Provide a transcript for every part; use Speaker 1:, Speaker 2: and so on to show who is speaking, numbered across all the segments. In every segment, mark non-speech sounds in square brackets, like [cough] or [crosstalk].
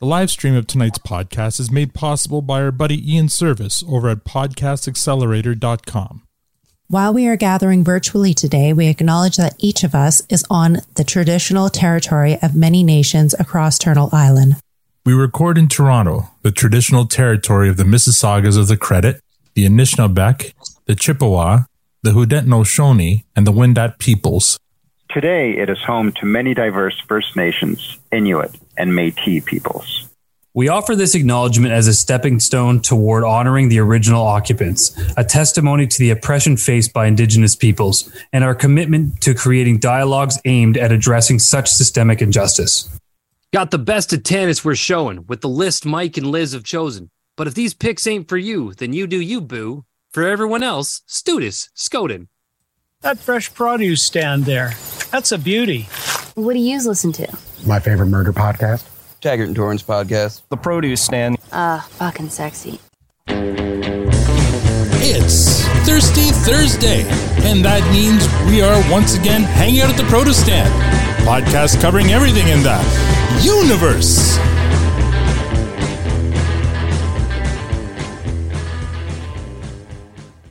Speaker 1: The live stream of tonight's podcast is made possible by our buddy Ian Service over at podcastaccelerator.com.
Speaker 2: While we are gathering virtually today, we acknowledge that each of us is on the traditional territory of many nations across Turtle Island.
Speaker 1: We record in Toronto, the traditional territory of the Mississaugas of the Credit, the Anishinaabeg, the Chippewa, the Haudenosaunee, and the Wendat peoples.
Speaker 3: Today, it is home to many diverse First Nations, Inuit, and Metis peoples.
Speaker 4: We offer this acknowledgement as a stepping stone toward honoring the original occupants, a testimony to the oppression faced by Indigenous peoples, and our commitment to creating dialogues aimed at addressing such systemic injustice.
Speaker 5: Got the best of tennis we're showing with the list Mike and Liz have chosen. But if these picks ain't for you, then you do you, boo. For everyone else, Studis, Scoden.
Speaker 6: That fresh produce stand there. That's a beauty.
Speaker 7: What do you listen to?
Speaker 8: My favorite murder podcast.
Speaker 9: Taggart and Torrance podcast.
Speaker 10: The produce stand.
Speaker 7: Uh, fucking sexy.
Speaker 11: Mm-hmm. It's Thirsty Thursday, and that means we are once again hanging out at the Proto Stand. Podcast covering everything in the universe.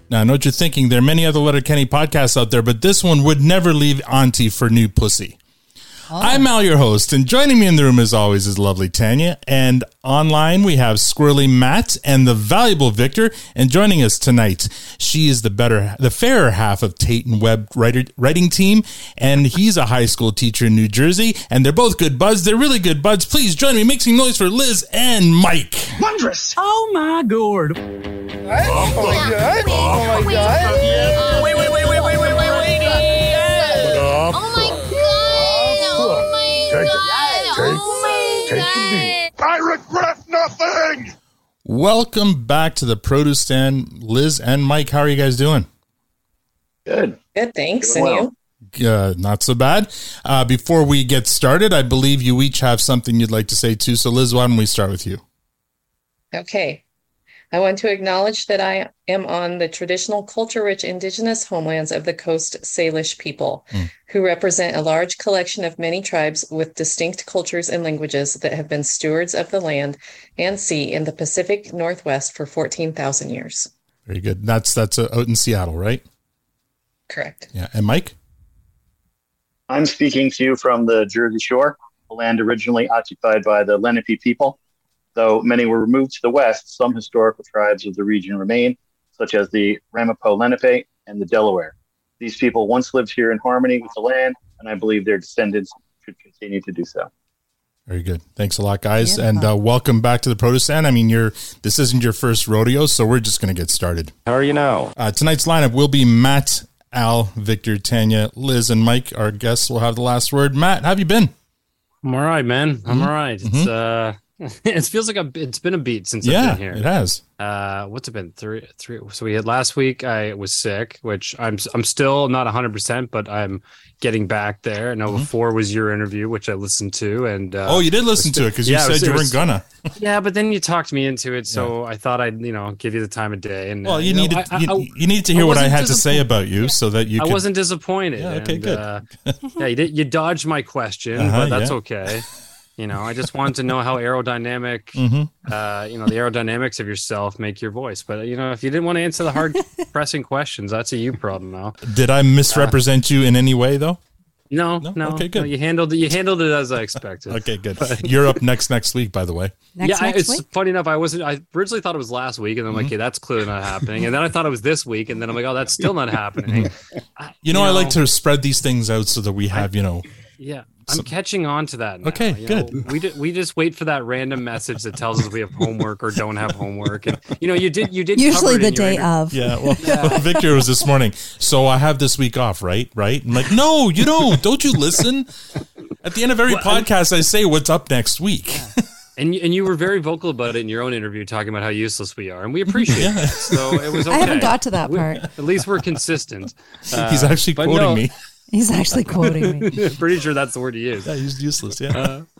Speaker 11: Now, I know what you're thinking. There are many other Letterkenny podcasts out there, but this one would never leave Auntie for new pussy. Oh. I'm Al, your host, and joining me in the room as always is lovely Tanya. And online we have Squirrely Matt and the valuable Victor. And joining us tonight, she is the better, the fairer half of Tate and Webb writer, writing team, and he's a high school teacher in New Jersey. And they're both good buds. They're really good buds. Please join me making noise for Liz and Mike.
Speaker 12: Wondrous!
Speaker 6: Oh my gourd.
Speaker 12: Oh my god! Oh my god! Wait, wait, wait, wait, wait, wait, wait, wait!
Speaker 13: Oh my god! Oh my god!
Speaker 12: I regret nothing.
Speaker 1: Welcome back to the Produce Stand, Liz and Mike. How are you guys doing?
Speaker 12: Good.
Speaker 14: Good, thanks. And you?
Speaker 1: Uh, not so bad. Uh, before we get started, I believe you each have something you'd like to say too. So, Liz, why don't we start with you?
Speaker 14: Okay. I want to acknowledge that I am on the traditional culture rich indigenous homelands of the Coast Salish people,
Speaker 3: Hmm.
Speaker 14: who represent a large collection of many tribes with distinct cultures and languages that have been stewards of the land and sea in the Pacific Northwest for 14,000 years.
Speaker 1: Very good. That's that's uh, out in Seattle, right?
Speaker 14: Correct.
Speaker 1: Yeah. And Mike,
Speaker 15: I'm speaking to you from the Jersey Shore, a land originally occupied by the Lenape people. Though many were removed to the west, some historical tribes of the region remain, such as the Ramapo Lenape and the Delaware. These people once lived here in harmony with the land, and I believe their descendants should continue to do so.
Speaker 1: very good. Thanks a lot, guys, and uh, welcome back to the Proto Stand. I mean, you're this isn't your first rodeo, so we're just going to get started.
Speaker 15: How are you now?
Speaker 1: Uh, tonight's lineup will be Matt, Al, Victor, Tanya, Liz, and Mike. Our guests will have the last word. Matt, how have you been? Hmm?
Speaker 5: I'm all right, man. I'm all right. It's uh, [laughs] it feels like a, it's been a beat since
Speaker 1: Mm-hmm. yeah,
Speaker 5: I've been here.
Speaker 1: it has.
Speaker 5: Uh, what's it been? Three, three. So we had last week. I was sick, which I'm I'm still not 100, percent but I'm getting back there. No, before was your interview, which I listened to, and uh,
Speaker 1: Mm-hmm. oh, you did listen to it because you
Speaker 5: yeah, it
Speaker 1: said
Speaker 5: was-
Speaker 1: you
Speaker 5: it
Speaker 1: weren't
Speaker 5: was-
Speaker 1: gonna.
Speaker 5: [laughs] yeah, but then you talked me into it, so I thought I'd you know give you the time of day. And uh,
Speaker 1: Well, you,
Speaker 5: know,
Speaker 1: needed
Speaker 5: I- I-
Speaker 1: you,
Speaker 5: I-
Speaker 1: you needed to hear what I
Speaker 5: wasn't
Speaker 1: had to say
Speaker 5: disappointed.
Speaker 1: about you, so that you.
Speaker 5: I
Speaker 1: could,
Speaker 5: wasn't disappointed.
Speaker 1: Yeah, okay,
Speaker 5: and,
Speaker 1: good. [laughs]
Speaker 5: uh, yeah, you, did, you dodged my question,
Speaker 1: Uh-huh,
Speaker 5: but that's
Speaker 1: yeah.
Speaker 5: okay. You know, I just wanted to know
Speaker 1: [laughs]
Speaker 5: how aerodynamic,
Speaker 1: Mhm.
Speaker 5: uh, you know, the aerodynamics of yourself make your voice. But you know, if you didn't want to answer
Speaker 1: [laughs]
Speaker 5: the hard pressing questions, that's a you problem now.
Speaker 1: Did I misrepresent you in any way, though?
Speaker 5: No, no, no,
Speaker 1: Okay, good.
Speaker 5: you handled it. You handled it as I expected.
Speaker 1: [laughs] Okay,
Speaker 5: [laughs]
Speaker 1: good. You're up next next week, by the way.
Speaker 5: yeah, I- it's funny enough. I wasn't. I originally thought it was last week, and I'm
Speaker 1: Mm-hmm.
Speaker 5: like, "Okay, that's clearly not happening." And then I thought it was this week, and then I'm like, "Oh, that's still not
Speaker 1: [laughs]
Speaker 5: happening."
Speaker 1: Mm-hmm. You know, I like to spread these things out so that we have, you know.
Speaker 5: Yeah, I'm catching on to that. Now.
Speaker 1: Okay,
Speaker 5: you
Speaker 1: good.
Speaker 5: know. we d- we just wait for that random message that tells us we have homework or don't have homework, and you know, you did you did cover
Speaker 2: Usually
Speaker 5: it
Speaker 2: the
Speaker 5: in your
Speaker 2: day
Speaker 5: inter-
Speaker 1: [laughs]
Speaker 2: of.
Speaker 1: Yeah, well, Victor was this morning. So I have this week off, right? Right? I'm like, no, you don't. Don't you listen? At the end of every podcast, I say what's up next week.
Speaker 5: and you- and you were very vocal about it in your own interview, talking about how useless we are, and we appreciate that. So it was. Okay.
Speaker 2: [laughs] I haven't got to that
Speaker 5: We-
Speaker 2: part.
Speaker 5: At least we're consistent.
Speaker 1: [laughs] He's
Speaker 5: Uh,
Speaker 1: actually
Speaker 5: but
Speaker 1: quoting
Speaker 5: no,
Speaker 1: me.
Speaker 2: [laughs] He's actually quoting me.
Speaker 5: [laughs] Pretty sure that's the word he used. Uh,
Speaker 1: Yeah, he's useless. Yeah.
Speaker 2: [laughs]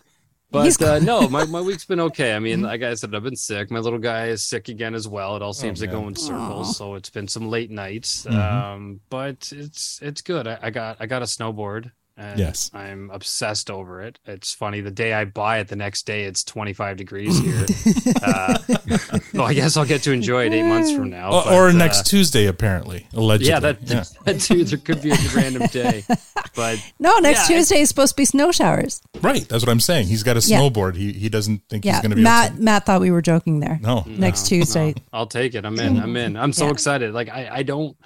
Speaker 2: He's
Speaker 5: But
Speaker 2: Mm-hmm.
Speaker 5: uh, no, my, my week's been okay. I mean, like I said, I've been sick. My little guy is sick again as well. It all seems
Speaker 1: Oh,
Speaker 5: to go in circles. So
Speaker 1: Mm-hmm.
Speaker 5: it's been some late nights. Um, but it's it's good. I, I got I got a snowboard. And
Speaker 1: Yes.
Speaker 5: I'm obsessed over it. It's funny. The day I buy it, the next day it's 25 degrees
Speaker 2: [laughs]
Speaker 5: here. uh, [laughs] well, I guess I'll get to enjoy it eight months from now.
Speaker 1: Or,
Speaker 5: but,
Speaker 1: or
Speaker 5: uh,
Speaker 1: next Tuesday, apparently. Allegedly.
Speaker 5: Yeah, that, [laughs] that too. There could be a random day, but
Speaker 2: [laughs] No, next
Speaker 5: Yeah, I-
Speaker 2: Tuesday is supposed to be snow showers.
Speaker 1: Right. That's what I'm saying. He's got a
Speaker 2: Yeah.
Speaker 1: snowboard. He he doesn't think
Speaker 2: Yeah,
Speaker 1: he's going to be able
Speaker 2: Matt. Matt thought we were joking there.
Speaker 1: No.
Speaker 2: next Tuesday.
Speaker 5: I'll take it. I'm in. I'm in. I'm so excited. Like I, I don't.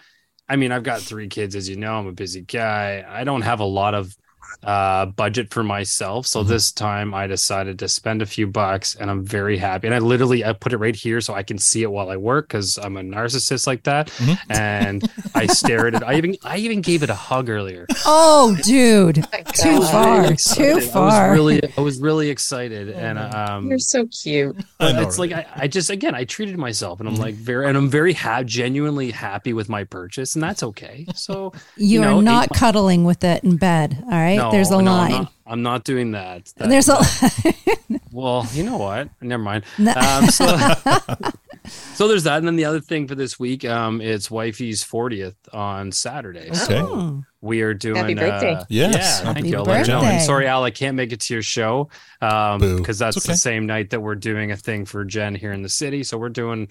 Speaker 5: I mean, I've got three kids, as you know. I'm a busy guy. I don't have a lot of uh, budget for myself, so this time I decided to spend a few bucks, and I'm very happy. And I literally I put it right here so I can see it while I work because I'm a narcissist like that. And I stare at it. I even I even gave it a hug earlier.
Speaker 2: [laughs] Oh,
Speaker 5: [laughs]
Speaker 2: dude, too
Speaker 5: was really
Speaker 2: far,
Speaker 5: excited.
Speaker 2: too
Speaker 5: I was
Speaker 2: far.
Speaker 5: really, I was really excited, and um,
Speaker 14: You're so cute.
Speaker 5: but it's like I, I just again I treated myself, and I'm like very, and I'm very ha- genuinely happy with my purchase, and that's okay. So
Speaker 2: You,
Speaker 5: know,
Speaker 2: are
Speaker 5: eight
Speaker 2: not
Speaker 5: months-
Speaker 2: cuddling with it in bed. All right,
Speaker 5: No,
Speaker 2: there's a
Speaker 5: no,
Speaker 2: line.
Speaker 5: I'm not, I'm not doing that. That-
Speaker 2: there's [laughs] a.
Speaker 5: well, you know what? Never mind.
Speaker 2: No.
Speaker 5: Um, so, [laughs] so there's that, and then the other thing for this week, um, it's wifey's 40th on Saturday.
Speaker 1: Okay.
Speaker 5: So we are doing.
Speaker 14: Happy birthday.
Speaker 5: Uh,
Speaker 1: Yes.
Speaker 5: Yeah,
Speaker 1: Happy
Speaker 5: thank you. I'll let you know.
Speaker 1: birthday.
Speaker 5: And sorry, Al, I can't make it to your show um, because
Speaker 1: Boo.
Speaker 5: that's
Speaker 1: It's
Speaker 5: the
Speaker 1: okay.
Speaker 5: same night that we're doing a thing for Jen here in the city. So we're doing.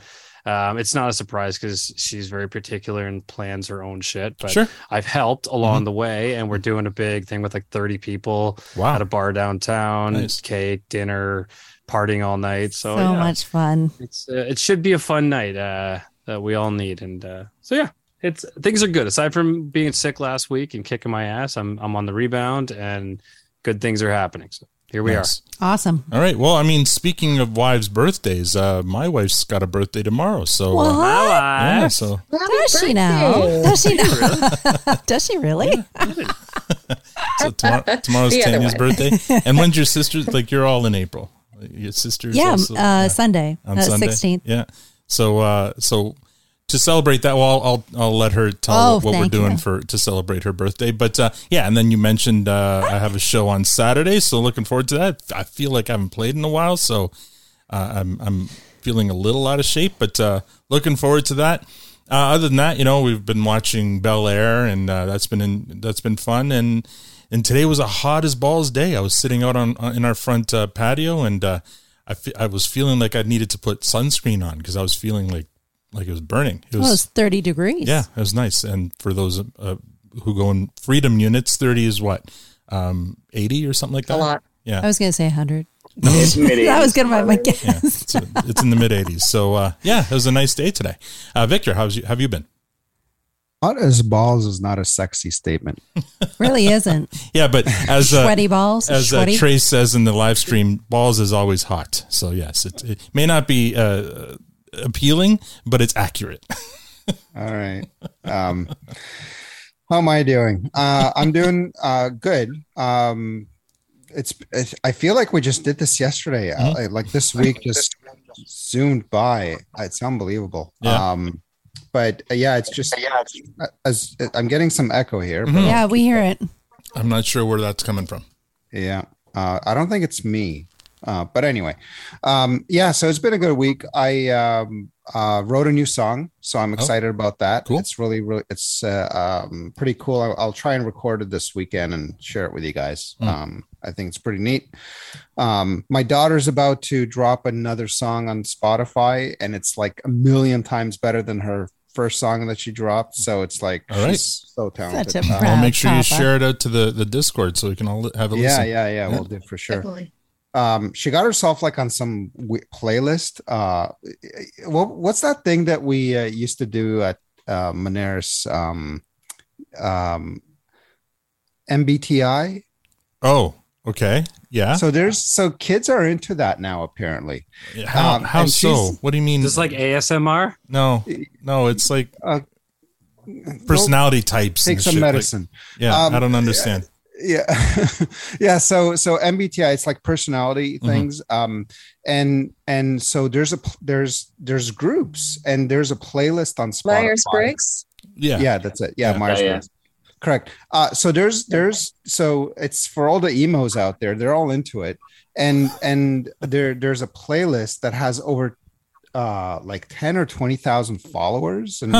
Speaker 5: Um, it's not a surprise because she's very particular and plans her own shit. But
Speaker 1: Sure. Mm-hmm.
Speaker 5: I've helped along the way, and we're doing a big thing with like 30 people
Speaker 1: Wow.
Speaker 5: at a bar downtown,
Speaker 1: Nice.
Speaker 5: cake, dinner, partying all night. So,
Speaker 2: so
Speaker 5: Oh, yeah,
Speaker 2: much fun.
Speaker 5: It's, uh, it should be a fun night uh, that we all need. And uh, so, yeah, it's things are good. Aside from being sick last week and kicking my ass, I'm I'm on the rebound, and good things are happening. So here we
Speaker 1: Nice.
Speaker 2: Awesome.
Speaker 1: All right. Well, I mean, speaking of wives' birthdays, uh, my wife's got a birthday tomorrow. So, uh,
Speaker 2: What?
Speaker 1: yeah, so
Speaker 2: Does she now? Does she now? [laughs] Does she really?
Speaker 1: So
Speaker 2: [laughs]
Speaker 1: tomorrow, tomorrow's [laughs]
Speaker 2: The other
Speaker 1: Tanya's
Speaker 2: one.
Speaker 1: birthday.
Speaker 2: [laughs]
Speaker 1: And when's your sister's? Like you're all in April. Your sister's
Speaker 2: Yeah,
Speaker 1: also-
Speaker 2: uh, Sunday,
Speaker 1: on
Speaker 2: uh,
Speaker 1: Sunday.
Speaker 2: 16th.
Speaker 1: Yeah. So uh, so to celebrate that, well, I'll I'll let her tell
Speaker 2: Oh,
Speaker 1: what we're
Speaker 2: thank
Speaker 1: doing
Speaker 2: you.
Speaker 1: for to celebrate her birthday. But uh, yeah, and then you mentioned uh, I have a show on Saturday, so looking forward to that. I feel like I haven't played in a while, so uh, I'm I'm feeling a little out of shape, but uh, looking forward to that. Uh, other than that, you know, we've been watching Bel Air, and uh, that's been in, that's been fun. And and today was a hot as balls day. I was sitting out on, on in our front uh, patio, and uh, I fe- I was feeling like I needed to put sunscreen on because I was feeling like like it was burning. It
Speaker 2: Well,
Speaker 1: was
Speaker 2: it's 30 degrees.
Speaker 1: yeah, it was nice. And for those uh, who go in freedom units, thirty is what um, eighty or something like that. A lot. Yeah,
Speaker 2: I was [laughs] going to say 100. [laughs]
Speaker 1: It's mid-eighties.
Speaker 2: that was going to be my guess.
Speaker 1: yeah, it's, it's in the mid 80s. So uh, yeah, it was a nice day today. Uh, Victor, how's you, have you been?
Speaker 3: Hot as balls is not a sexy statement.
Speaker 2: Really isn't.
Speaker 1: Yeah, but as uh,
Speaker 2: Sweaty balls,
Speaker 1: as uh,
Speaker 2: sweaty.
Speaker 1: Trace says in the live stream, balls is always hot. So yes, it, it may not be uh, appealing, but it's accurate.
Speaker 3: All right. Um, how am I doing? Uh, I'm doing uh, good. Um, it's, it's. I feel like we just did this yesterday. Uh, like this week just zoomed by. It's unbelievable.
Speaker 1: Yeah.
Speaker 3: Um, but uh, yeah, it's just. Yeah, as I'm getting some echo here. but-
Speaker 2: Yeah, we hear it.
Speaker 1: I'm not sure where that's coming from.
Speaker 3: Yeah. Uh, I don't think it's me. Uh, but anyway, um, yeah, so it's been a good week. I um, uh, wrote a new song, so
Speaker 1: Oh,
Speaker 3: I'm excited about that. It's really, really, it's uh, um, pretty cool. I'll, I'll try and record it this weekend and share it with you guys.
Speaker 1: Hmm.
Speaker 3: Um, I think it's pretty neat. Um, my daughter's about to drop another song on Spotify, and it's like a million times better than her first song that she dropped. So it's like,
Speaker 1: All right.
Speaker 3: she's so talented.
Speaker 2: a
Speaker 3: Uh,
Speaker 1: I'll make sure you share it out to the, the Discord so we can all li- have a
Speaker 3: yeah,
Speaker 1: listen.
Speaker 3: yeah, yeah,
Speaker 1: Yeah.
Speaker 3: We'll do for sure. Um, she got herself like on some w- playlist. Uh, what, what's that thing that we uh, used to do at uh, Monaris? Um, um, MBTI.
Speaker 1: Oh, okay. Yeah.
Speaker 3: So there's so kids are into that now apparently.
Speaker 1: How,
Speaker 3: Um,
Speaker 1: how
Speaker 3: and
Speaker 1: so?
Speaker 3: she's-
Speaker 1: What do you mean?
Speaker 5: Just like ASMR.
Speaker 1: no, no, it's like
Speaker 3: Uh,
Speaker 1: personality types.
Speaker 3: take
Speaker 1: and
Speaker 3: some
Speaker 1: shit, like-
Speaker 3: medicine.
Speaker 1: yeah, I
Speaker 3: Um,
Speaker 1: don't understand.
Speaker 3: yeah [laughs] yeah so so mbti it's like personality things um and and so there's a pl- there's there's groups and there's a playlist on spotify
Speaker 14: Myers Briggs.
Speaker 1: Yeah.
Speaker 3: yeah that's it yeah, myers
Speaker 15: Yeah, yeah.
Speaker 3: briggs correct uh so there's there's so it's for all the emos out there they're all into it and and there there's a playlist that has over uh, like ten or twenty thousand followers, and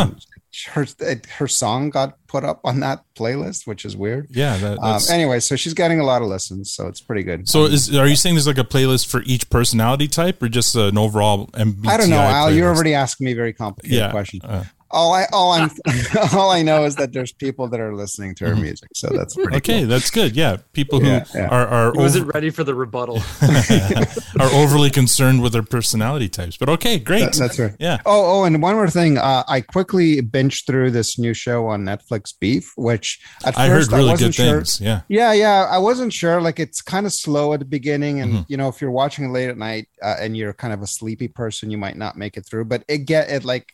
Speaker 3: her it- her song got put up on that playlist, which is weird.
Speaker 1: Yeah, that-
Speaker 3: um,
Speaker 1: that's-
Speaker 3: anyway, so she's getting a lot of listens, so it's pretty good.
Speaker 1: So is are you saying there's like a playlist for each personality type or just an overall MBTI?
Speaker 3: I don't know, Al. You're
Speaker 1: playlist?
Speaker 3: already asking me very complicated
Speaker 1: Yeah,
Speaker 3: questions.
Speaker 1: uh.
Speaker 3: all I all I'm [laughs] all I know is that there's people that are listening to her music, so that's pretty
Speaker 1: Mm-hmm. okay.
Speaker 3: cool.
Speaker 1: That's good. Yeah, people who
Speaker 3: Yeah, yeah.
Speaker 1: are are
Speaker 5: He wasn't
Speaker 1: over-
Speaker 5: ready for the
Speaker 1: [laughs]
Speaker 5: rebuttal.
Speaker 1: are overly concerned with their personality types. But okay, great.
Speaker 3: That- that's right.
Speaker 1: Yeah.
Speaker 3: Oh, oh, and one more thing. Uh, I quickly binged through this new show on Netflix, Beef, which at
Speaker 1: I heard
Speaker 3: first
Speaker 1: really
Speaker 3: I
Speaker 1: good
Speaker 3: wasn't sure.
Speaker 1: things, yeah.
Speaker 3: yeah, yeah. I wasn't sure. Like it's kind of slow at the beginning, and
Speaker 1: Mhm.
Speaker 3: you know, if you're watching it late at night uh, and you're kind of a sleepy person, you might not make it through. But it get it like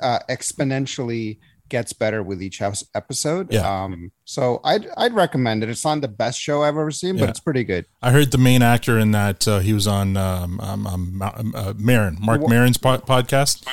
Speaker 3: uh, exponentially gets better with each house episode.
Speaker 1: Yeah.
Speaker 3: Um, so I'd I'd recommend it. It's not the best show I've ever seen,
Speaker 1: Yeah.
Speaker 3: but it's pretty good.
Speaker 1: I heard the main actor in that uh, he was on um, um, um, Ma- um, uh, Marin, Mark
Speaker 3: Wha-
Speaker 1: Marin's po- podcast.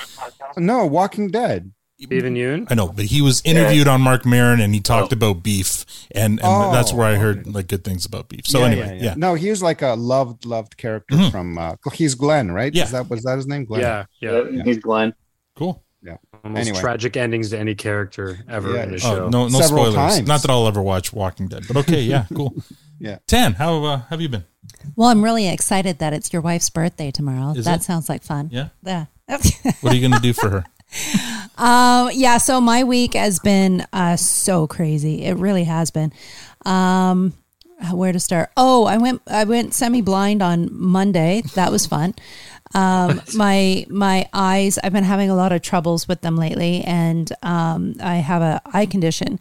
Speaker 3: No, Walking Dead.
Speaker 5: Steven Yoon.
Speaker 1: I know, but he was interviewed on Mark Marin and he talked
Speaker 5: Oh.
Speaker 1: about beef, and, and
Speaker 3: Oh,
Speaker 1: that's where I heard like good things about beef. So
Speaker 3: Yeah,
Speaker 1: anyway, yeah, Mm-hmm.
Speaker 3: No, he was like a loved, loved character from. Uh, he's Glenn, right? Yeah. Is that was that his name? Glenn.
Speaker 5: Yeah, yeah.
Speaker 15: Yeah, he's Glenn.
Speaker 1: Cool.
Speaker 3: Yeah.
Speaker 5: Almost
Speaker 3: Anyway.
Speaker 5: tragic endings to any character ever
Speaker 3: Yeah,
Speaker 5: in the
Speaker 3: yeah.
Speaker 1: Oh,
Speaker 5: show.
Speaker 1: no, no
Speaker 3: Several
Speaker 1: spoilers.
Speaker 3: times.
Speaker 1: Not that I'll ever watch Walking Dead, but okay, yeah, cool.
Speaker 3: [laughs] yeah,
Speaker 1: Tan, how uh, have you been?
Speaker 2: Well, I'm really excited that it's your wife's birthday tomorrow.
Speaker 1: Is
Speaker 2: that
Speaker 1: it?
Speaker 2: sounds like fun.
Speaker 1: Yeah?
Speaker 2: Yeah. [laughs]
Speaker 1: What are you going to do for her?
Speaker 2: Um, yeah, so my week has been uh, so crazy. It really has been. Um, where to start? Oh, I went I went semi blind on Monday. That was fun. Um, my my eyes. I've been having a lot of troubles with them lately, and um, I have a eye condition,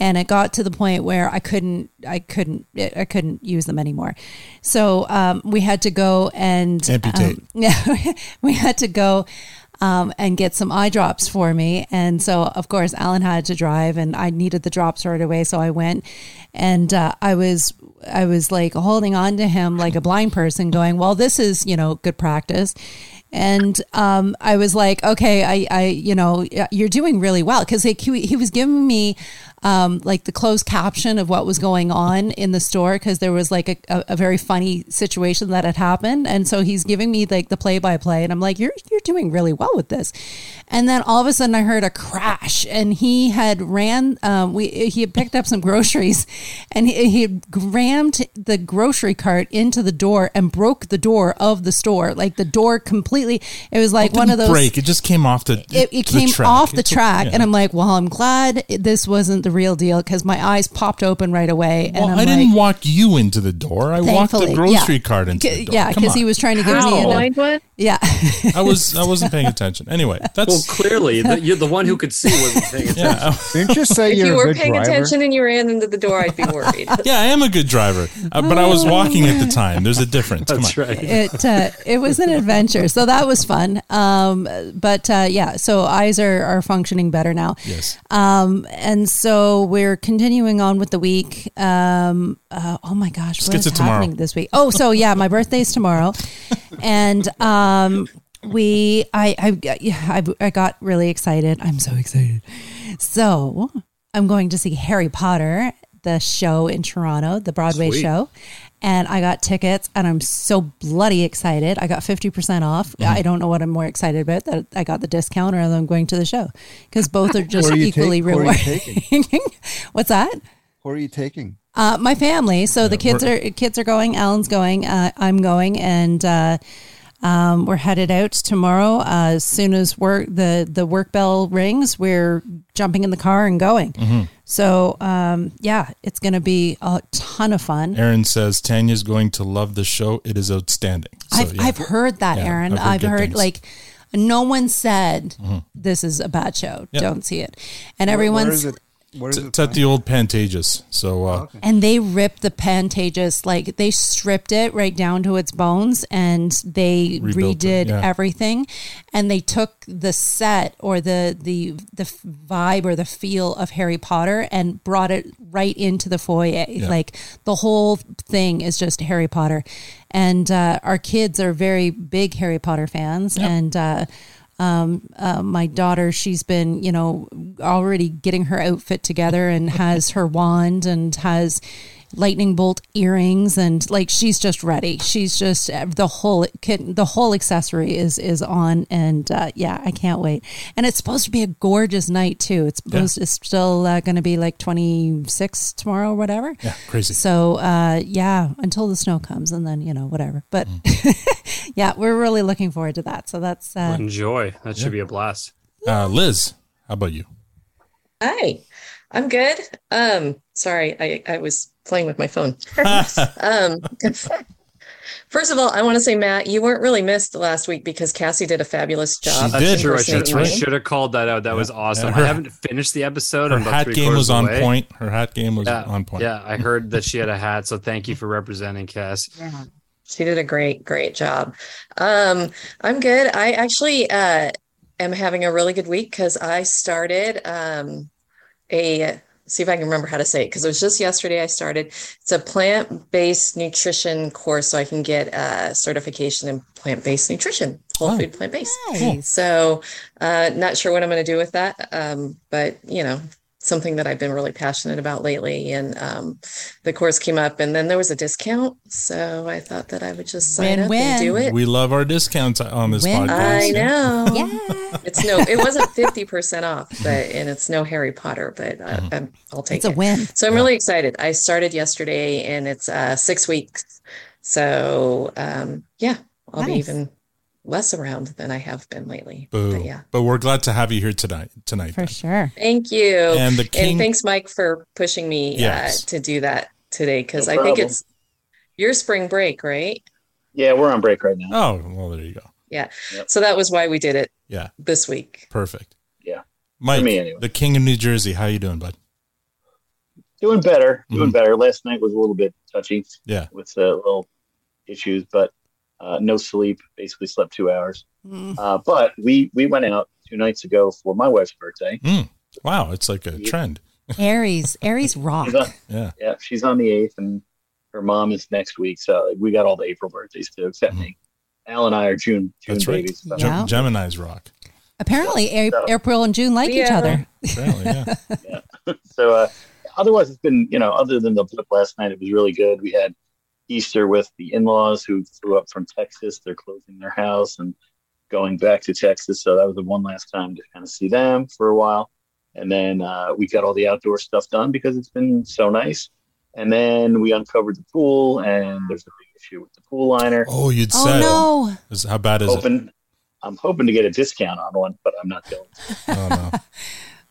Speaker 2: and it got to the point where I couldn't I couldn't I couldn't use them anymore. So um, we had to go and
Speaker 1: Amputate.
Speaker 2: um, [laughs] yeah, we had to go um, and get some eye drops for me. And so, of course, Alan had to drive, and I needed the drops right away. So I went, and uh, I was I was like holding on to him like a blind person, going, "Well, this is you know good practice." And um, I was like, "Okay, I, I you know you're doing really well," because he he was giving me um, like the closed caption of what was going on in the store because there was like a, a, a very funny situation that had happened. And so he's giving me like the play by play, and I'm like, "You're you're doing really well with this." And then all of a sudden, I heard a crash, and he had ran. Um, we he had picked up some groceries, and he, he had rammed the grocery cart into the door and broke the door of the store, like the door completely. It was like one of those
Speaker 1: break. Oh, It just came off the.
Speaker 2: it, it
Speaker 1: the
Speaker 2: came
Speaker 1: track.
Speaker 2: off the
Speaker 1: It's-
Speaker 2: track
Speaker 1: [laughs] yeah.
Speaker 2: and i'm like well i'm glad this wasn't the real deal because my eyes popped open right away and
Speaker 1: Well,
Speaker 2: i'm
Speaker 1: I didn't
Speaker 2: like
Speaker 1: walk you into the door. I walked the
Speaker 2: Thankfully,
Speaker 1: grocery
Speaker 2: yeah.
Speaker 1: cart into the
Speaker 2: "C-
Speaker 1: door.
Speaker 2: yeah
Speaker 1: Come
Speaker 2: because he
Speaker 1: on.
Speaker 2: was trying to give
Speaker 14: How?
Speaker 2: me
Speaker 14: Blind one?
Speaker 2: yeah [laughs]
Speaker 1: I was I wasn't paying attention. Anyway, that's
Speaker 5: Well, clearly, the, you're the one who could
Speaker 1: [laughs]
Speaker 5: see wasn't paying attention.
Speaker 1: yeah,
Speaker 3: Didn't you say
Speaker 14: If
Speaker 3: you're
Speaker 14: you
Speaker 3: a
Speaker 14: were
Speaker 3: good
Speaker 14: paying
Speaker 3: driver?
Speaker 14: attention and you ran into the door, I'd
Speaker 3: [laughs]
Speaker 14: be worried.
Speaker 1: [laughs] yeah, I am a good driver, uh, but I was walking at the time. There's a difference. Come on.
Speaker 5: right.
Speaker 2: Oh, it uh, it was an adventure so that was fun um but uh, yeah so eyes are are functioning better now
Speaker 1: Yes.
Speaker 2: um and so we're continuing on with the week um uh, oh my gosh
Speaker 1: Just
Speaker 2: what
Speaker 1: gets
Speaker 2: is
Speaker 1: it tomorrow.
Speaker 2: happening this week oh so yeah my birthday's tomorrow and um we i i yeah, I, I got really excited i'm so excited so i'm going to see harry potter the show in toronto the broadway
Speaker 5: Sweet.
Speaker 2: show and i got tickets and i'm so bloody excited i got 50% off i don't know what i'm more excited about that i got the discount or that i'm going to the show because both are just
Speaker 3: Where are you
Speaker 2: equally
Speaker 3: take- where are you
Speaker 2: rewarding [laughs] what's that
Speaker 3: Who are you taking?
Speaker 2: uh, my family. So the kids are
Speaker 1: we're-
Speaker 2: kids are going. Alan's going. Uh, I'm going, and uh, um, we're headed out tomorrow. Uh, as soon as work the the work bell rings, we're jumping in the car and going.
Speaker 3: Mm-hmm.
Speaker 1: Mm-hmm.
Speaker 2: So um, yeah, it's going to be a ton of fun.
Speaker 1: Aaron says Tanya's going to love the show. It is outstanding. So,
Speaker 2: I've
Speaker 1: yeah.
Speaker 2: I've heard that,
Speaker 1: Yeah,
Speaker 2: Aaron.
Speaker 1: I've heard
Speaker 2: I've
Speaker 1: good
Speaker 2: heard,
Speaker 1: things.
Speaker 2: like. No one said this is a bad show.
Speaker 1: Yeah.
Speaker 2: Don't see it.
Speaker 3: Mm-hmm.
Speaker 2: And
Speaker 3: Where-
Speaker 2: everyone's
Speaker 3: Where is it? Where is
Speaker 1: It's,
Speaker 3: it?
Speaker 1: it's at the old Pantages. So uh,
Speaker 2: And they ripped the Pantages, like they stripped it right down to its bones and they
Speaker 1: Rebuilt
Speaker 2: redid
Speaker 1: it, yeah.
Speaker 2: everything. And they took the set or the, the, the f- vibe or the feel of Harry Potter and brought it right into the foyer.
Speaker 1: Yeah.
Speaker 2: Like the whole thing is just Harry Potter. And uh, our kids are very big Harry Potter fans. And, uh, um, uh, my daughter, she's been, you know, already getting her outfit together and has her wand and has, lightning bolt earrings and like she's just ready. She's just uh, the whole kit, the whole accessory is is on and uh, yeah, I can't wait. And it's supposed to be a gorgeous night too. It's supposed it's still uh, going to be like 26 tomorrow or whatever.
Speaker 1: Yeah, crazy.
Speaker 2: So uh, yeah, until the snow comes and then, you know, whatever. But
Speaker 1: Mm.
Speaker 2: [laughs] yeah, we're really looking forward to that. So that's uh,
Speaker 5: Enjoy. That should be a blast.
Speaker 1: Uh, Liz, how about you?
Speaker 14: Hi, I'm good. Um, sorry, I, I was playing with my phone. um, first of all, I want to say, Matt, you weren't really missed last week because Cassie did a fabulous job.
Speaker 5: That's true. I should,
Speaker 14: impersonating
Speaker 5: I
Speaker 14: you.
Speaker 5: should have called that out. That was awesome.
Speaker 1: Her-
Speaker 5: I haven't finished the episode.
Speaker 1: Her
Speaker 5: I'm about
Speaker 1: hat
Speaker 5: three
Speaker 1: game
Speaker 5: quarters
Speaker 1: was on
Speaker 5: away.
Speaker 1: point. Her hat game was
Speaker 5: Yeah,
Speaker 1: on point.
Speaker 5: Yeah, I heard that she had a hat. So thank you for representing Cass.
Speaker 14: Yeah. She did a great, great job. Um, I'm good. I actually uh, am having a really good week because I started um, a, see if I can remember how to say it, because it was just yesterday I started. It's a plant based nutrition course, so I can get a certification in plant based nutrition, whole food plant based.
Speaker 2: Nice.
Speaker 14: So, uh, not sure what I'm going to do with that, um, but you know, something that I've been really passionate about lately. And um, the course came up, and then there was a discount, so I thought that I would just sign up and do it.
Speaker 1: We love our discounts on this podcast.
Speaker 14: I
Speaker 1: Yeah.
Speaker 14: know.
Speaker 1: [laughs]
Speaker 14: Yeah. It's no, it wasn't 50% off, but, and it's no Harry Potter, but I,
Speaker 1: Uh-huh.
Speaker 14: I'm, I'll take
Speaker 2: It's
Speaker 14: it.
Speaker 2: a win.
Speaker 14: So I'm really excited. I started yesterday and it's uh, six weeks. So um, yeah, I'll be
Speaker 2: Nice.
Speaker 14: even less around than I have been lately.
Speaker 1: Boo.
Speaker 14: But yeah.
Speaker 1: But we're glad to have you here tonight. Tonight,
Speaker 2: for sure.
Speaker 14: Thank you.
Speaker 1: And the king-
Speaker 14: thanks, Mike, for pushing me
Speaker 1: Yes.
Speaker 14: uh, to do that today because
Speaker 15: No
Speaker 14: I think
Speaker 15: problem.
Speaker 14: it's your spring break, right?
Speaker 15: Yeah, we're on break right now.
Speaker 1: Oh, well, there you go.
Speaker 14: Yeah. So that was why we did it
Speaker 1: Yeah,
Speaker 14: this week.
Speaker 1: perfect.
Speaker 15: Yeah.
Speaker 1: Mike,
Speaker 15: me anyway.
Speaker 1: the king of New Jersey. How you doing, bud?
Speaker 15: Doing better. Doing better. Last night was a little bit touchy.
Speaker 1: Mm-hmm. Yeah.
Speaker 15: With a little issues, but uh, no sleep. Basically slept two hours. Uh, but we we went out two nights ago for my wife's birthday.
Speaker 1: Mm. Wow, it's like a trend.
Speaker 2: Aries, Aries rock.
Speaker 15: She's on,
Speaker 1: yeah.
Speaker 15: she's on the eighth, and her mom is next week. So we got all the April birthdays too, except me. Al and I are June June
Speaker 1: Hmm. That's right.
Speaker 15: babies.
Speaker 1: Gem- Gemini's rock.
Speaker 2: Apparently, A- April and June like each
Speaker 14: Yeah.
Speaker 2: other.
Speaker 1: Apparently, yeah.
Speaker 15: so uh, otherwise it's been you know other than the blip last night it was really good we had easter with the in-laws who flew up from texas they're closing their house and going back to texas so that was the one last time to kind of see them for a while and then uh, we got all the outdoor stuff done because it's been so nice and then we uncovered the pool and there's a big issue with the pool liner
Speaker 1: Oh, you'd said. [laughs] Is- How bad is it?
Speaker 15: Open, i'm hoping to get a discount on one but i'm not
Speaker 1: [laughs]
Speaker 15: going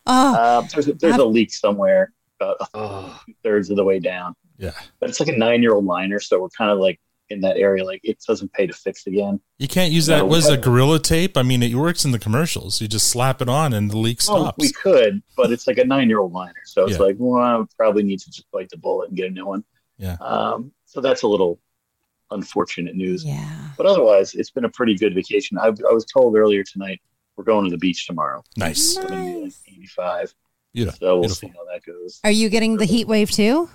Speaker 15: uh, there's a, there's a leak somewhere about two thirds of the way down.
Speaker 1: Yeah.
Speaker 15: But it's like a nine year old liner, so we're kind of like in that area. Like it doesn't pay to fix again.
Speaker 1: You can't use that.
Speaker 15: No,
Speaker 1: Was
Speaker 15: we-
Speaker 1: it gorilla tape? I mean, it works in the commercials. You just slap it on and the leak
Speaker 15: Well,
Speaker 1: stops.
Speaker 15: Oh, we could, but it's like a nine year old liner, so it's
Speaker 1: Yeah.
Speaker 15: like well, I probably need to just bite the bullet and get a new one.
Speaker 1: Yeah.
Speaker 15: Um, so that's a little unfortunate news.
Speaker 2: Yeah.
Speaker 15: But otherwise, it's been a pretty good vacation. I, I was told earlier tonight we're going to the beach tomorrow.
Speaker 1: Nice.
Speaker 15: It's gonna be like 85.
Speaker 1: Yeah.
Speaker 15: So we'll see how that goes.
Speaker 2: Are you getting the heat wave too?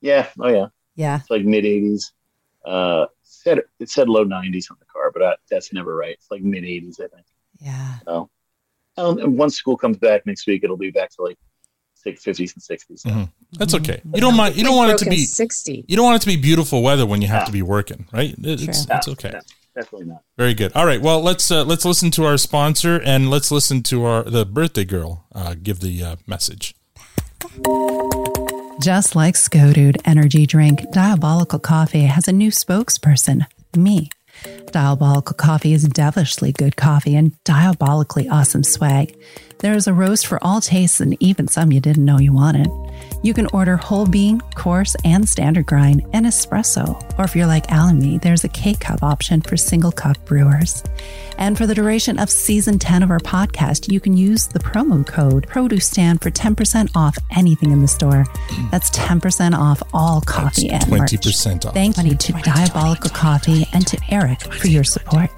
Speaker 15: Yeah. Oh yeah.
Speaker 2: Yeah.
Speaker 15: It's like mid 80s. Uh, said it said low 90s on the car, but I, that's never right. It's like mid 80s, I think.
Speaker 2: Yeah.
Speaker 15: So, um, and once school comes back next week, it'll be back to like six fifties and 60s.
Speaker 1: Mhm. That's okay. You don't mind. You don't want it to
Speaker 14: Broken
Speaker 1: be
Speaker 14: 60.
Speaker 1: You don't want it to be beautiful weather when you have to be working, right? It- It's,
Speaker 15: No,
Speaker 1: it's okay.
Speaker 15: no, definitely not.
Speaker 1: Very good. All right. Well, let's uh, let's listen to our sponsor and let's listen to our the birthday girl uh, give the uh, message.
Speaker 10: Just like Skodude Energy Drink, Diabolical Coffee has a new spokesperson, me. Diabolical Coffee is devilishly good coffee and diabolically awesome swag. There is a roast for all tastes and even some you didn't know you wanted. You can order whole bean, coarse, and standard grind, and espresso. Or if you're like Al and me, there's a K cup option for single cup brewers. And for the duration of season 10 of our podcast, you can use the promo code Produce Stand for 10% off anything in the store. That's 10% off all coffee and merch.
Speaker 1: 20% off.
Speaker 10: Thank you to Diabolical Coffee and to Eric for your support.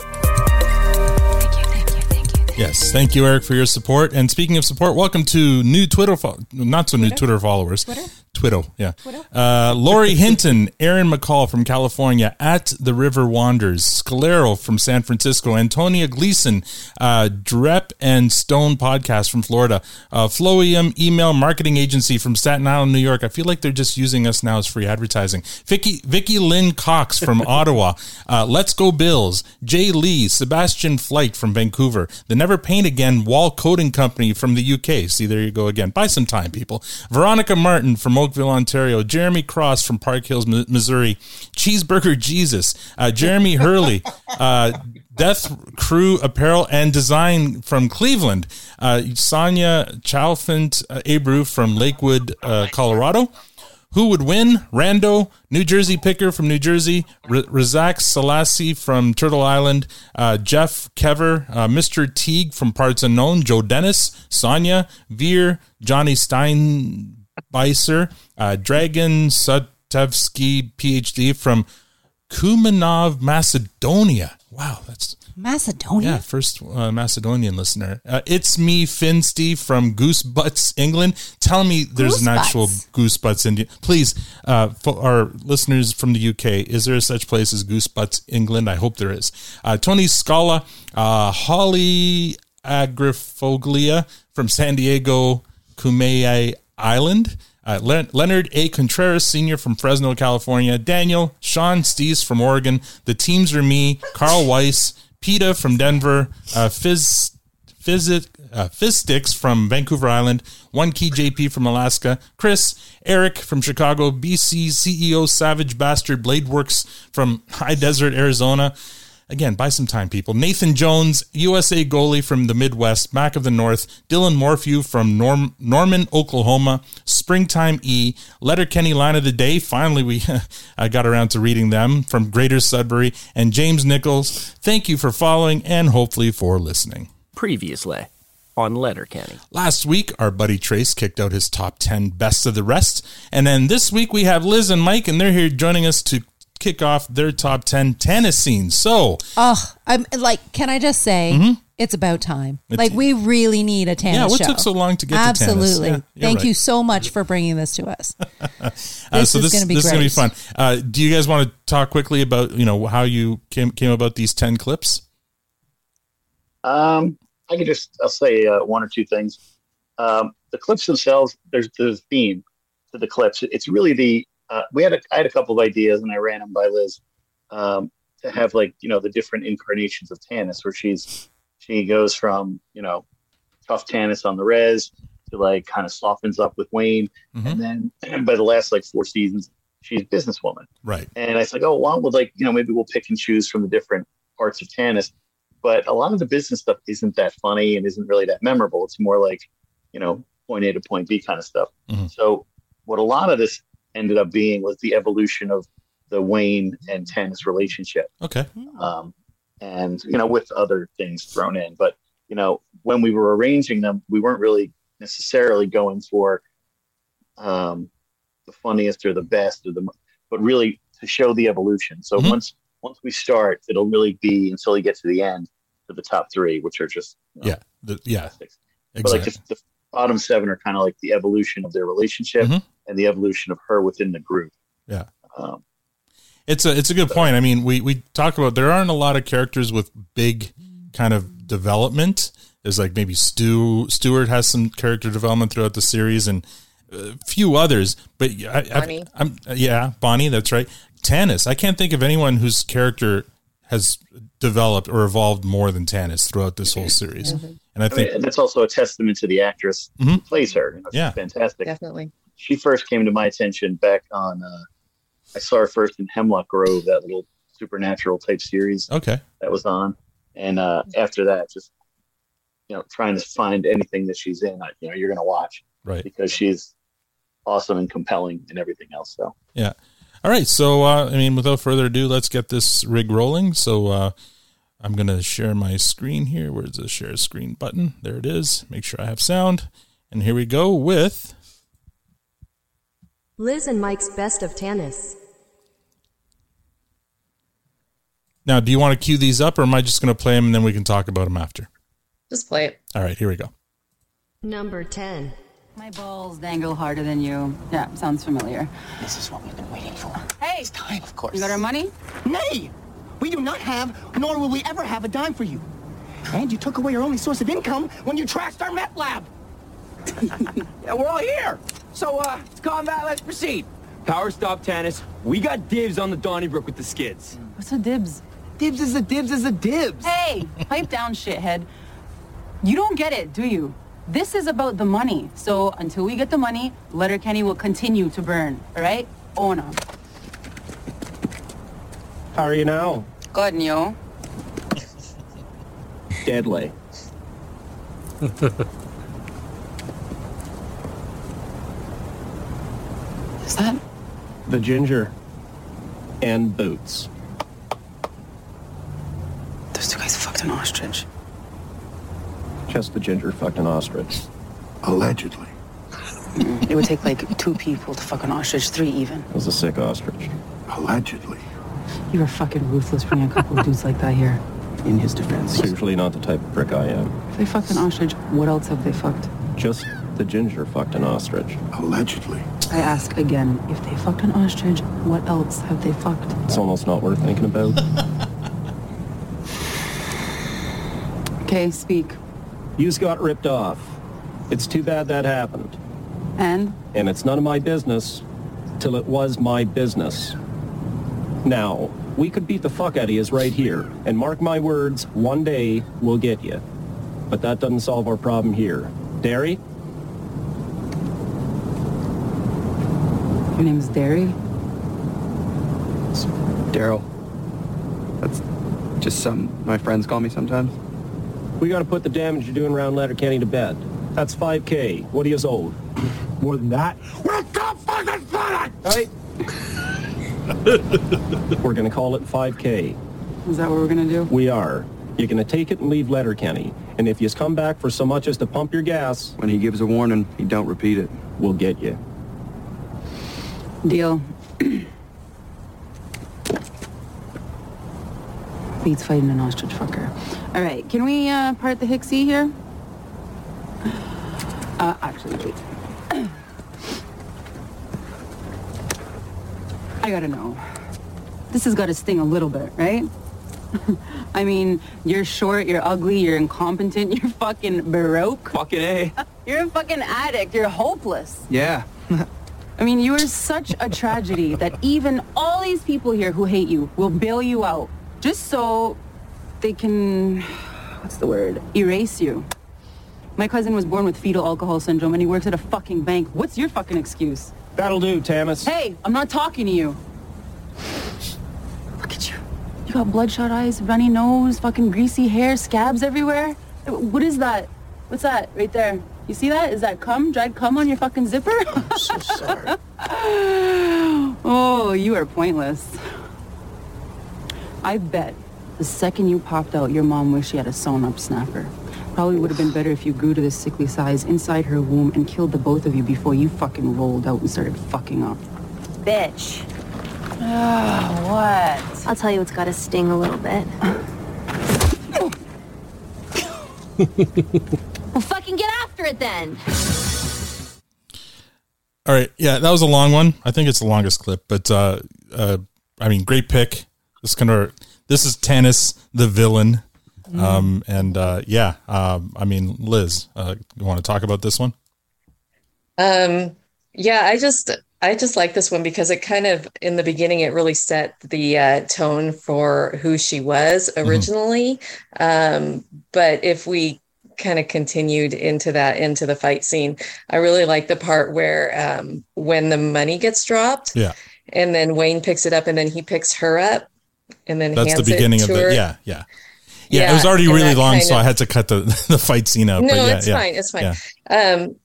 Speaker 1: Yes. Thank you, Eric, for your support. And speaking of support, welcome to new Twitter, fo- not so new Twitter followers, Twitter, Twiddle, yeah. Uh, Lori Hinton, Aaron McCall from California, at the River Wanders, Scalero from San Francisco, Antonia Gleason, uh, Drep and Stone podcast from Florida, uh, Floium email marketing agency from Staten Island, New York. I feel like they're just using us now as free advertising. Vicky Vicky Lynn Cox from Ottawa, uh, Let's Go Bills, Jay Lee, Sebastian Flight from Vancouver, the Never Paint Again Wall Coating Company from the UK. See, there you go again. Buy some time, people. Veronica Martin from Oakville, Ontario, Jeremy Cross from Park Hills, Mi- Missouri, Cheeseburger Jesus, uh, Jeremy Hurley, uh, Death Crew Apparel and Design from Cleveland, uh, Sonia Chalfant uh, Abreu from Lakewood, uh, Colorado. Who would win? Rando, New Jersey Picker from New Jersey, R- Razak Selassie from Turtle Island, uh, Jeff Kever, uh, Mr. Teague from Parts Unknown, Joe Dennis, Sonia, Veer, Johnny Steinbeiser, uh, Dragon Sutevsky, PhD from Kumanov, Macedonia. Wow, that's
Speaker 2: Macedonia.
Speaker 1: yeah, first uh, Macedonian listener. Uh, it's me, Finn Steve from Goosebutts, England. Tell me there's an
Speaker 2: Goosebutts?
Speaker 1: actual Goosebutts India. Please, uh, for our listeners from the UK, is there such place as Goosebutts, England? I hope there is. Uh, Tony Scala, uh, Holly Agrifoglia from San Diego, Kumeyaay Island. Uh, Len- Leonard A. Contreras Sr. from Fresno, California. Daniel, Sean Stees from Oregon. The teams are me, Carl Weiss, PETA from Denver, uh, Fizz, Fizz, uh, Fizz Sticks from Vancouver Island, One Key JP from Alaska, Chris, Eric from Chicago, BC CEO E Savage Bastard Bladeworks from High Desert, Arizona. Again, buy some time, people. Nathan Jones, USA goalie from the Midwest, Mac of the North, Dylan Morphew from Norm- Norman, Oklahoma, Springtime E, Letterkenny Line of the Day. Finally, we [laughs] I got around to reading them from Greater Sudbury, and James Nichols. Thank you for following and hopefully for listening.
Speaker 13: Previously on Letterkenny.
Speaker 1: Last week, our buddy Trace kicked out his top 10 best of the rest. And then this week, we have Liz and Mike, and they're here joining us to kick off their top 10 tennis scenes. So, [laughs]
Speaker 2: Oh, I'm like, can I just say
Speaker 1: Mhm.
Speaker 2: it's about time?
Speaker 1: It-
Speaker 2: like, we really need a tennis
Speaker 1: Yeah, what
Speaker 2: show.
Speaker 1: took so long to get to tennis?
Speaker 2: Absolutely.
Speaker 1: Yeah, you're
Speaker 2: Thank
Speaker 1: right.
Speaker 2: you so much for bringing this to us.
Speaker 1: [laughs] uh,
Speaker 2: This
Speaker 1: so
Speaker 2: is
Speaker 1: this,
Speaker 2: gonna be
Speaker 1: this is going to be
Speaker 2: great.
Speaker 1: fun. Uh, do you guys want to talk quickly about, you know, how you came, came about these 10 clips?
Speaker 15: Um, I could just I'll say uh, one or two things. Um, the clips themselves, there's there's a theme to the clips. It's really the uh, we had a, I had a couple of ideas and I ran them by Liz um, to have like you know the different incarnations of Tannis, where she's she goes from you know tough Tannis on the res to like kind of softens up with Wayne, and then [clears throat] by the last like four seasons, she's a businesswoman.
Speaker 1: Right.
Speaker 15: And I said, oh, well, well, like, you know, maybe we'll pick and choose from the different parts of tennis. But a lot of the business stuff isn't that funny and isn't really that memorable. It's more like, you know, point A to point B kind of stuff.
Speaker 1: Mm-hmm.
Speaker 15: So what a lot of this ended up being was the evolution of the Wayne and tennis relationship
Speaker 1: Okay.
Speaker 2: Mm-hmm.
Speaker 15: um, and you know with other things thrown in but you know when we were arranging them we weren't really necessarily going for um, the funniest or the best or the mo- but really to show the evolution so once once we start it'll really be until you get to the end to the top three which are just you know,
Speaker 1: Yeah. The, yeah.
Speaker 15: but like the, the bottom seven are kind of like the evolution of their relationship and the evolution of her within the group
Speaker 1: Yeah.
Speaker 15: um,
Speaker 1: It's a it's a good point. I mean, we we talk about there aren't a lot of characters with big kind of development. There's like maybe Stu Stewart has some character development throughout the series, and a few others. But I, I,
Speaker 12: Bonnie.
Speaker 1: I'm yeah, Bonnie. That's right. Tannis. I can't think of anyone whose character has developed or evolved more than Tannis throughout this whole series. And I
Speaker 15: Mm-hmm. I mean,
Speaker 1: think
Speaker 15: and that's also a testament to the actress who
Speaker 1: Mhm.
Speaker 15: plays her. You know, she's
Speaker 1: Yeah.
Speaker 15: fantastic.
Speaker 14: Definitely.
Speaker 15: She first came to my attention back on. Uh, I saw her first in Hemlock Grove, that little supernatural type series
Speaker 1: okay,
Speaker 15: that was on, and uh, after that, just you know, trying to find anything that she's in, I- you know, you're going to watch
Speaker 1: right.
Speaker 15: because she's awesome and compelling and everything else. So
Speaker 1: Yeah. All right. So, uh, I mean, without further ado, let's get this rig rolling. So, uh, I'm going to share my screen here. Where's the share screen button? There it is. Make sure I have sound. And here we go with
Speaker 16: Liz and Mike's best of tennis.
Speaker 1: now. Do you want to cue these up or am I just going to play them and then we can talk about them after?
Speaker 14: Just play it.
Speaker 1: All right. Here we go.
Speaker 16: Number 10.
Speaker 17: My balls dangle harder than you. Yeah, sounds familiar.
Speaker 13: This is what we've been waiting for.
Speaker 17: Hey!
Speaker 13: It's time, of course.
Speaker 17: You got our money?
Speaker 13: Nay! We do not have, nor will we ever have a dime for you. And you took away our only source of income when you trashed our meth lab. [laughs]
Speaker 11: Yeah, we're all here. So, uh, it's combat. Let's proceed. Power stop, Tannis. We got dibs on the Donnybrook with the skids.
Speaker 17: What's the dibs?
Speaker 13: Dibs is the dibs is the dibs.
Speaker 17: Hey, pipe down, shithead. You don't get it, do you? This is about the money. So until we get the money, Letterkenny will continue to burn. All right? Own 'em.
Speaker 13: How are you now?
Speaker 17: Good, and you?
Speaker 13: Deadly.
Speaker 17: Is that?
Speaker 13: The ginger. And boots.
Speaker 17: Those two guys fucked an ostrich.
Speaker 11: Just the ginger fucked an ostrich. Allegedly.
Speaker 17: it would take like two people to fuck an ostrich, three even.
Speaker 11: It was a sick ostrich. Allegedly.
Speaker 17: You are fucking ruthless bringing a couple of dudes like that here.
Speaker 11: In his defense. Usually not the type of prick I am.
Speaker 17: If they fucked an ostrich, what else have they fucked?
Speaker 11: Just the ginger fucked an ostrich. Allegedly.
Speaker 17: I ask again, if they fucked an ostrich, what else have they fucked?
Speaker 11: It's almost not worth thinking about. [laughs]
Speaker 17: Okay, speak.
Speaker 11: Yous got ripped off. It's too bad that happened.
Speaker 17: And?
Speaker 11: And it's none of my business till it was my business. Now, we could beat the fuck out of yous right here. And mark my words, one day we'll get you. But that doesn't solve our problem here. Derry?
Speaker 17: Your name's Derry?
Speaker 18: Daryl. That's just some my friends call me sometimes.
Speaker 11: We gotta put the damage you're doing around Letterkenny to bed. That's 5K. What do you old? [laughs] More than that? We're the fucking [laughs] We're gonna call it 5K.
Speaker 17: Is that what we're gonna do?
Speaker 11: We are. You're gonna take it and leave Letterkenny. And if yous come back for so much as to pump your gas...
Speaker 18: When he gives a warning, he don't repeat it.
Speaker 11: We'll get you.
Speaker 17: Deal. [clears throat] Beats fighting an ostrich fucker. [clears throat] All right, can we uh, part the
Speaker 19: E
Speaker 17: Hicksy here? Uh, actually, wait. I gotta know. This has gotta sting a little bit, right? [laughs] I mean, you're short, you're ugly, you're incompetent, [laughs] you're fucking baroque.
Speaker 18: Fucking
Speaker 17: [laughs]
Speaker 18: A.
Speaker 17: You're a fucking addict, you're hopeless. [laughs]
Speaker 18: Yeah.
Speaker 17: I mean, you are such a tragedy that even all these people here who hate you will bail you out just so they can, what's the word, erase you. My cousin was born with fetal alcohol syndrome and he works at a fucking bank. What's your fucking excuse?
Speaker 11: That'll do, Tamas.
Speaker 17: Hey, I'm not talking to you. Look at you. You got bloodshot eyes, runny nose, fucking greasy hair, scabs everywhere. What is that? What's that right there? You see that? Is that cum? Dried cum on your fucking zipper? [laughs] I'm so sorry. [laughs] oh, you are pointless. I bet the second you popped out, your mom wished she had a sewn up snapper. Probably would have been better if you grew to this sickly size inside her womb and killed the both of you before you fucking rolled out and started fucking up.
Speaker 19: Bitch.
Speaker 17: Oh, what?
Speaker 19: I'll tell you it's gotta sting a little bit.
Speaker 8: Well, fucking get after it then.
Speaker 1: All right. Yeah, that was a long one. I think it's the longest clip, but uh, uh, I mean, great pick. This gonna this is Tannis the villain,
Speaker 14: Mm-hmm.
Speaker 1: um, and uh, yeah, um, I mean, Liz, uh, you want to talk about this one?
Speaker 14: Um, yeah, I just I just like this one because it kind of in the beginning it really set the uh, tone for who she was
Speaker 1: Mm-hmm.
Speaker 14: originally. Um, but if we kind of continued into that into the fight scene, I really like the part where um, when the money gets dropped
Speaker 1: Yeah,
Speaker 14: and then Wayne picks it up and then he picks her up and then
Speaker 1: that's the
Speaker 14: hands
Speaker 1: beginning
Speaker 14: it
Speaker 1: of
Speaker 14: to
Speaker 1: the
Speaker 14: her.
Speaker 1: yeah, yeah, yeah. It was
Speaker 14: Yeah,
Speaker 1: already
Speaker 14: and
Speaker 1: really
Speaker 14: that
Speaker 1: long,
Speaker 14: kind
Speaker 1: so I
Speaker 14: of-
Speaker 1: had to cut the [laughs] the fight scene out.
Speaker 14: No,
Speaker 1: but yeah,
Speaker 14: it's
Speaker 1: yeah.
Speaker 14: fine. It's fine.
Speaker 1: Yeah.
Speaker 14: Um,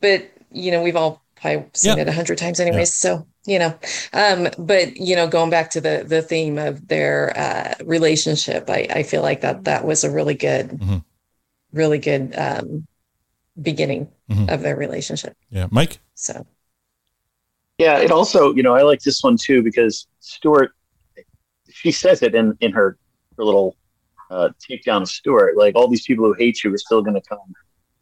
Speaker 14: but you know, we've all probably seen it a hundred times anyways. So, you know, um, but you know, going back to the, the theme of their, uh, relationship, I, I feel like that, that was a really good,
Speaker 1: Mhm.
Speaker 14: really good, um, beginning
Speaker 1: Mhm.
Speaker 14: of their relationship.
Speaker 1: Yeah, Mike.
Speaker 14: So,
Speaker 15: Yeah, it also, you know, I like this one too because Stuart, she says it in in her her little uh, takedown of Stuart. Like all these people who hate you are still going to come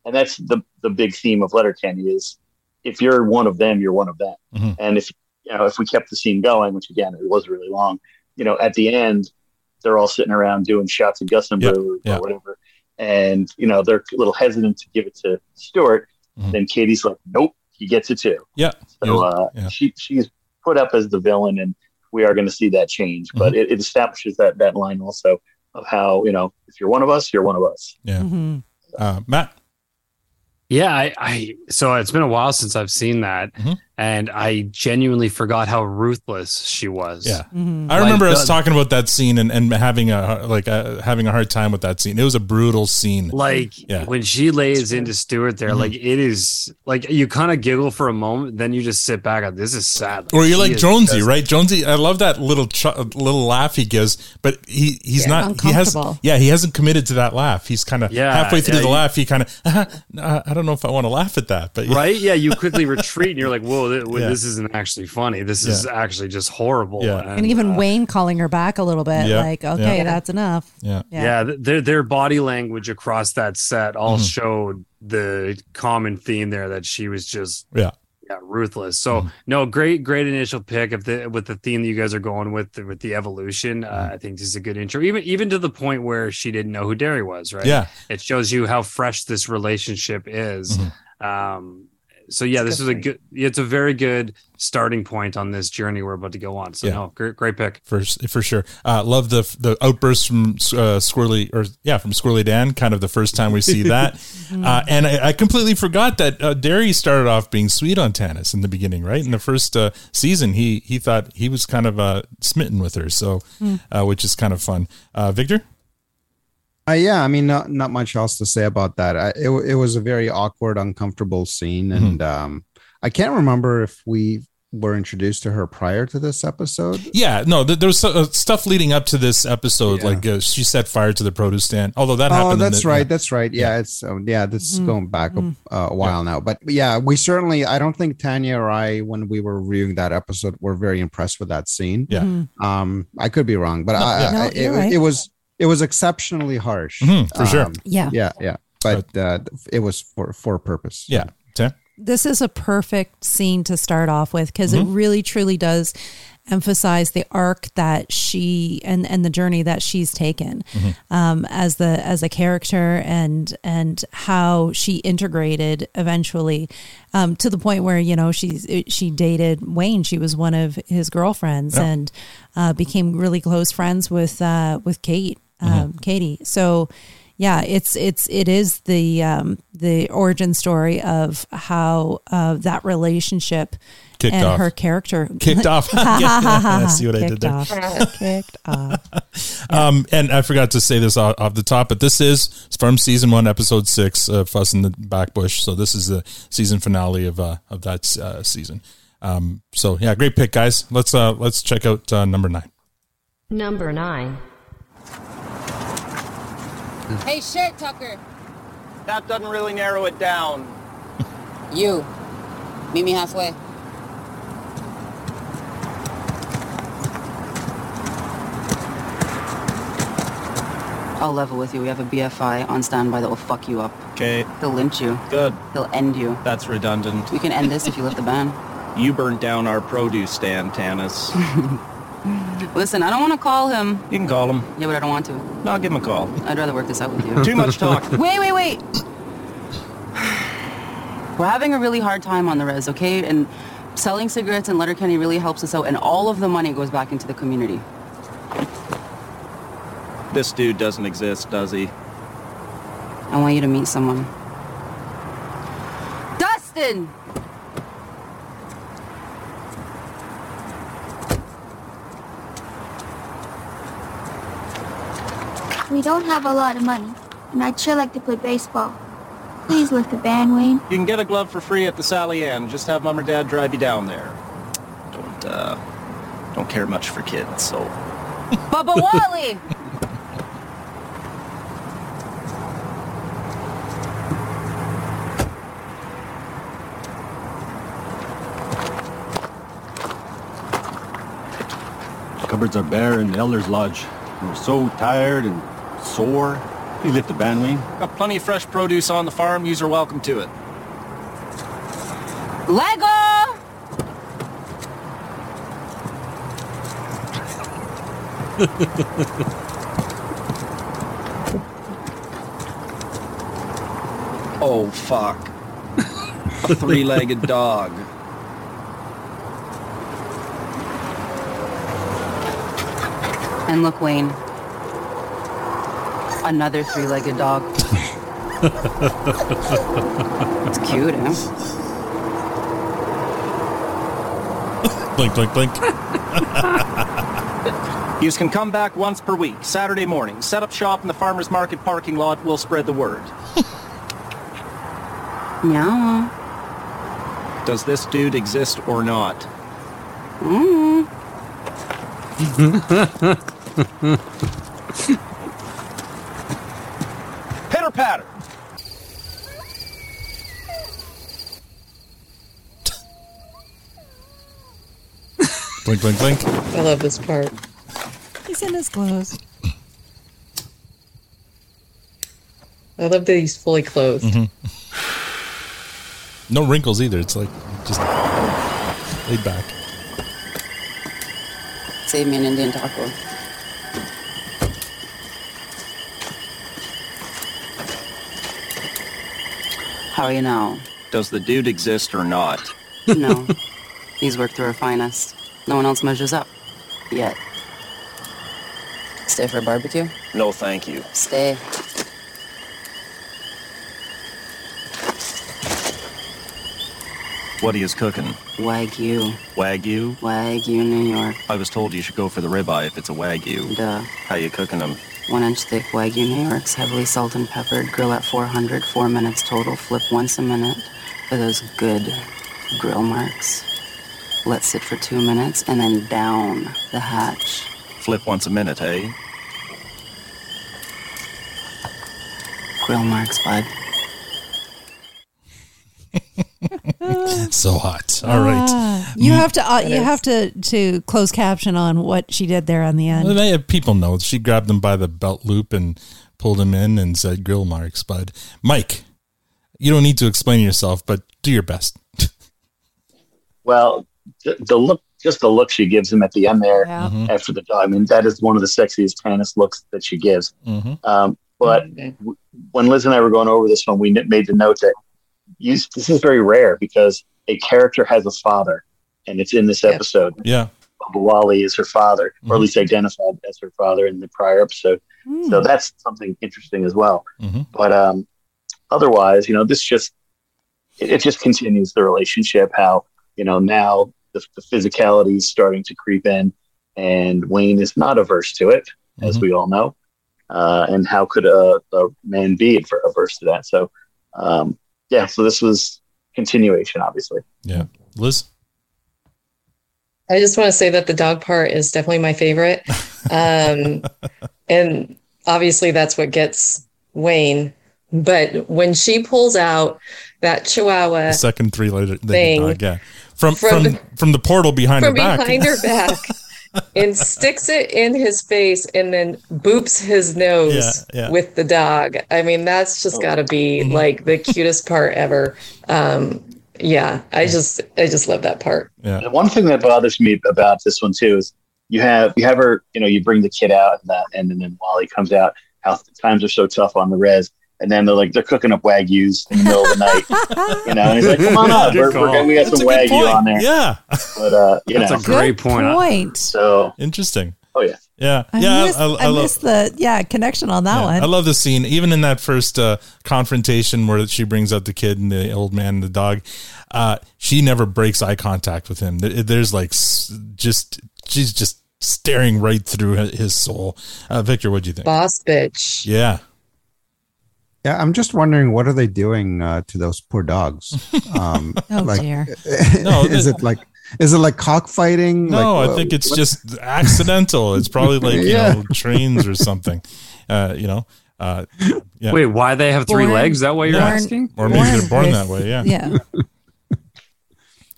Speaker 15: and that's the the big theme of Letterkenny is if you're one of them, you're one of them.
Speaker 12: Mhm.
Speaker 20: Mm-hmm.
Speaker 15: And if you know if we kept the scene going, which again it was really long, you know, at the end they're all sitting around doing shots of Gussenberg or,
Speaker 12: yeah.
Speaker 15: whatever, and you know they're a little hesitant to give it to Stewart.
Speaker 12: Mm-hmm.
Speaker 15: Then Katie's like, "Nope, he gets it too."
Speaker 1: Yeah.
Speaker 15: So uh, she she's put up as the villain, and we are going to see that change.
Speaker 1: Mm-hmm.
Speaker 15: But it, it establishes that that line also of how you know if you're one of us, you're one of us.
Speaker 1: Yeah.
Speaker 14: Mm-hmm.
Speaker 1: Uh, Matt.
Speaker 5: Yeah, I, I so it's been a while since I've seen that,
Speaker 1: Mm-hmm.
Speaker 5: and I genuinely forgot how ruthless she was.
Speaker 1: Yeah.
Speaker 14: Mm-hmm.
Speaker 1: I remember
Speaker 5: Like, uh,
Speaker 1: us
Speaker 5: the-
Speaker 1: talking about that scene and, and having a like uh, having a hard time with that scene. It was a brutal scene.
Speaker 5: Like
Speaker 1: yeah, Mm-hmm.
Speaker 5: when she lays into Stewart there, like it is like you kind of giggle for a moment, then you just sit back. and This is sad.
Speaker 1: or you're
Speaker 5: She
Speaker 1: like
Speaker 5: is
Speaker 1: Jonesy,
Speaker 5: just-
Speaker 1: right? Jonesy, I love that little ch- little laugh he gives, but he he's
Speaker 5: Yeah.
Speaker 1: not he has
Speaker 5: Uncomfortable.
Speaker 1: yeah he hasn't committed to that laugh. He's kind of
Speaker 5: Yeah,
Speaker 1: halfway through
Speaker 5: yeah,
Speaker 1: the
Speaker 5: you-
Speaker 1: laugh, he kind of I don't know if I want to laugh at that, but
Speaker 5: Right? Yeah, you
Speaker 1: [laughs]
Speaker 5: quickly retreat, and you're like, "Whoa, th-
Speaker 1: Yeah.
Speaker 5: this isn't actually funny. This is
Speaker 1: Yeah.
Speaker 5: actually just horrible."
Speaker 1: Yeah.
Speaker 2: And even Wayne calling her back a little bit,
Speaker 5: Yeah,
Speaker 2: like, okay,
Speaker 5: yeah.
Speaker 2: that's enough.
Speaker 1: Yeah.
Speaker 5: Yeah. th- their their body language across that set all
Speaker 1: Mhm.
Speaker 5: showed the common theme there that she was just
Speaker 1: Yeah. Mm-hmm.
Speaker 5: yeah, ruthless. So no, great great initial pick of the with the theme that you guys are going with with the evolution.
Speaker 1: Mm-hmm.
Speaker 5: Uh, I think this is a good intro, even even to the point where she didn't know who Derry was. Right?
Speaker 1: Yeah.
Speaker 5: it shows you how fresh this relationship is.
Speaker 1: Mm-hmm.
Speaker 5: Um, so yeah, this is a good. It's a very good starting point on this journey we're about to go on. So
Speaker 1: Yeah.
Speaker 5: no, great great pick.
Speaker 1: for for sure. Uh, love the the outburst from uh, Squirrely or yeah from Squirrely Dan. Kind of the first time we see
Speaker 5: [laughs]
Speaker 1: that, uh, and I, I completely forgot that uh, Derry started off being sweet on Tannis in the beginning, right? In the first uh, season, he he thought he was kind of uh, smitten with her, so
Speaker 3: Hmm.
Speaker 1: uh, which is kind of fun. Uh, Victor,
Speaker 3: Uh, yeah, I mean, not not much else to say about that. I, it wa- it was a very awkward, uncomfortable scene,
Speaker 1: Mm-hmm.
Speaker 3: and um, I can't remember if we were introduced to her prior to this episode.
Speaker 1: yeah, no, th- there was uh, stuff leading up to this episode, like uh, she set fire to the produce stand. Although that happened,
Speaker 3: oh,
Speaker 1: in
Speaker 3: that's
Speaker 1: the-
Speaker 3: right, that's right. Yeah, it's oh, yeah, this is
Speaker 2: Mm-hmm.
Speaker 1: Mhm.
Speaker 3: going back
Speaker 1: Mhm.
Speaker 3: a, a while now, but yeah, we certainly. I don't think Tanya or I, when we were reviewing that episode, were very impressed with that scene.
Speaker 1: Yeah. Mhm.
Speaker 2: Mm-hmm.
Speaker 3: um, I could be wrong, but
Speaker 1: No,
Speaker 3: I,
Speaker 1: yeah.
Speaker 3: I-
Speaker 1: No,
Speaker 3: it,
Speaker 1: you're right.
Speaker 3: it was it was exceptionally harsh Um,
Speaker 1: Mhm, for sure.
Speaker 2: Yeah.
Speaker 3: yeah, yeah. But uh, it was for for a purpose.
Speaker 1: Yeah,
Speaker 2: this is a perfect scene to start off with because
Speaker 3: Mhm.
Speaker 2: it really truly does emphasize the arc that she and and the journey that she's taken
Speaker 12: Mhm.
Speaker 2: um, as the as a character and and how she integrated eventually um, to the point where you know she's she dated Wayne she was one of his girlfriends
Speaker 12: Yeah.
Speaker 2: and uh, became really close friends with uh, with Kate
Speaker 1: Uh-huh.
Speaker 2: um, Katie so yeah it's it's it is the um, the origin story of how uh, that relationship
Speaker 1: Kicked
Speaker 2: and
Speaker 1: off.
Speaker 2: her character [laughs]
Speaker 1: Kicked off. [laughs] Yeah, see what I did
Speaker 2: Kicked
Speaker 1: there.
Speaker 2: off. kicked off
Speaker 1: Um, and I forgot to say this off, off the top, but this is from season one, episode six, uh, "Fuss in the Backbush." So this is the season finale of uh, of that uh, season. Um, so yeah, great pick, guys. Let's uh, let's check out uh, number nine.
Speaker 20: Number nine.
Speaker 21: Hey, shirt, Tucker.
Speaker 11: That doesn't really narrow it down.
Speaker 21: You. Meet me halfway.
Speaker 22: I'll level with you. We have a BFI on standby that will fuck you up.
Speaker 11: Okay.
Speaker 22: He'll lynch you.
Speaker 11: Good.
Speaker 22: He'll end you.
Speaker 11: That's redundant.
Speaker 22: We can end this if you lift the ban.
Speaker 11: [laughs] You burned down our produce stand, Tanis.
Speaker 22: [laughs] Listen, I don't want to call him.
Speaker 11: You can call him.
Speaker 22: Yeah, but I don't want to.
Speaker 11: No, give him a call.
Speaker 22: I'd rather work this out with you.
Speaker 11: Too much talk.
Speaker 22: [laughs] Wait, wait, wait. We're having a really hard time on the res, okay? And selling cigarettes in Letterkenny really helps us out, and all of the money goes back into the community.
Speaker 11: This dude doesn't exist, does he?
Speaker 22: I want you to meet someone. Dustin!
Speaker 23: We don't have a lot of money, and I'd sure like to play baseball. Please lift the ban, Wayne.
Speaker 11: You can get a glove for free at the Sally Ann. Just have mom or dad drive you down there. Don't, uh, don't care much for kids, so.
Speaker 22: Bubba Wally!
Speaker 24: Cupboards are bare in the Elder's Lodge. We're so tired and sore.
Speaker 11: You lift a van wing. Got plenty of fresh produce on the farm. You're welcome to it.
Speaker 21: Lego!
Speaker 11: Oh, fuck. a three-legged dog.
Speaker 25: And look, Wayne. Another three legged dog.
Speaker 1: it's
Speaker 25: Cute,
Speaker 22: eh?
Speaker 25: huh?
Speaker 1: Blink, blink,
Speaker 2: [laughs]
Speaker 1: blink.
Speaker 11: You can come back once per week, Saturday morning. Set up shop in the farmer's market parking lot. We'll spread the word.
Speaker 25: Yeah.
Speaker 11: Does this dude exist or
Speaker 25: [laughs]
Speaker 11: not?
Speaker 25: Mm.
Speaker 11: Pitter patter.
Speaker 1: blink, blink, blink.
Speaker 14: I love this part.
Speaker 2: He's in his clothes.
Speaker 14: I love that he's fully clothed.
Speaker 1: Mm-hmm. No wrinkles either. It's like just laid back.
Speaker 25: Save me an Indian taco. How you know?
Speaker 11: Does the dude exist or not?
Speaker 25: No. He's worked through our finest. No one else measures up. Yet. Stay for a barbecue?
Speaker 11: No, thank you.
Speaker 25: Stay.
Speaker 11: What he is cooking?
Speaker 25: Wagyu.
Speaker 11: Wagyu?
Speaker 25: Wagyu, New York.
Speaker 11: I was told you should go for the ribeye if it's a wagyu.
Speaker 25: Duh.
Speaker 11: How you cooking them?
Speaker 25: One inch thick Wagyu New York's heavily salt and peppered. Grill at 400, four minutes total. Flip once a minute for those good grill marks. Let sit for two minutes and then down the hatch.
Speaker 11: Flip once a minute, hey?
Speaker 25: Grill marks, bud.
Speaker 1: [laughs] so hot. All right. Mm.
Speaker 2: Ah, you have to. Uh, you have to to close caption on what she did there on the end.
Speaker 1: Well, they- people know. She grabbed him by the belt loop and pulled him in and said grill marks. But Mike, you don't need to explain yourself, but do your best.
Speaker 15: Well, the, the look, just the look she gives him at the end there
Speaker 2: Yeah.
Speaker 1: Mm-hmm.
Speaker 15: after the dog. I mean, that is one of the sexiest, tannest looks that she gives. Um, but w- when Liz and I were going over this one, we n- made the note that you, this is very rare because a character has a father, and it's in this episode.
Speaker 1: Yeah.
Speaker 15: Bubba Wally is her father, or at least identified as her father in the prior episode. So that's something interesting as well. But um, otherwise, you know, this just it, it just continues the relationship. How you know now the, the physicality is starting to creep in, and Wayne is not averse to it, as we all know. Uh, and how could a, a man be adver- averse to that? So, um, yeah. So this was continuation, obviously.
Speaker 1: Yeah, Liz.
Speaker 14: I just want to say that the dog part is definitely my favorite.
Speaker 1: [laughs]
Speaker 14: Um, and obviously, that's what gets Wayne. But when she pulls out that chihuahua
Speaker 1: The second three legged
Speaker 14: Uh, Thing.
Speaker 1: dog. Yeah. From,
Speaker 14: From-
Speaker 1: from from the portal behind
Speaker 14: from
Speaker 1: her back.
Speaker 14: behind her
Speaker 1: [laughs]
Speaker 14: back and sticks it in his face and then boops his nose
Speaker 1: Yeah, Oh. Mm-hmm. yeah.
Speaker 14: with the dog, I mean, that's just got to be like the cutest part ever. Um, yeah, I just, I just love that part.
Speaker 15: The one thing that bothers me about this one too is you have you have her, you know, you bring the kid out and that, and, then Wally comes out. How the times are so tough on the res, and then they're like they're cooking up wagyu's in the middle of the night. You know, and he's like,
Speaker 1: [laughs]
Speaker 15: "Come on up, [laughs]
Speaker 1: Good
Speaker 15: we're, we're,
Speaker 1: call.
Speaker 15: gonna- we got
Speaker 1: That's
Speaker 15: some
Speaker 1: a good
Speaker 15: wagyu
Speaker 1: point.
Speaker 15: on there."
Speaker 1: Yeah.
Speaker 15: but uh, you
Speaker 1: That's
Speaker 15: know,
Speaker 1: a great Good point. point.
Speaker 15: So
Speaker 1: interesting.
Speaker 15: Oh yeah.
Speaker 1: Yeah.
Speaker 2: I
Speaker 1: yeah.
Speaker 2: missed, I, missed the yeah connection on that
Speaker 1: Yeah,
Speaker 2: one.
Speaker 1: I love the scene, even in that first uh, confrontation where she brings up the kid and the old man and the dog. Uh, she never breaks eye contact with him. There- There's like s- just she's just staring right through hi- his soul. Uh, Victor, what do you think?
Speaker 14: Boss bitch.
Speaker 1: Yeah,
Speaker 3: Yeah, I'm just wondering what are they doing uh, to those
Speaker 1: [laughs]
Speaker 3: poor dogs? Um,
Speaker 2: Oh,
Speaker 3: like,
Speaker 2: dear.
Speaker 1: No,
Speaker 3: [laughs] is it like is it like cockfighting?
Speaker 1: no,
Speaker 3: like, uh,
Speaker 1: I think it's
Speaker 3: what-
Speaker 1: just accidental. It's probably like you
Speaker 3: [laughs] Yeah.
Speaker 1: know trains or something. Uh, you know. Uh, yeah.
Speaker 5: Wait, why they have three
Speaker 1: Born-
Speaker 5: legs? Is that what you're
Speaker 1: Yeah.
Speaker 5: asking?
Speaker 1: Or maybe they're born that way. Yeah.
Speaker 2: Yeah.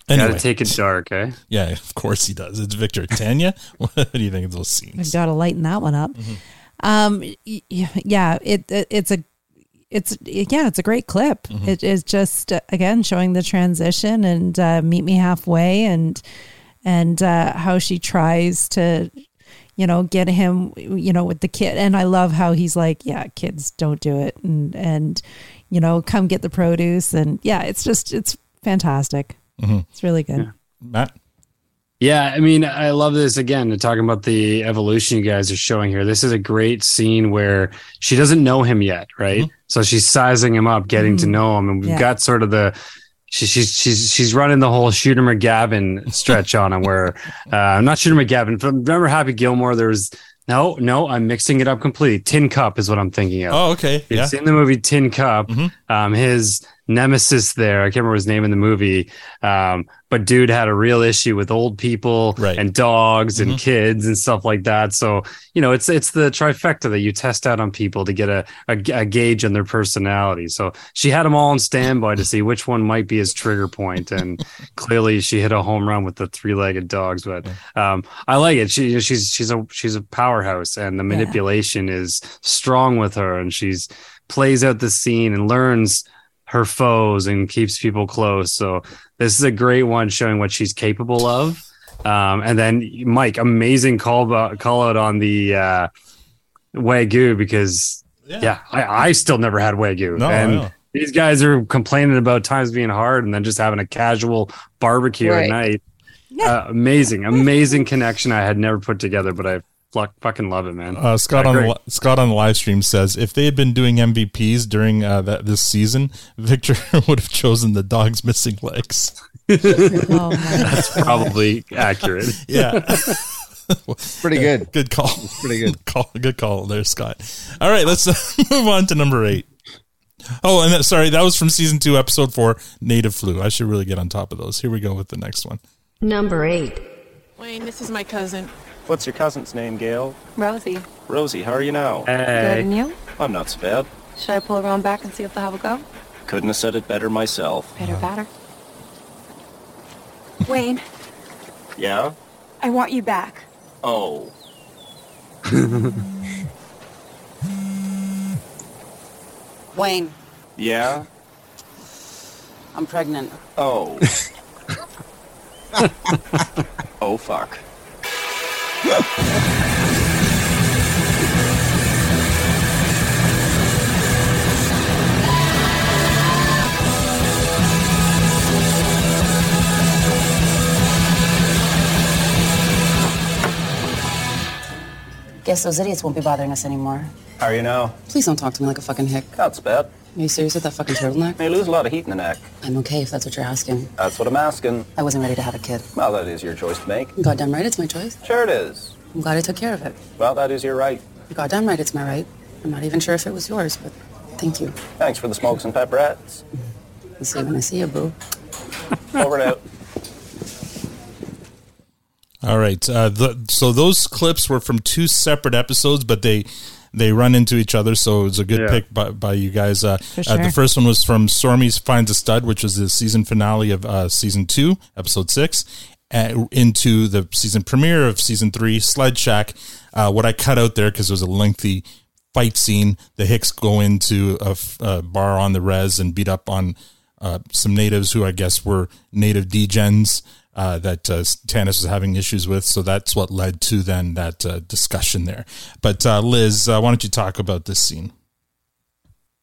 Speaker 1: Anyway.
Speaker 5: Gotta take it dark, eh?
Speaker 1: [laughs] Yeah, of course he does. It's Victor Tanya. What do you think of those scenes?
Speaker 2: We've got to lighten that one up. um, y- y- yeah, it, it it's a it's yeah, it's a great clip.
Speaker 10: Mhm.
Speaker 2: It is just uh, again showing the transition and uh, meet me halfway and and uh, how she tries to you know get him you know with the kid and I love how he's like yeah kids don't do it and and you know come get the produce and yeah it's just it's fantastic it's really good
Speaker 1: Matt?
Speaker 5: [laughs] Yeah, I mean, I love this again. Talking about the evolution you guys are showing here. This is a great scene where she doesn't know him yet, right?
Speaker 1: Mm-hmm.
Speaker 5: So she's sizing him up, getting to
Speaker 4: Mhm.
Speaker 5: know him, and we've
Speaker 4: Yeah.
Speaker 5: got sort of the she, she's she's she's running the whole shoot 'em or
Speaker 1: [laughs]
Speaker 5: Gavin stretch on him. Where uh, not shoot 'em or Gavin. From, remember Happy Gilmore? There was no, no. I'm mixing it up completely. Tin Cup is what I'm thinking of.
Speaker 1: Oh, okay.
Speaker 5: You've
Speaker 1: Yeah. Mm-hmm.
Speaker 5: seen the movie Tin Cup. Um, his nemesis there, I can't remember his name in the movie, um, but dude had a real issue with old people and dogs
Speaker 1: Mm-hmm.
Speaker 5: and kids and stuff like that. So you know, it's it's the trifecta that you test out on people to get a, a, a gauge on their personality. So she had them all on standby to see which one might be his trigger
Speaker 1: [laughs]
Speaker 5: point, and clearly she hit a home run with the three-legged dogs. But um, I like it. She she's she's a she's a powerhouse, and the manipulation is strong with her, and she's plays out the scene and learns her foes and keeps people close. So this is a great one showing what she's capable of. Um, and then Mike, amazing call call out on the uh, wagyu because yeah, I, I still never had wagyu.
Speaker 1: No, I know.
Speaker 5: and these guys are complaining about times being hard and then just having a casual barbecue
Speaker 1: Right.
Speaker 5: at night. Uh, amazing, amazing connection I had never put together, but I fluck, fucking love it, man.
Speaker 1: Uh, Scott on the,
Speaker 5: Great.
Speaker 1: li- Scott on the live stream says if they had been doing MVPs during uh, that this season, [laughs] Victor would have chosen the dog's missing legs.
Speaker 5: That's probably accurate.
Speaker 1: [laughs] Yeah. pretty [laughs]
Speaker 3: good.
Speaker 1: Good call.
Speaker 3: pretty
Speaker 1: [laughs]
Speaker 3: good
Speaker 1: call. Good call there, Scott. All right, let's [laughs] uh, move on to number eight. Oh, and that, sorry, that was from season two, episode four, native flu. I should really get on top of those. Here we go with the next one.
Speaker 20: [laughs] Number eight.
Speaker 17: Wayne, this is my cousin,
Speaker 11: What's your cousin's name, Gail?
Speaker 17: Rosie.
Speaker 11: Rosie, how are you now?
Speaker 17: Good, and you?
Speaker 11: I'm not so bad.
Speaker 17: Should I pull around back and see if they have a go?
Speaker 11: Couldn't have said it better myself.
Speaker 17: Better, better. Wayne,
Speaker 11: Yeah?
Speaker 17: I want you back.
Speaker 11: [laughs] Oh.
Speaker 17: Wayne.
Speaker 11: Yeah?
Speaker 17: I'm pregnant.
Speaker 11: Oh. [laughs] oh, fuck.
Speaker 17: [laughs] Guess those idiots won't be bothering us anymore.
Speaker 11: How are you now?
Speaker 17: Please don't talk to me like a fucking hick.
Speaker 11: That's bad.
Speaker 17: Are you serious with that fucking turtleneck?
Speaker 11: You lose a lot of heat in the neck.
Speaker 17: I'm okay if that's what you're asking.
Speaker 11: That's what I'm asking.
Speaker 17: I wasn't ready to have a kid.
Speaker 11: Well, that is your choice to make.
Speaker 17: You're Goddamn right, it's my choice.
Speaker 11: Sure it is.
Speaker 17: I'm glad I took care of it.
Speaker 11: Well, that is your right.
Speaker 17: You're Goddamn right, it's my right. I'm not even sure if it was yours, but thank you.
Speaker 11: Thanks for the smokes
Speaker 4: [laughs]
Speaker 11: and pepperettes.
Speaker 17: I'll see you when I see you, boo.
Speaker 11: Over and out.
Speaker 1: All right. Uh, the, so those clips were from two separate episodes, but they they run into each other. So it was a good
Speaker 26: Yeah.
Speaker 1: pick by, by you guys. Uh,
Speaker 26: For
Speaker 1: uh, the
Speaker 26: sure.
Speaker 1: first one was from Sormies Finds a Stud, which was the season finale of uh, season two, episode six, uh, into the season premiere of season three, Sled Shack. Uh, what I cut out there because it was a lengthy fight scene. The Hicks go into a, f- a bar on the res and beat up on uh, some natives who I guess were native degens uh, that uh, Tannis was having issues with. So that's what led to then that uh, discussion there. But uh, Liz, uh, why don't you talk about this scene?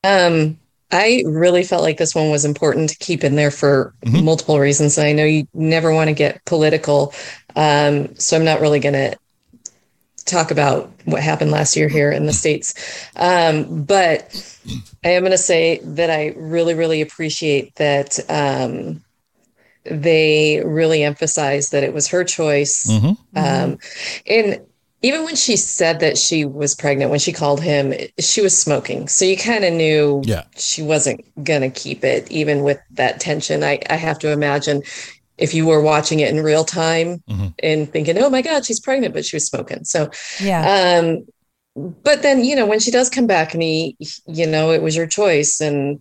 Speaker 14: Um, I really felt like this one was important to keep in there for multiple reasons. And I know you never want to get political, um, so I'm not really going to talk about what happened last year here in the states. Um, but I am going to say that I really, really appreciate that um, they really emphasized that it was her choice.
Speaker 12: Mhm.
Speaker 20: Mm-hmm.
Speaker 14: Um, and even when she said that she was pregnant, when she called him, it- she was smoking. So you kind of knew
Speaker 1: Yeah.
Speaker 14: she wasn't going to keep it, even with that tension. I, I have to imagine if you were watching it in real time and thinking, oh my God, she's pregnant, but she was smoking. So,
Speaker 20: Uh,
Speaker 2: Yeah.
Speaker 14: Um, but then, you know, when she does come back and he, you know, it was your choice and,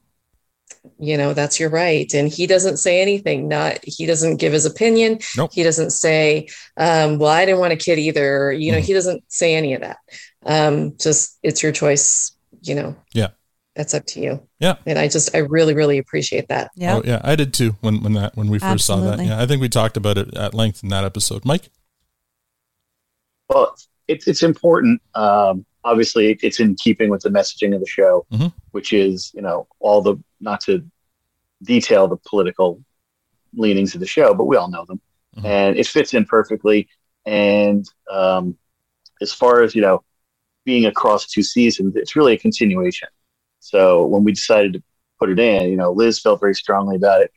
Speaker 14: you know, that's your right. And he doesn't say anything, not, he doesn't give his opinion.
Speaker 1: Nope. Mm-hmm.
Speaker 14: He doesn't say, um, well, I didn't want a kid either. You know, he doesn't say any of that. Um, just it's your choice, you know.
Speaker 1: Yeah.
Speaker 14: That's up to you.
Speaker 1: Yeah.
Speaker 14: And I just I really, really appreciate that.
Speaker 1: Oh, yeah. I did too when, when that when we first saw that.
Speaker 14: Absolutely.
Speaker 1: Yeah. I think we talked about it at length in that episode. Mike?
Speaker 15: Well, it's it's important. Um, obviously, it's in keeping with the messaging of the show,
Speaker 1: Mhm.
Speaker 15: which is you know all the not to detail the political leanings of the show, but we all know them, and it fits in perfectly. And um, as far as you know, being across two seasons, it's really a continuation. So when we decided to put it in, you know, Liz felt very strongly about it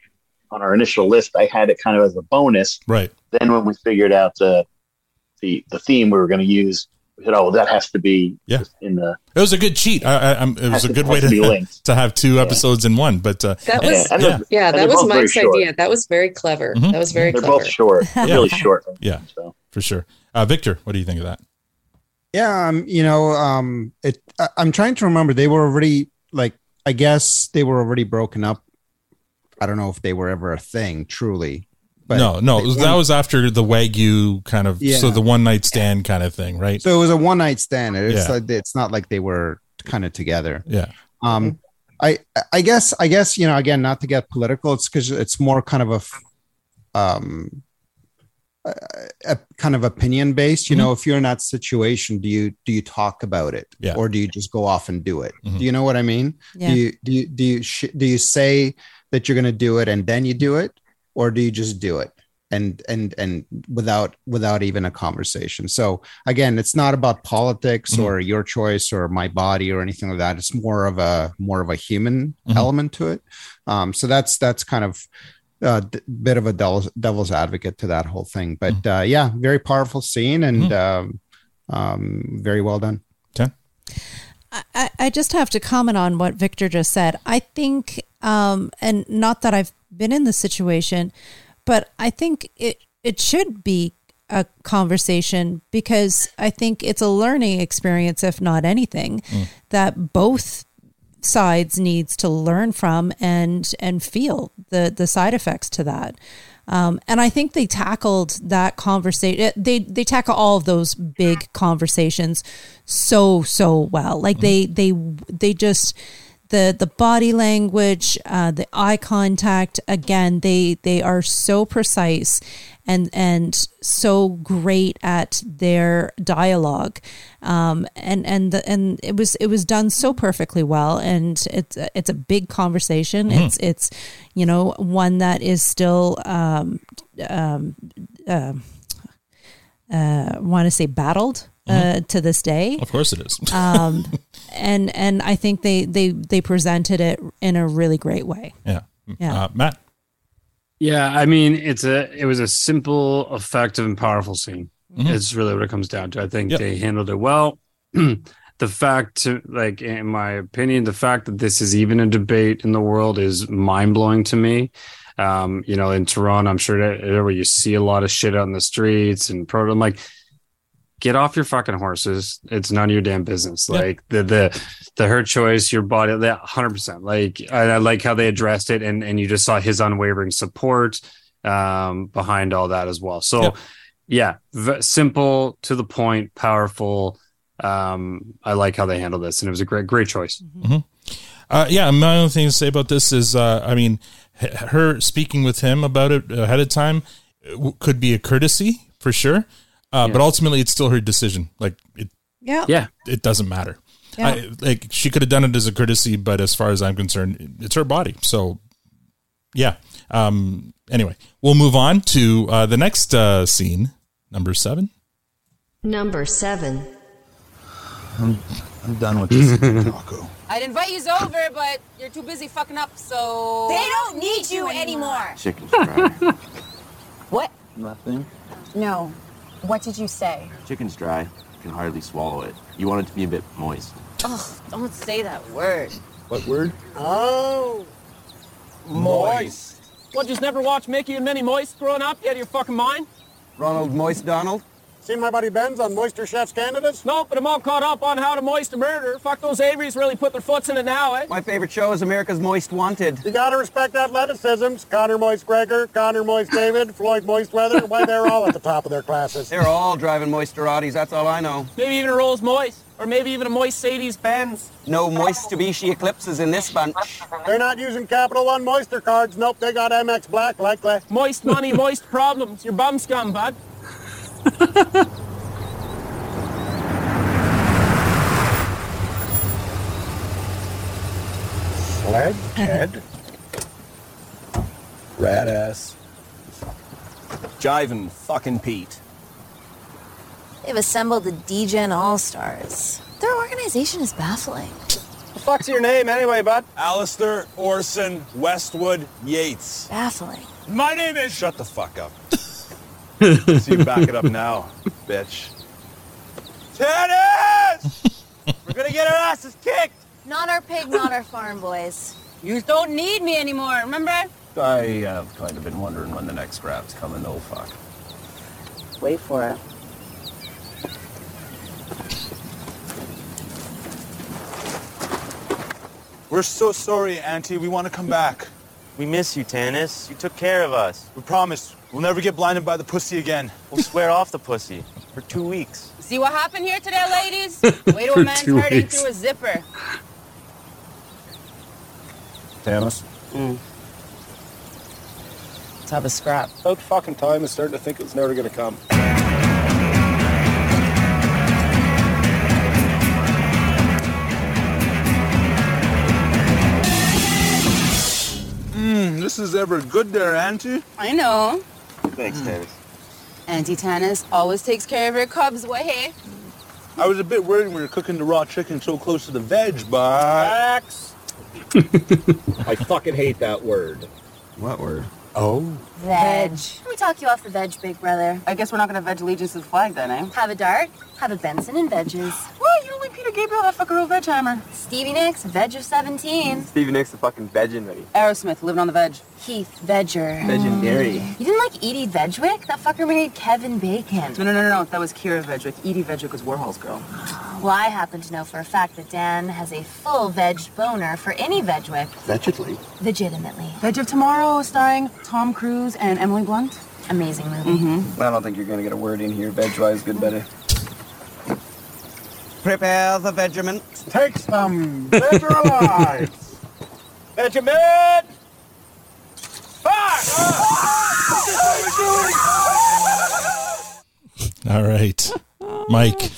Speaker 15: on our initial list. I had it kind of as a bonus.
Speaker 1: Right.
Speaker 15: Then when we figured out the the the theme we were going to use, we said, "Oh, well, that has to be
Speaker 1: Yeah.
Speaker 15: in the."
Speaker 1: It was a good cheat. I, I, I'm, it was
Speaker 15: Has
Speaker 1: a
Speaker 15: to-
Speaker 1: good
Speaker 15: has
Speaker 1: way
Speaker 15: to be
Speaker 1: to,
Speaker 15: linked.
Speaker 1: [laughs] to have two episodes in one. But uh,
Speaker 14: That
Speaker 1: and-
Speaker 14: was yeah, that was Mike's idea. That was very clever.
Speaker 1: Mhm.
Speaker 14: That was very
Speaker 15: They're
Speaker 14: clever.
Speaker 15: both short.
Speaker 14: [laughs]
Speaker 1: [laughs]
Speaker 15: They're really short.
Speaker 1: Yeah, for sure. Uh, Victor, what do you think of that?
Speaker 3: Yeah, um, you know, um, it. I, I'm trying to remember. They were already like, I guess they were already broken up. I don't know if they were ever a thing, truly.
Speaker 1: no, no, it was- that was after the Wagyu kind of,
Speaker 3: Yeah.
Speaker 1: so the one night stand kind of thing, right?
Speaker 3: So it was a one night stand. It's
Speaker 1: Yeah.
Speaker 3: like it's not like they were kind of together.
Speaker 1: Yeah.
Speaker 3: Um, I I guess I guess you know again not to get political. It's because it's more kind of a f- um a, a kind of opinion based. You know, if you're in that situation, do you do you talk about it,
Speaker 1: Yeah.
Speaker 3: or do you just go off and do it?
Speaker 1: Mhm.
Speaker 3: Do you know what I mean?
Speaker 2: Yeah.
Speaker 3: Do you do you do you, sh- do you say that you're going to do it and then you do it, or do you just do it? and and and without without even a conversation so again it's not about politics or your choice or my body or anything like that it's more of a more of a human element to it um so that's that's kind of a d- bit of a devil's, devil's advocate to that whole thing but uh yeah very powerful scene and um, um very well done
Speaker 2: I, I just have to comment on what Victor just said. I think, um, and not that I've been in this situation, but I think it it should be a conversation because I think it's a learning experience, if not anything, that both sides needs to learn from and and feel the the side effects to that. Um, and I think they tackled that conversation. eh, They they tackle all of those big conversations so so well. Like they they they just the the body language, uh, the eye contact. Again, they they are so precise and and so great at their dialogue. Um, and and the, and it was it was done so perfectly well. And it's a- it's a big conversation. It's it's you know one that is still. Um, um, uh, uh, want to say battled uh, to this day
Speaker 1: Mm-hmm. Of course it is.
Speaker 2: [laughs] um, and and I think they they they presented it in a really great way.
Speaker 1: yeah.
Speaker 2: Yeah.
Speaker 1: Uh, Matt?
Speaker 5: Yeah, I mean, it's a it was a simple, effective, and powerful scene.
Speaker 1: Mhm.
Speaker 5: It's really what it comes down to. I think
Speaker 1: Yep.
Speaker 5: they handled it well. [clears throat] the fact, to, like in my opinion, the fact that this is even a debate in the world is mind blowing to me. Um, you know, in Toronto, I'm sure that where you see a lot of shit on the streets and pro. I'm like, get off your fucking horses. It's none of your damn business.
Speaker 1: Yep.
Speaker 5: Like the the the her choice, your body, that hundred percent. Like I, I like how they addressed it, and and you just saw his unwavering support um, behind all that as well. So yeah, v- simple to the point, powerful. Um, I like how they handled this, and it was a great great choice.
Speaker 1: Mm-hmm. Uh, yeah, my only thing to say about this is, uh, I mean, h- her speaking with him about it ahead of time uh, w- could be a courtesy for sure, uh, but ultimately it's still her decision. Like it,
Speaker 2: Yeah.
Speaker 5: Yeah.
Speaker 1: it doesn't matter.
Speaker 2: Yeah.
Speaker 1: I, like she could have done it as a courtesy, but as far as I'm concerned, it's her body. So, yeah. Um, anyway, we'll move on to uh, the next uh, scene, number seven.
Speaker 20: Number seven.
Speaker 4: I'm, I'm done with this
Speaker 1: [laughs]
Speaker 4: taco.
Speaker 21: I'd invite you over, but you're too busy fucking up, so. They don't need you anymore.
Speaker 4: Chicken's dry.
Speaker 27: [laughs] What?
Speaker 4: Nothing.
Speaker 27: No. What did you say?
Speaker 4: Chicken's dry. Can hardly swallow it. You want it to be a bit moist.
Speaker 27: Ugh, don't say that word.
Speaker 4: What word?
Speaker 27: Oh.
Speaker 4: Moist.
Speaker 11: [laughs] What, just never watch Mickey and Minnie Moist growing up? You out of your fucking mind?
Speaker 4: Ronald Moist Donald?
Speaker 11: Seen my buddy Ben's on Moister Chef's Candidates? No, but I'm all caught up on how to moist a murder. Fuck those Averys really put their foots in it now, eh?
Speaker 4: My favorite show is America's Moist Wanted.
Speaker 11: You gotta respect athleticisms. Connor Moist Gregor, Connor Moist David, Floyd Moist Weather. Why, they're all at the top of their classes.
Speaker 4: They're all driving moisturadis. That's all I know.
Speaker 11: Maybe even a Rolls Moist.
Speaker 8: Or maybe even a moist Sadie's Benz.
Speaker 13: No Moistabishi eclipses in this bunch.
Speaker 8: They're not using Capital One Moister cards. Nope, they got MX Black likely. Moist money, moist problems. Your bum scum, bud.
Speaker 28: Flag head.
Speaker 11: Rat ass. Jiving fucking Pete.
Speaker 24: They've assembled the D-Gen All-Stars. Their organization is baffling.
Speaker 8: The fuck's your name anyway, bud?
Speaker 28: Alistair Orson Westwood Yates.
Speaker 24: Baffling.
Speaker 28: My name is. Shut the fuck
Speaker 1: [laughs]
Speaker 28: up. See you back it up now, bitch.
Speaker 8: Tennis! We're gonna get our asses kicked!
Speaker 7: Not our pig, not our farm boys.
Speaker 8: You don't need me anymore, remember?
Speaker 11: I have kind of been wondering when the next grab's coming, though, fuck.
Speaker 8: Wait for it.
Speaker 28: We're so sorry, Auntie. We want to come back.
Speaker 8: We miss you, Tannis. You took care of us.
Speaker 28: We promise we'll never get blinded by the pussy again.
Speaker 8: We'll swear off the pussy for two weeks.
Speaker 21: See what happened here today, ladies? Way to
Speaker 28: For
Speaker 21: a man's
Speaker 28: two
Speaker 21: hurting
Speaker 28: weeks.
Speaker 21: through a zipper.
Speaker 11: Tanis? Mm. Let's have a scrap. About fucking time. I'm starting to think it's never gonna come.
Speaker 28: Mmm, this is ever good there, Auntie. Hmm.
Speaker 21: I know.
Speaker 28: Thanks, Dennis.
Speaker 21: Auntie Tannis always takes care of her cubs. What, hey?
Speaker 28: I was a bit worried when you were cooking the raw chicken so close to the veg, but.
Speaker 11: Facts. I fucking hate that word.
Speaker 28: What word? Oh.
Speaker 21: Veg.
Speaker 7: Can we talk you off the veg, big brother?
Speaker 21: I guess we're not gonna veg allegiance to the flag then, eh?
Speaker 7: Have a dart, have a Benson and veggies.
Speaker 21: What? You're only Peter Gabriel, that fucker old veg hammer.
Speaker 7: Stevie Nicks, veg of 17.
Speaker 13: Stevie Nicks the fucking vegetarian.
Speaker 21: Aerosmith, living on the veg.
Speaker 7: Heath, vegger.
Speaker 13: Legendary.
Speaker 7: You didn't like Edie Vedgwick? That fucker married Kevin Bacon.
Speaker 21: No, no, no, no, no. That was Kira Vedgwick. Edie Vedgwick was Warhol's girl.
Speaker 7: Well, I happen to know for a fact that Dan has a full veg boner for any Vedgwick.
Speaker 13: Vegetally.
Speaker 7: Legitimately.
Speaker 21: Veg of Tomorrow, starring Tom Cruise and Emily Blunt. Mm-hmm.
Speaker 7: Amazing movie.
Speaker 13: I don't think you're gonna get a word in here. Veg wise, good better. Prepare the vegiment.
Speaker 8: Take
Speaker 13: [laughs]
Speaker 8: some. Better alive. Benjamin!
Speaker 1: All right, Mike.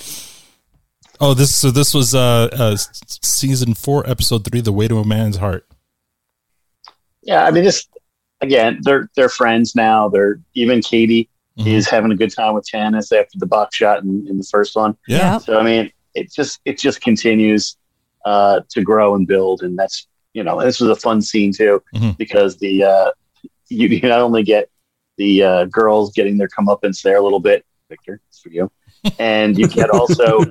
Speaker 1: Oh, this so this was uh, uh s- season four, episode three, "The Way to a Man's Heart."
Speaker 15: Yeah, I mean, this again, they're they're friends now. They're even Katie is having a good time with Tannis after the box shot in, in the first one.
Speaker 1: Yeah.
Speaker 15: So I mean, it just it just continues uh, to grow and build, and that's you know, this was a fun scene too because the uh, you you not only get the uh, girls getting their comeuppance there a little bit, Victor, it's for you, and you get
Speaker 1: [laughs]
Speaker 15: also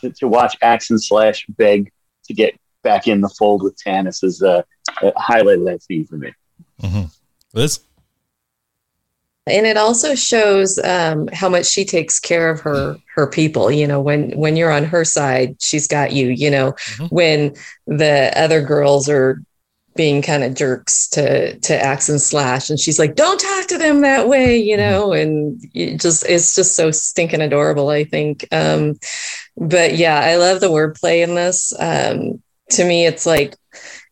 Speaker 15: to, to watch Axon slash beg to get back in the fold with Tannis is uh, a highlight of that scene for me.
Speaker 1: Liz,
Speaker 14: And it also shows um, how much she takes care of her her people. You know, when when you're on her side, she's got you. You know, when the other girls are being kind of jerks to to axe and slash, and she's like, "Don't talk to them that way," you
Speaker 2: Mm-hmm.
Speaker 14: know, and it just it's just so stinking adorable. I think, um, but yeah, I love the wordplay in this. Um, to me, it's like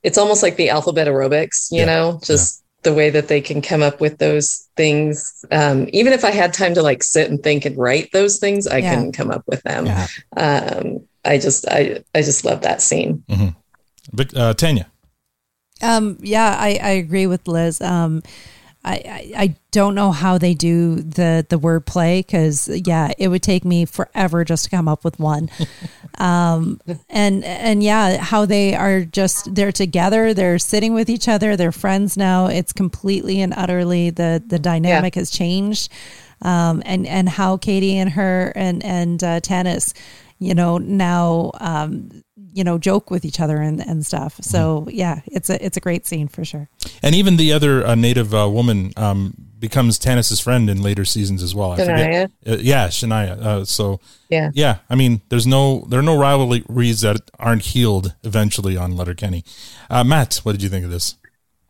Speaker 14: it's almost like the alphabet aerobics. You know, just the way that they can come up with those things. Um, even if I had time to like sit and think and write those things, I
Speaker 2: Yeah.
Speaker 14: couldn't come up with them. Um, I just, I, I just love that scene.
Speaker 1: Vic, uh, Tanya.
Speaker 2: Um, yeah, I, I agree with Liz. Um, I, I, I don't know how they do the, the word because, yeah, it would take me forever just to come up with one. um, and, and yeah, how they are just, they're together, they're sitting with each other, they're friends now. It's completely and utterly the, the dynamic has changed. Um, and, and how Katie and her and, and, uh, Tannis, you know, now, um, you know, joke with each other and, and stuff. So yeah, it's a, it's a great scene for sure.
Speaker 1: And even the other uh, native uh, woman um, becomes Tannis's friend in later seasons as well. forget- Uh, yeah, Shania. Uh, so
Speaker 14: Yeah.
Speaker 1: yeah, I mean, there's no there are no rivalries that aren't healed eventually on Letterkenny. Uh, Matt, what did you think of this?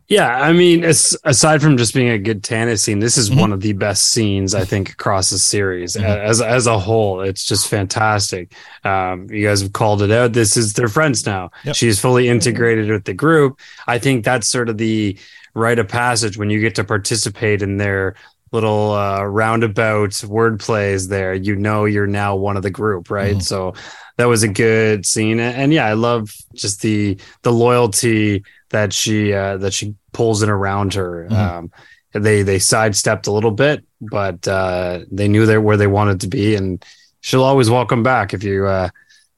Speaker 5: Yeah, I mean, as, aside from just being a good Tana scene, this is one of the best scenes I think across the series
Speaker 1: Mhm.
Speaker 5: as as a whole. It's just fantastic. Um, you guys have called it out. This is their friends now.
Speaker 1: Yep.
Speaker 5: She's fully integrated with the group. I think that's sort of the rite of passage when you get to participate in their little uh, roundabout word plays. There, you know, you're now one of the group, right?
Speaker 1: Mhm.
Speaker 5: So that was a good scene and, and yeah i love just the the loyalty that she uh that she pulls in around her
Speaker 1: Mhm.
Speaker 5: um they they sidestepped a little bit but uh they knew they where they wanted to be and she'll always welcome back if you uh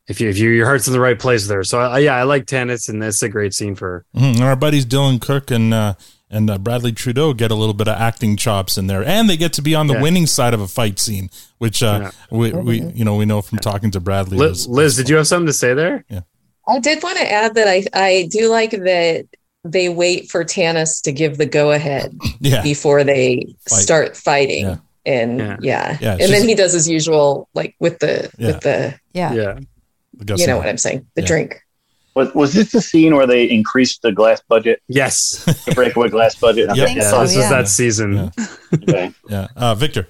Speaker 5: if you if you your heart's in the right place there so uh, yeah i like tennis and that's a great scene for her
Speaker 1: Mhm. And our buddies Dylan Kirk and uh, and uh, Bradley Trudeau get a little bit of acting chops in there, and they get to be on the
Speaker 5: Yeah.
Speaker 1: winning side of a fight scene, which uh, we, we you know we know from talking to Bradley.
Speaker 5: Li-
Speaker 1: was-
Speaker 5: liz did you have something to say there
Speaker 1: yeah
Speaker 14: I did want to add that I, I do like that they wait for Tanis to give the go ahead
Speaker 1: [laughs] Yeah.
Speaker 14: before they
Speaker 1: Fight.
Speaker 14: start fighting.
Speaker 1: Yeah.
Speaker 14: And
Speaker 1: Yeah.
Speaker 14: yeah.
Speaker 1: Yeah,
Speaker 14: and
Speaker 1: she's-
Speaker 14: then he does his usual like with the with the
Speaker 5: yeah
Speaker 14: you know what I'm saying, the drink.
Speaker 15: Was, was this the scene where they increased the glass budget?
Speaker 5: Yes.
Speaker 15: The breakaway glass budget?
Speaker 1: [laughs] Yep.
Speaker 15: Okay.
Speaker 1: Yeah, so, this is yeah. that
Speaker 5: season.
Speaker 1: yeah. Uh, Victor.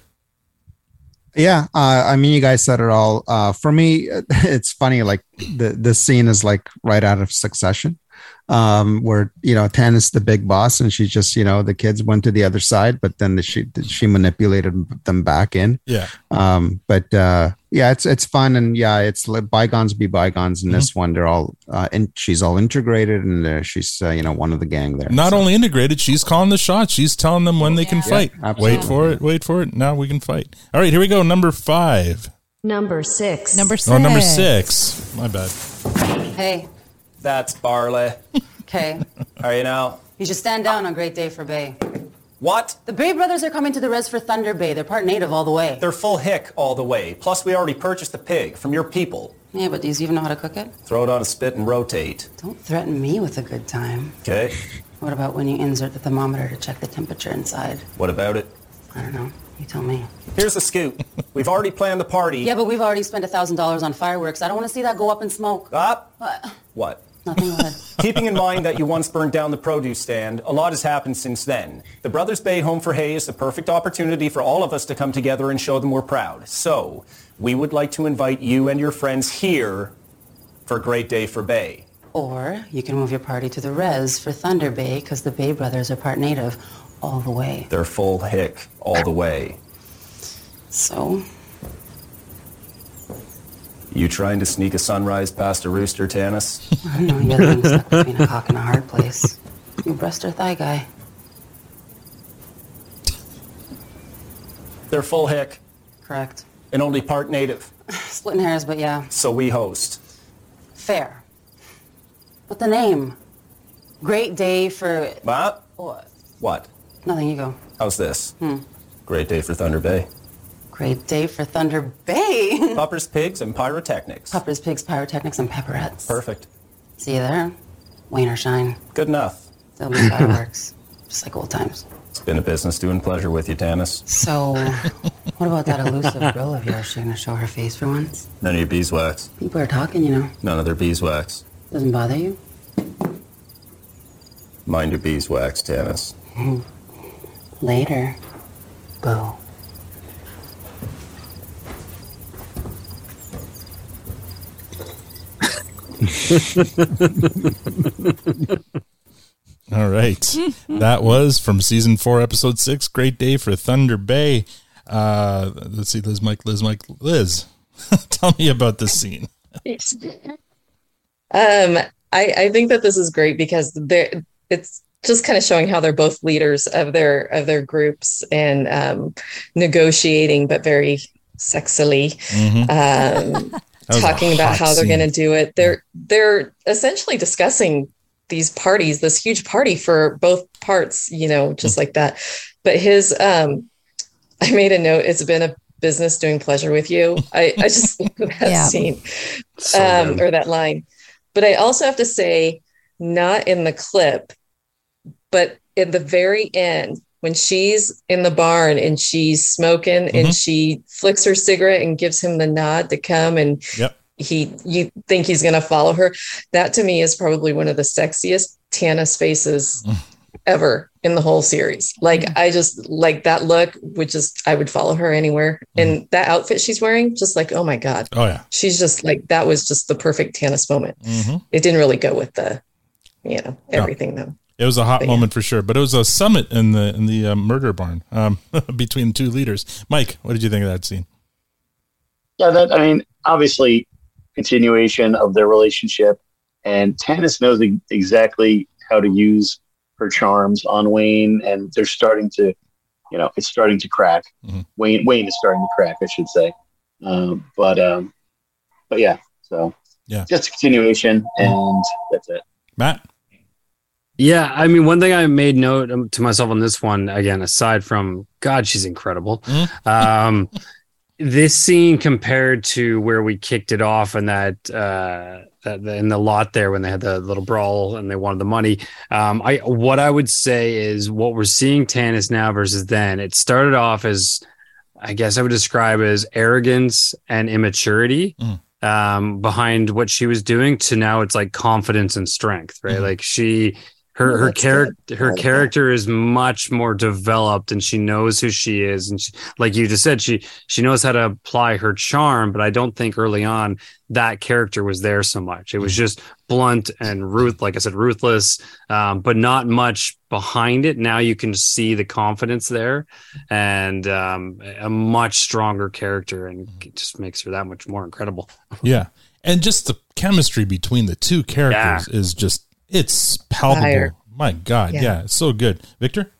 Speaker 3: Yeah, uh, I mean, you guys said it all. Uh, for me, [laughs] it's funny. Like the this scene is like right out of Succession, um, where you know Tan is the big boss, and she just you know the kids went to the other side, but then she she manipulated them back in.
Speaker 1: Yeah.
Speaker 3: Um, but uh, yeah, it's it's fun, and yeah, it's like bygones be bygones. In this one, they're all uh, and she's all integrated, and uh, she's uh, you know one of the gang there.
Speaker 1: Not only integrated, she's calling the shots. She's telling them when they can fight.
Speaker 3: absolutely.
Speaker 1: wait for it. Wait for it. Now we can fight. All right, here we go. Number five.
Speaker 13: Number six. Number
Speaker 1: Oh, number six. My bad.
Speaker 17: Hey,
Speaker 11: That's barley.
Speaker 17: okay.
Speaker 11: Are you now?
Speaker 17: You should stand down on Great Day for Bay.
Speaker 11: What?
Speaker 17: The Bay brothers are coming to the res for Thunder Bay. They're part native all the way.
Speaker 11: They're full hick all the way. Plus, we already purchased the pig from your people.
Speaker 17: Yeah, but do you even know how to cook it?
Speaker 11: Throw it on a spit and rotate.
Speaker 17: Don't threaten me with a good time.
Speaker 11: Okay.
Speaker 17: What about when you insert the thermometer to check the temperature inside?
Speaker 11: What about it?
Speaker 17: I don't know. You tell me.
Speaker 11: Here's the scoop. We've already planned the party.
Speaker 17: Yeah, but we've already spent $1,000 on fireworks. I don't want to see that go up in smoke.
Speaker 11: Up?
Speaker 17: What?
Speaker 11: What?
Speaker 17: Nothing good.
Speaker 11: [laughs] Keeping in mind that you once burned down the produce stand, a lot has happened since then. The Brothers Bay Home for Hay is the perfect opportunity for all of us to come together and show them we're proud. So, we would like to invite you and your friends here for a great day for Bay.
Speaker 17: Or you can move your party to the res for Thunder Bay because the Bay brothers are part native all the way.
Speaker 11: They're full hick all the way.
Speaker 17: So,
Speaker 11: You trying to sneak a sunrise past a rooster, Tanis?
Speaker 17: [laughs] I don't know, you're the one stuck between a cock and a hard place. You breast or thigh guy.
Speaker 11: They're full hick
Speaker 17: Correct.
Speaker 11: and only part native,
Speaker 17: Splitting hairs, but yeah,
Speaker 11: so we host.
Speaker 17: fair. But the name? Great day for.
Speaker 11: But
Speaker 17: What?
Speaker 11: what?
Speaker 17: Nothing, you go.
Speaker 11: How's this?
Speaker 17: Hmm.
Speaker 11: Great day for Thunder Bay.
Speaker 17: Great day for Thunder [laughs] Bay.
Speaker 11: Puppers, pigs, and pyrotechnics.
Speaker 17: Puppers, pigs, pyrotechnics, and pepperettes.
Speaker 11: Perfect.
Speaker 17: See you there. Wayne or shine.
Speaker 11: Good enough.
Speaker 17: There'll
Speaker 11: [laughs]
Speaker 17: be fireworks. Just like old times.
Speaker 11: It's been a business doing pleasure with you, Tanis.
Speaker 17: So, what about that
Speaker 11: [laughs]
Speaker 17: elusive girl of yours? She gonna show her face for once?
Speaker 11: None of your beeswax.
Speaker 17: People are talking, you know.
Speaker 11: None of their beeswax.
Speaker 17: Doesn't bother you?
Speaker 11: Mind your beeswax, Tanis.
Speaker 17: Later. Boo.
Speaker 1: All right. that was from season four, episode six. Great day for Thunder Bay. Uh, let's see, Liz, Mike, Liz, Mike, Liz. [laughs] Tell me about this scene.
Speaker 14: Um, I, I think that this is great because they're it's just kind of showing how they're both leaders of their of their groups and um, negotiating, but very sexily,
Speaker 1: Mm-hmm.
Speaker 29: Mhm. [laughs]
Speaker 14: um,
Speaker 29: was a
Speaker 14: talking about
Speaker 29: hot
Speaker 14: how they're
Speaker 29: scene.
Speaker 14: going to do it. They're they're essentially discussing these parties, this huge party for both parts, you know, just like that. But his um, I made a note. It's been a business doing pleasure with you. I,
Speaker 29: [laughs]
Speaker 14: I just love that
Speaker 17: Yeah.
Speaker 14: scene
Speaker 17: So
Speaker 14: um,
Speaker 17: good.
Speaker 14: or that line. But I also have to say, not in the clip, but in the very end, when she's in the barn and she's smoking
Speaker 29: Mm-hmm.
Speaker 14: and she flicks her cigarette and gives him the nod to come and
Speaker 1: Yep.
Speaker 14: he you
Speaker 1: [laughs]
Speaker 14: think he's going to follow her that to me is probably one of the sexiest tana faces ever in the whole series.
Speaker 1: Mm-hmm.
Speaker 14: Like I just like that look, which is I would follow her anywhere. And that outfit she's wearing, just like, oh my God.
Speaker 1: Mm-hmm. Oh yeah.
Speaker 14: She's just like that was just the perfect Tannis moment.
Speaker 1: Mhm.
Speaker 14: It didn't really go with the, you know,
Speaker 1: Yeah.
Speaker 14: everything though.
Speaker 1: It was a hot moment for sure, but it was a summit in the in the uh, murder barn um, [laughs] between two leaders. Mike, what did you think of that scene?
Speaker 15: Yeah, that I mean, obviously, continuation of their relationship, and Tannis knows e- exactly how to use her charms on Wayne, and they're starting to, you know, it's starting to crack.
Speaker 1: Mm-hmm.
Speaker 15: Wayne Wayne is starting to crack, I should say. Um, but um, but yeah, so
Speaker 1: yeah,
Speaker 15: just a continuation, and that's it.
Speaker 1: Matt?
Speaker 5: Yeah, I mean, one thing I made note um, to myself on this one again, aside from God, she's incredible. Um, this scene compared to where we kicked it off in that, uh, that in the lot there when they had the little brawl and they wanted the money. Um, I what I would say is what we're seeing Tannis now versus then. It started off as, I guess I would describe as arrogance and immaturity
Speaker 10: Mm.
Speaker 5: um, behind what she was doing to now it's like confidence and strength, right?
Speaker 10: Mhm.
Speaker 5: Like she, her
Speaker 10: Yeah,
Speaker 5: her
Speaker 10: that's
Speaker 5: character
Speaker 10: good.
Speaker 5: her
Speaker 10: I like
Speaker 5: character is much more developed, and she knows who she is, and she, like you just said, she she knows how to apply her charm. But I don't think early on that character was there so much. It was just blunt and ruth, like I said, ruthless, um, but not much behind it. Now you can see the confidence there, and um, a much stronger character, and it just makes her that much more incredible.
Speaker 1: Yeah, and just the chemistry between the two characters is just it's palpable.
Speaker 5: Fire.
Speaker 1: My God,
Speaker 5: Yeah.
Speaker 1: yeah. it's so good, Victor.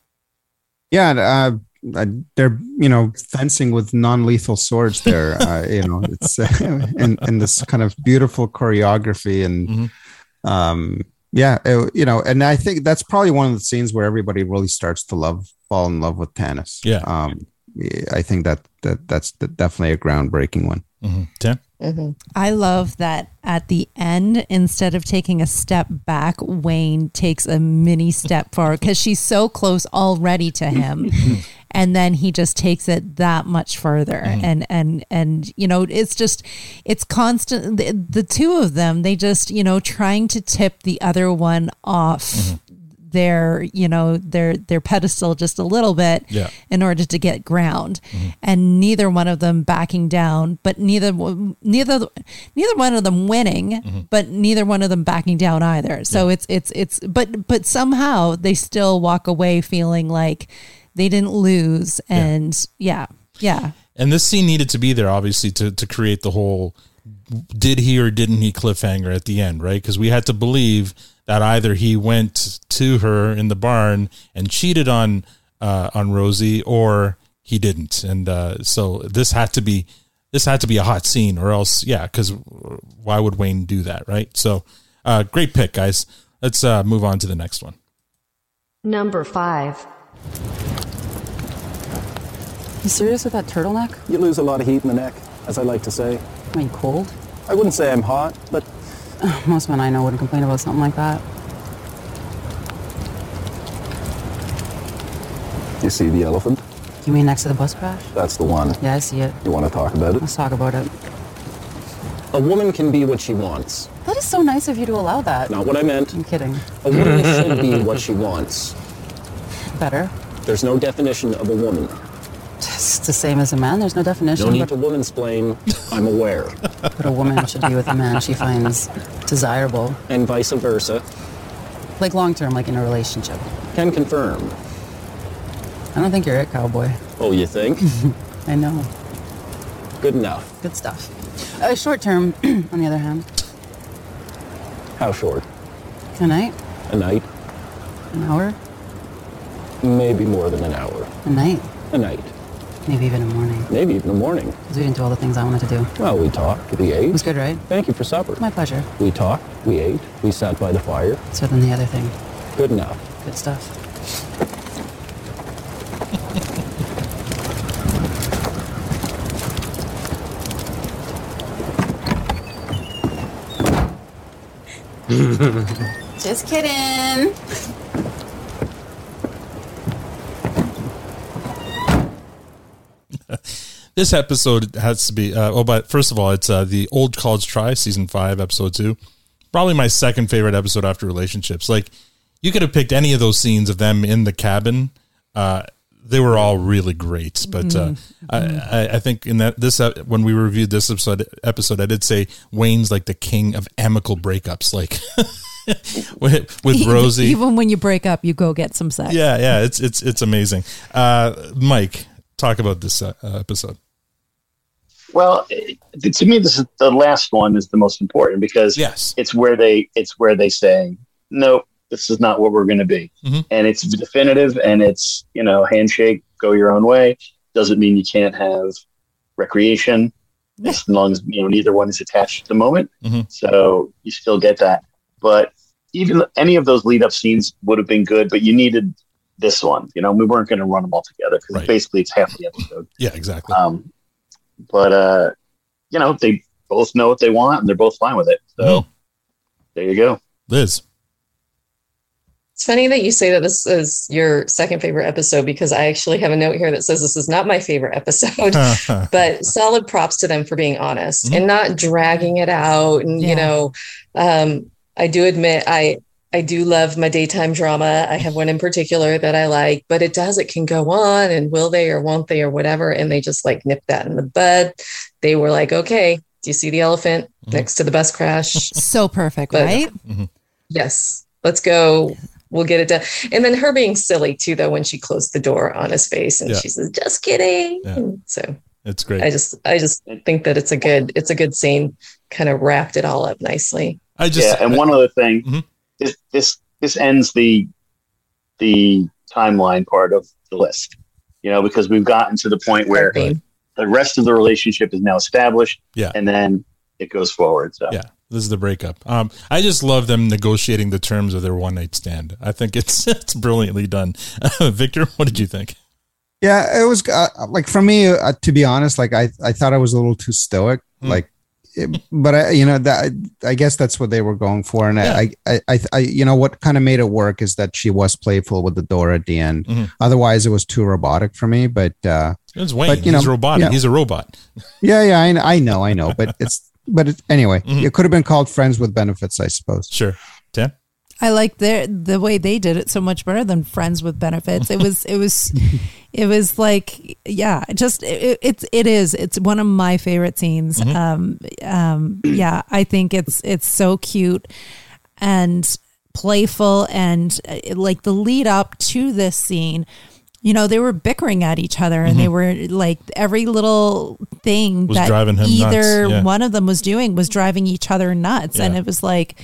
Speaker 3: Yeah, and, uh, uh, they're you know fencing with non-lethal swords
Speaker 1: [laughs]
Speaker 3: there. uh, you know, it's [laughs] uh, and and this kind of beautiful choreography and
Speaker 1: Mm-hmm.
Speaker 3: um, yeah, it- you know, and I think that's probably one of the scenes where everybody really starts to love, fall in love with Tannis.
Speaker 1: Yeah.
Speaker 3: um, I think that that that's definitely a groundbreaking one.
Speaker 1: Mm-hmm. Tim,
Speaker 5: Mm-hmm.
Speaker 2: I love that at the end, instead of taking a step back, Wayne takes a mini step forward because she's so close already to him. And then he just takes it that much further, and and and you know it's just, it's constant. The, the two of them, they just you know trying to tip the other one off their you know their their pedestal just a little bit,
Speaker 12: Yeah.
Speaker 2: in order to get ground
Speaker 1: Mm-hmm.
Speaker 2: and neither one of them backing down but neither one- neither neither one of them winning
Speaker 1: Mm-hmm.
Speaker 2: but neither one of them backing down either so it's it's it's but but somehow they still walk away feeling like they didn't lose and yeah yeah
Speaker 1: and this scene needed to be there, obviously, to to create the whole did he or didn't he cliffhanger at the end, right? Because we had to believe that either he went to her in the barn and cheated on uh, on Rosie, or he didn't, and uh, so this had to be this had to be a hot scene, or else, yeah, because why would Wayne do that, right? So, uh, great pick, guys. Let's uh, move on to the next one.
Speaker 20: Number five.
Speaker 17: You serious with that turtleneck?
Speaker 11: You lose a lot of heat in the neck, as I like to say.
Speaker 17: I mean, cold?
Speaker 11: I wouldn't say I'm hot, but
Speaker 17: Most men I know wouldn't complain about something like that.
Speaker 28: You see the elephant?
Speaker 17: You mean next to the bus crash?
Speaker 28: That's the one.
Speaker 17: Yeah, I see it.
Speaker 28: You want to talk about it?
Speaker 17: Let's talk about it.
Speaker 11: a woman can be what she wants.
Speaker 17: That is so nice of you to allow that.
Speaker 11: Not what I meant.
Speaker 17: I'm kidding.
Speaker 11: A woman should be what she wants.
Speaker 17: Better. [laughs]
Speaker 11: There's no definition of a woman.
Speaker 17: It's the same as a man. There's no definition.
Speaker 11: No need
Speaker 17: but-
Speaker 11: to woman's blame. I'm aware.
Speaker 17: But a woman should be with a man she finds desirable.
Speaker 11: And vice versa.
Speaker 17: Like long term, like in a relationship.
Speaker 11: Can confirm.
Speaker 17: I don't think you're it, cowboy. [laughs]
Speaker 11: Oh, you think?
Speaker 17: I know.
Speaker 11: Good enough.
Speaker 17: Good stuff. Uh, short term, [clears throat] on the other hand,
Speaker 11: How short?
Speaker 17: a night,
Speaker 11: A night?
Speaker 17: an hour,
Speaker 11: Maybe more than an hour.
Speaker 17: a night,
Speaker 11: A night.
Speaker 17: maybe even a morning.
Speaker 11: Maybe even a morning.
Speaker 17: Because we didn't do all the things I wanted to do.
Speaker 11: Well, we talked. We ate. It was
Speaker 17: good, right?
Speaker 11: Thank you for supper.
Speaker 17: My pleasure.
Speaker 11: We talked. We ate. We sat by the fire.
Speaker 17: So then the other thing,
Speaker 11: Good enough.
Speaker 17: good stuff.
Speaker 1: [laughs]
Speaker 21: Just kidding.
Speaker 1: [laughs] this episode has to be uh, oh but first of all it's uh, the old college try season five episode two probably my second favorite episode after relationships like You could have picked any of those scenes of them in the cabin. Uh, they were all really great, but uh,
Speaker 26: Mhm.
Speaker 1: I, I, I think in that this ep- when we reviewed this episode episode, I did say Wayne's like the king of amicable breakups, like [laughs] with, with
Speaker 2: [laughs] Even-
Speaker 1: Rosie.
Speaker 2: Even when you break up, you go get some sex.
Speaker 1: yeah, yeah, it's it's it's amazing. Uh, Mike, talk about this uh, episode.
Speaker 15: Well, it- to me, this is the last one is the most important because
Speaker 1: yes.
Speaker 15: it's where they it's where they say no, this is not what we're going to be,
Speaker 1: Mhm.
Speaker 15: and it's definitive and it's you know handshake, go your own way. Doesn't mean you can't have recreation as long as you know neither one is attached at the moment.
Speaker 1: Mhm.
Speaker 15: So you still get that, but even any of those lead up scenes would have been good, but you needed this one. You know, we weren't going to run them all together because basically it's half the episode.
Speaker 1: Yeah, exactly.
Speaker 15: Um, but uh, you know, they both know what they want and they're both fine with it. So there you go.
Speaker 1: Mm-hmm. Liz.
Speaker 14: It's funny that you say that this is your second favorite episode because I actually have a note here that says this is not my favorite [laughs] episode. but solid props to them for being honest and not dragging it out and you know um i do admit i i do love my daytime drama i have one in particular that i like but it does it can go on and will they or won't they or whatever and they just like nip that in the bud they were like okay do you see the elephant next to the bus crash
Speaker 2: so perfect right
Speaker 1: Mm-hmm.
Speaker 14: yes let's go we'll get it done and then her being silly too though when she closed the door on his face and
Speaker 1: Yeah.
Speaker 14: she says just kidding
Speaker 1: Yeah.
Speaker 14: And so
Speaker 1: It's great.
Speaker 14: I just I just think that it's a good it's a good scene. Kind of wrapped it all up nicely.
Speaker 1: I Mm-hmm.
Speaker 15: yeah, and one other thing, this this this ends the the timeline part of the list. You know, because we've gotten to the point where the rest of the relationship is now established,
Speaker 1: Yeah.
Speaker 15: and then it goes forward. So
Speaker 1: Yeah, this is the breakup. Um, I just love them negotiating the terms of their one night stand. I think it's [laughs] it's brilliantly done. [laughs] Victor, what did you think?
Speaker 3: Yeah, it was uh, like for me, uh, to be honest, like I, I thought I was a little too stoic,
Speaker 1: Mm.
Speaker 3: like, it, but I, you know, that I guess that's what they were going for, and I I, I, I, you know, what kind of made it work is that she was playful with the door at the end.
Speaker 1: Mhm.
Speaker 3: Otherwise, it was too robotic for me. But uh,
Speaker 1: It's Wayne.
Speaker 3: but, you
Speaker 1: He's
Speaker 3: know,
Speaker 1: robotic.
Speaker 3: yeah.
Speaker 1: He's a robot. [laughs]
Speaker 3: yeah, yeah, I, kn- I know, I know, but it's, but it, anyway, it could have been called friends with benefits, I suppose.
Speaker 1: Mm-hmm. Sure, Dan.
Speaker 2: I like their the way they did it so much better than Friends with Benefits. It was it
Speaker 1: [laughs]
Speaker 2: was it was like yeah, it just it, it's it is it's one of my favorite scenes.
Speaker 1: Mm-hmm.
Speaker 10: Mhm.
Speaker 2: Um, um, yeah, I think it's it's so cute and playful and uh, like the lead up to this scene. You know, they were bickering at each other and they were like every little thing
Speaker 1: Mm-hmm. Was
Speaker 2: that
Speaker 1: driving him nuts,
Speaker 2: either
Speaker 1: yeah.
Speaker 2: one of them was doing was driving each other nuts. And
Speaker 1: Yeah.
Speaker 2: it was like,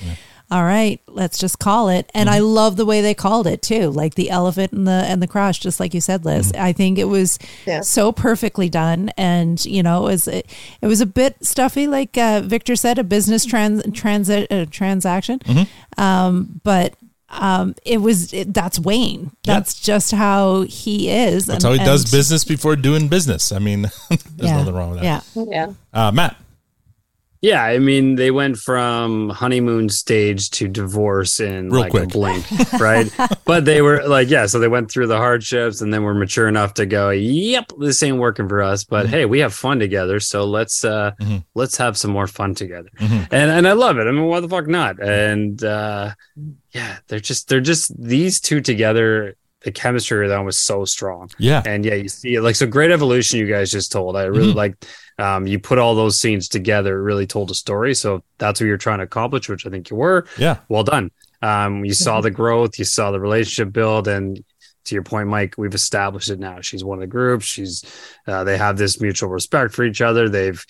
Speaker 2: all right, let's just call it. And
Speaker 1: Mm-hmm.
Speaker 2: I love the way they called it too, like the elephant and the and the crash, just like you said, Liz.
Speaker 1: Mm-hmm.
Speaker 2: I think it was so perfectly done, and you know, it was it, was a bit stuffy, like uh, Victor said, a business trans transi- uh, transaction,
Speaker 1: Mm-hmm.
Speaker 2: um, but. Um, it was it, that's Wayne.
Speaker 1: Yeah.
Speaker 2: That's just how he is.
Speaker 1: That's
Speaker 2: and-
Speaker 1: how he does
Speaker 2: and-
Speaker 1: business before doing business. I mean, [laughs] there's
Speaker 2: Yeah.
Speaker 1: nothing wrong with that.
Speaker 2: Yeah.
Speaker 14: Yeah.
Speaker 1: Uh, Matt.
Speaker 5: Yeah, I mean, they went from honeymoon stage to divorce in
Speaker 1: Real
Speaker 5: like a
Speaker 1: quick. [laughs]
Speaker 5: blink, right? but they were like, yeah, so they went through the hardships and then were mature enough to go, "Yep, this ain't working for us, but
Speaker 1: Mm-hmm.
Speaker 5: hey, we have fun together, so let's uh let's have some more fun together."
Speaker 1: Mm-hmm.
Speaker 5: And and I love it. I mean, why the fuck not? And uh yeah, they're just they're just these two together the chemistry of them was so strong.
Speaker 1: Yeah.
Speaker 5: And yeah, you see it like so great evolution you guys just told. I really
Speaker 2: Mm-hmm.
Speaker 1: Mhm.
Speaker 5: like um, you put all those scenes together, it really told a story. So if that's what you're trying to accomplish, which I think you were.
Speaker 1: Yeah.
Speaker 5: Well done. Um, you
Speaker 2: Mm-hmm.
Speaker 5: saw the growth, you saw the relationship build, and to your point, Mike, we've established it now. She's one of the groups. She's uh, they have this mutual respect for each other. They've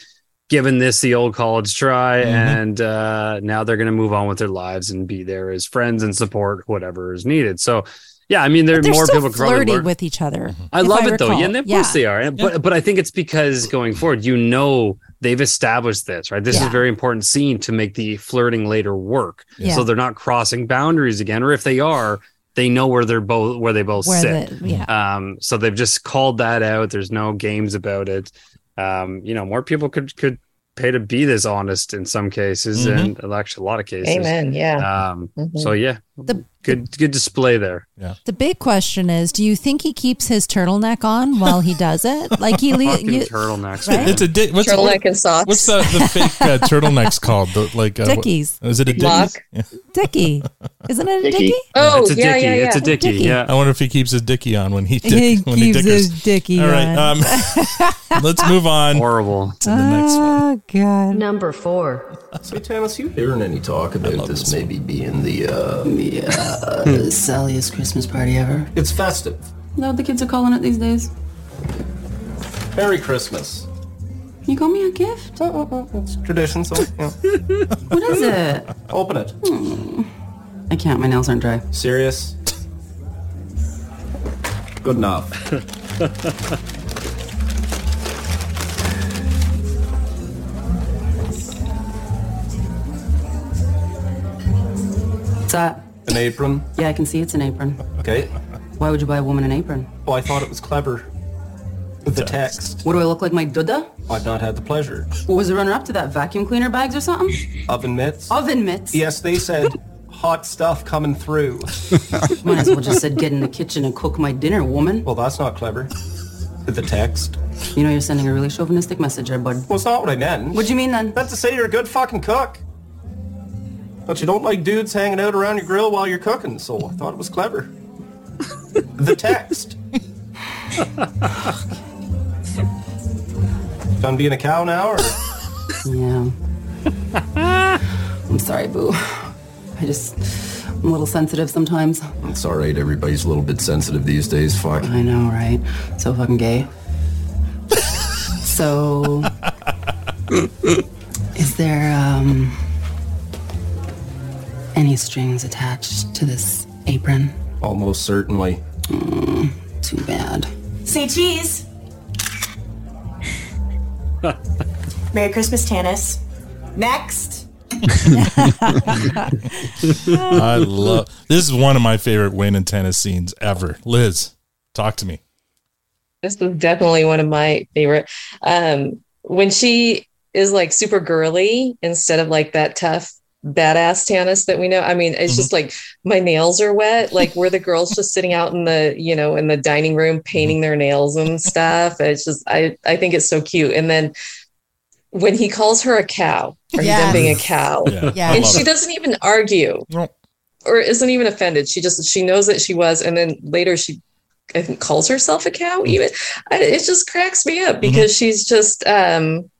Speaker 5: given this the old college try,
Speaker 2: Mm-hmm.
Speaker 1: Mhm.
Speaker 5: and uh, now they're going to move on with their lives and be there as friends and support whatever is needed. So. Yeah, I mean, there are
Speaker 2: They're
Speaker 5: more
Speaker 2: still
Speaker 5: people could probably
Speaker 2: flirty
Speaker 5: learn-
Speaker 2: with each other.
Speaker 1: Mm-hmm.
Speaker 5: I
Speaker 2: if
Speaker 5: love it though.
Speaker 2: recall.
Speaker 5: Yeah, and of course they are. And- But but I think it's because going forward, you know they've established this, right? This is a
Speaker 2: Yeah.
Speaker 5: very important scene to make the flirting later work.
Speaker 2: Yeah.
Speaker 5: So they're not crossing boundaries again, or if they are, they know where they're both where they both
Speaker 2: Where
Speaker 5: sit.
Speaker 2: the- yeah.
Speaker 5: Um, so they've just called that out. There's no games about it. Um, you know, more people could could pay to be this honest in some cases
Speaker 14: Mhm.
Speaker 5: and actually a lot of cases.
Speaker 14: Amen. Yeah.
Speaker 5: Um,
Speaker 14: Mhm.
Speaker 5: so yeah,
Speaker 2: Mm-hmm. The
Speaker 5: Good good display there.
Speaker 1: Yeah.
Speaker 2: the big question is, do you think he keeps his turtleneck on while he does it?
Speaker 5: [laughs]
Speaker 2: Like he le-
Speaker 5: Fucking
Speaker 2: you,
Speaker 5: turtlenecks.
Speaker 2: Right?
Speaker 1: It's a di- what's
Speaker 14: Turtleneck and socks.
Speaker 1: What's the, [laughs] the fake uh, turtlenecks called? The, like uh, what-
Speaker 2: Dickies.
Speaker 1: Is it a
Speaker 14: Mock.
Speaker 1: Dickies? Yeah.
Speaker 2: Dickie, isn't it a
Speaker 1: Dickie.
Speaker 2: Dickie?
Speaker 14: Oh, yeah, yeah, yeah.
Speaker 1: I wonder if he keeps his dickie on when he dick,
Speaker 2: He
Speaker 1: when he
Speaker 2: keeps
Speaker 1: dickers.
Speaker 2: his dickie
Speaker 1: All right,
Speaker 2: on.
Speaker 1: um, [laughs] let's move on.
Speaker 5: Horrible.
Speaker 1: To the next one.
Speaker 17: Oh,
Speaker 2: God.
Speaker 20: Number four.
Speaker 11: Say, Tanis, you hearing any talk about this, Hmm. maybe being the, uh...
Speaker 25: The uh, silliest Christmas party ever.
Speaker 11: It's festive.
Speaker 17: Is that what the kids are calling it these days?
Speaker 11: Merry Christmas.
Speaker 17: You got me a gift? Oh, oh, oh, oh.
Speaker 11: Tradition, so, yeah.
Speaker 17: [laughs] What is it? Hmm.
Speaker 11: Open it.
Speaker 17: I can't. My nails aren't dry.
Speaker 11: Serious? Good enough.
Speaker 17: What's that?
Speaker 11: An apron?
Speaker 17: Yeah, I can see it's an apron.
Speaker 11: Okay.
Speaker 17: Why would you buy a woman an apron?
Speaker 11: Oh, I thought it was clever. With the text.
Speaker 17: What do I look like, my duda?
Speaker 11: I've not had the pleasure.
Speaker 17: What was the runner-up to that? Vacuum cleaner bags or something?
Speaker 11: Oven mitts?
Speaker 17: Oven mitts.
Speaker 11: Yes, they said hot stuff coming
Speaker 17: [laughs]
Speaker 11: through.
Speaker 17: Might as well just said, get in the kitchen and cook my dinner, woman.
Speaker 11: Well, that's not clever. With the text.
Speaker 17: You know you're sending a really chauvinistic message
Speaker 11: [laughs]
Speaker 17: there, bud.
Speaker 11: Well, it's not what I meant.
Speaker 17: What'd you mean then?
Speaker 11: Meant to say you're a good fucking cook. But you don't like dudes hanging out around your grill while you're cooking, so I thought it was
Speaker 17: [laughs]
Speaker 11: clever. the text. Done being a cow now, or?
Speaker 17: Yeah. I'm sorry, boo. I just, I'm a little sensitive sometimes.
Speaker 11: It's all right. Everybody's a little bit sensitive these days. Fuck.
Speaker 17: I know, right? So fucking gay. so, is there um, any strings attached to this apron?
Speaker 11: Almost certainly.
Speaker 17: Mm, Too bad.
Speaker 10: Say
Speaker 27: [laughs]
Speaker 10: cheese. Merry Christmas, Tanis. Next.
Speaker 1: I love this is one of my favorite Wayne and tennis scenes ever. Liz, talk to me.
Speaker 14: This was definitely one of my favorite. Um, when she is like super girly instead of like that tough badass Tanis that we know. I mean, it's
Speaker 12: Mm-hmm.
Speaker 14: just like my nails are wet. Like were the girls just sitting out in the, you know, in the dining room
Speaker 12: Mm-hmm.
Speaker 14: painting their nails and stuff. It's just I I think it's so cute. And then when he calls her a cow, are you done being a cow?
Speaker 12: Yeah. Yeah. I
Speaker 14: And
Speaker 12: love
Speaker 14: she
Speaker 12: it.
Speaker 14: doesn't even argue. Or isn't even offended. She just she knows that she was, and then later she I think calls herself a
Speaker 1: Mm.
Speaker 14: cow even I, it just cracks me
Speaker 1: Mm-hmm.
Speaker 14: up because she's just um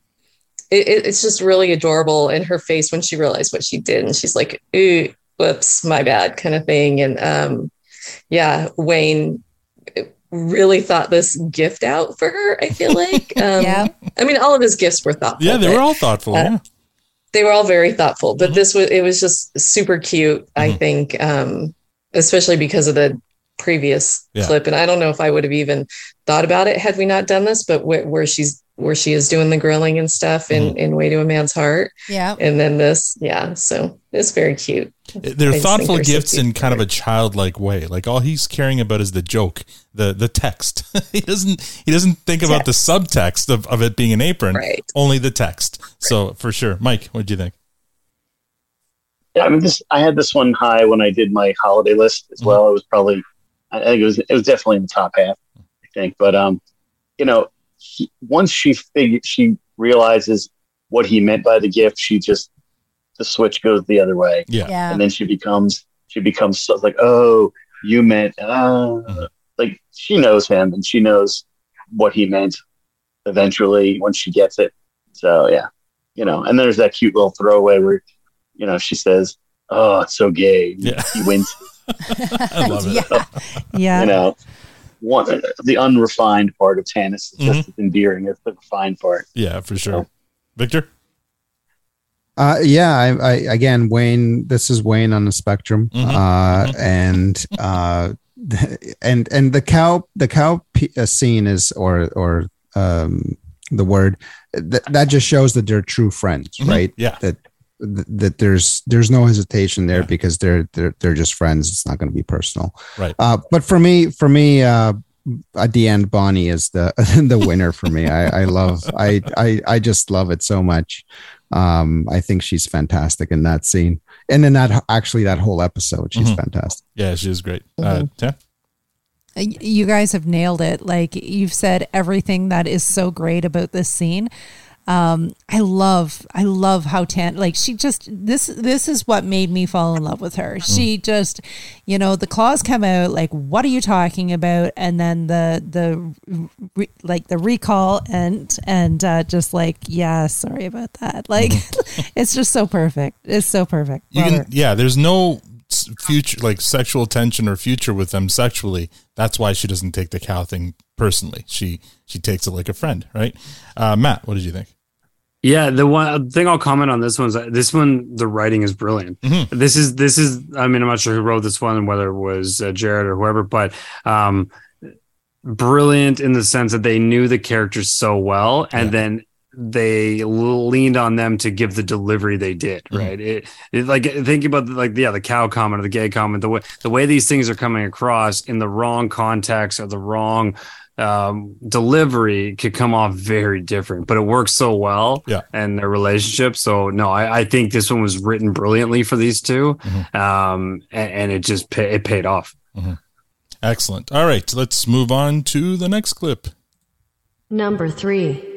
Speaker 14: it, it- it's just really adorable in her face when she realized what she did and she's like ooh whoops my bad kind of thing and um yeah wayne really thought this gift out for her i feel
Speaker 1: [laughs]
Speaker 14: like um yeah. i mean all of his gifts were thoughtful
Speaker 1: Yeah, they
Speaker 14: but-
Speaker 1: were all thoughtful.
Speaker 14: Uh,
Speaker 1: yeah.
Speaker 14: they were all very thoughtful
Speaker 1: Mm-hmm.
Speaker 14: but this was it was just super cute i think um especially because of the previous
Speaker 1: Yeah.
Speaker 14: clip and i don't know if i would have even thought about it had we not done this but where, where she's where she is doing the grilling and stuff in
Speaker 1: Mm-hmm.
Speaker 14: in way to a man's heart
Speaker 2: Yeah.
Speaker 14: and then this yeah so it's very cute
Speaker 1: They're
Speaker 14: I just
Speaker 1: thoughtful
Speaker 14: think they're so
Speaker 1: gifts in kind of a childlike way. Like all he's caring about is the joke, the the text. [laughs] he doesn't he doesn't think about the subtext of, of it being an apron.
Speaker 14: Right.
Speaker 1: Only the text. So for sure. Mike, what do you think?
Speaker 15: Yeah, I mean, this I had this one high when I did my holiday list as well. It was probably, I think it was it was definitely in the top half, I think. But um, you know, he, once she fig- she realizes what he meant by the gift, she just the switch goes the other way.
Speaker 1: Yeah.
Speaker 12: Yeah.
Speaker 15: and then she becomes she becomes so, like, oh, you meant uh, like she knows him and she knows what he meant eventually once she gets it. So yeah, you know, and there's that cute little throwaway where you know, she says, "Oh, it's so gay." He wins.
Speaker 1: I love it.
Speaker 2: Yeah.
Speaker 15: You know, one uh, the unrefined part of Tanis is just as endearing as the refined part.
Speaker 1: Mm-hmm. Yeah, for sure. Victor?
Speaker 3: Uh, yeah, I, I again, Wayne. This is Wayne on the spectrum,
Speaker 1: Mm-hmm.
Speaker 3: uh, and uh, [laughs] and and the cow, the cow p- uh, scene is or or um, the word that that just shows that they're true friends,
Speaker 1: Mhm.
Speaker 3: right?
Speaker 1: Yeah.
Speaker 3: That that there's there's no hesitation there because they're they're they're just friends. It's not going to be personal,
Speaker 1: Right.
Speaker 3: Uh, but for me, for me, uh, at the end, Bonnie is the [laughs] the winner for me. I, I love, I, I I just love it so much. Um, I think she's fantastic in that scene. and then that actually that whole episode, she's fantastic.
Speaker 1: Yeah, she was great. Uh,
Speaker 2: Mhm.
Speaker 14: Mm-hmm.
Speaker 1: yeah.
Speaker 2: Y- You guys have nailed it. Like you've said everything that is so great about this scene. Um, I love, I love how Tan like she just this this is what made me fall in love with her. She
Speaker 1: Mm.
Speaker 2: just, you know, the claws come out like, what are you talking about? And then the the re, like the recall and and uh, just like, yeah, sorry about that. Like, [laughs] it's just so perfect. It's so perfect.
Speaker 1: Mm. You
Speaker 2: Love
Speaker 1: can,
Speaker 2: her.
Speaker 1: yeah. There's no s- future like sexual tension or future with them sexually. That's why she doesn't take the cow thing personally. She she takes it like a friend, right? Uh, Matt, what did you think?
Speaker 5: Yeah, the one thing I'll comment on this one's this one the writing is brilliant.
Speaker 1: Mhm.
Speaker 5: This is this is I mean I'm not sure who wrote this one whether it was uh, Jared or whoever, but um, brilliant in the sense that they knew the characters so well and then they leaned on them to give the delivery they did right it, it- like think about the, like yeah the cow comment or the gay comment the way the way these things are coming across in the wrong context or the wrong um, delivery could come off very different but it works so well
Speaker 1: Yeah.
Speaker 5: and their relationship so no I, I think this one was written brilliantly for these 2 um a- and, it just pay, it paid off
Speaker 1: Excellent. All right, let's move on to the next clip.
Speaker 20: [laughs] Number three.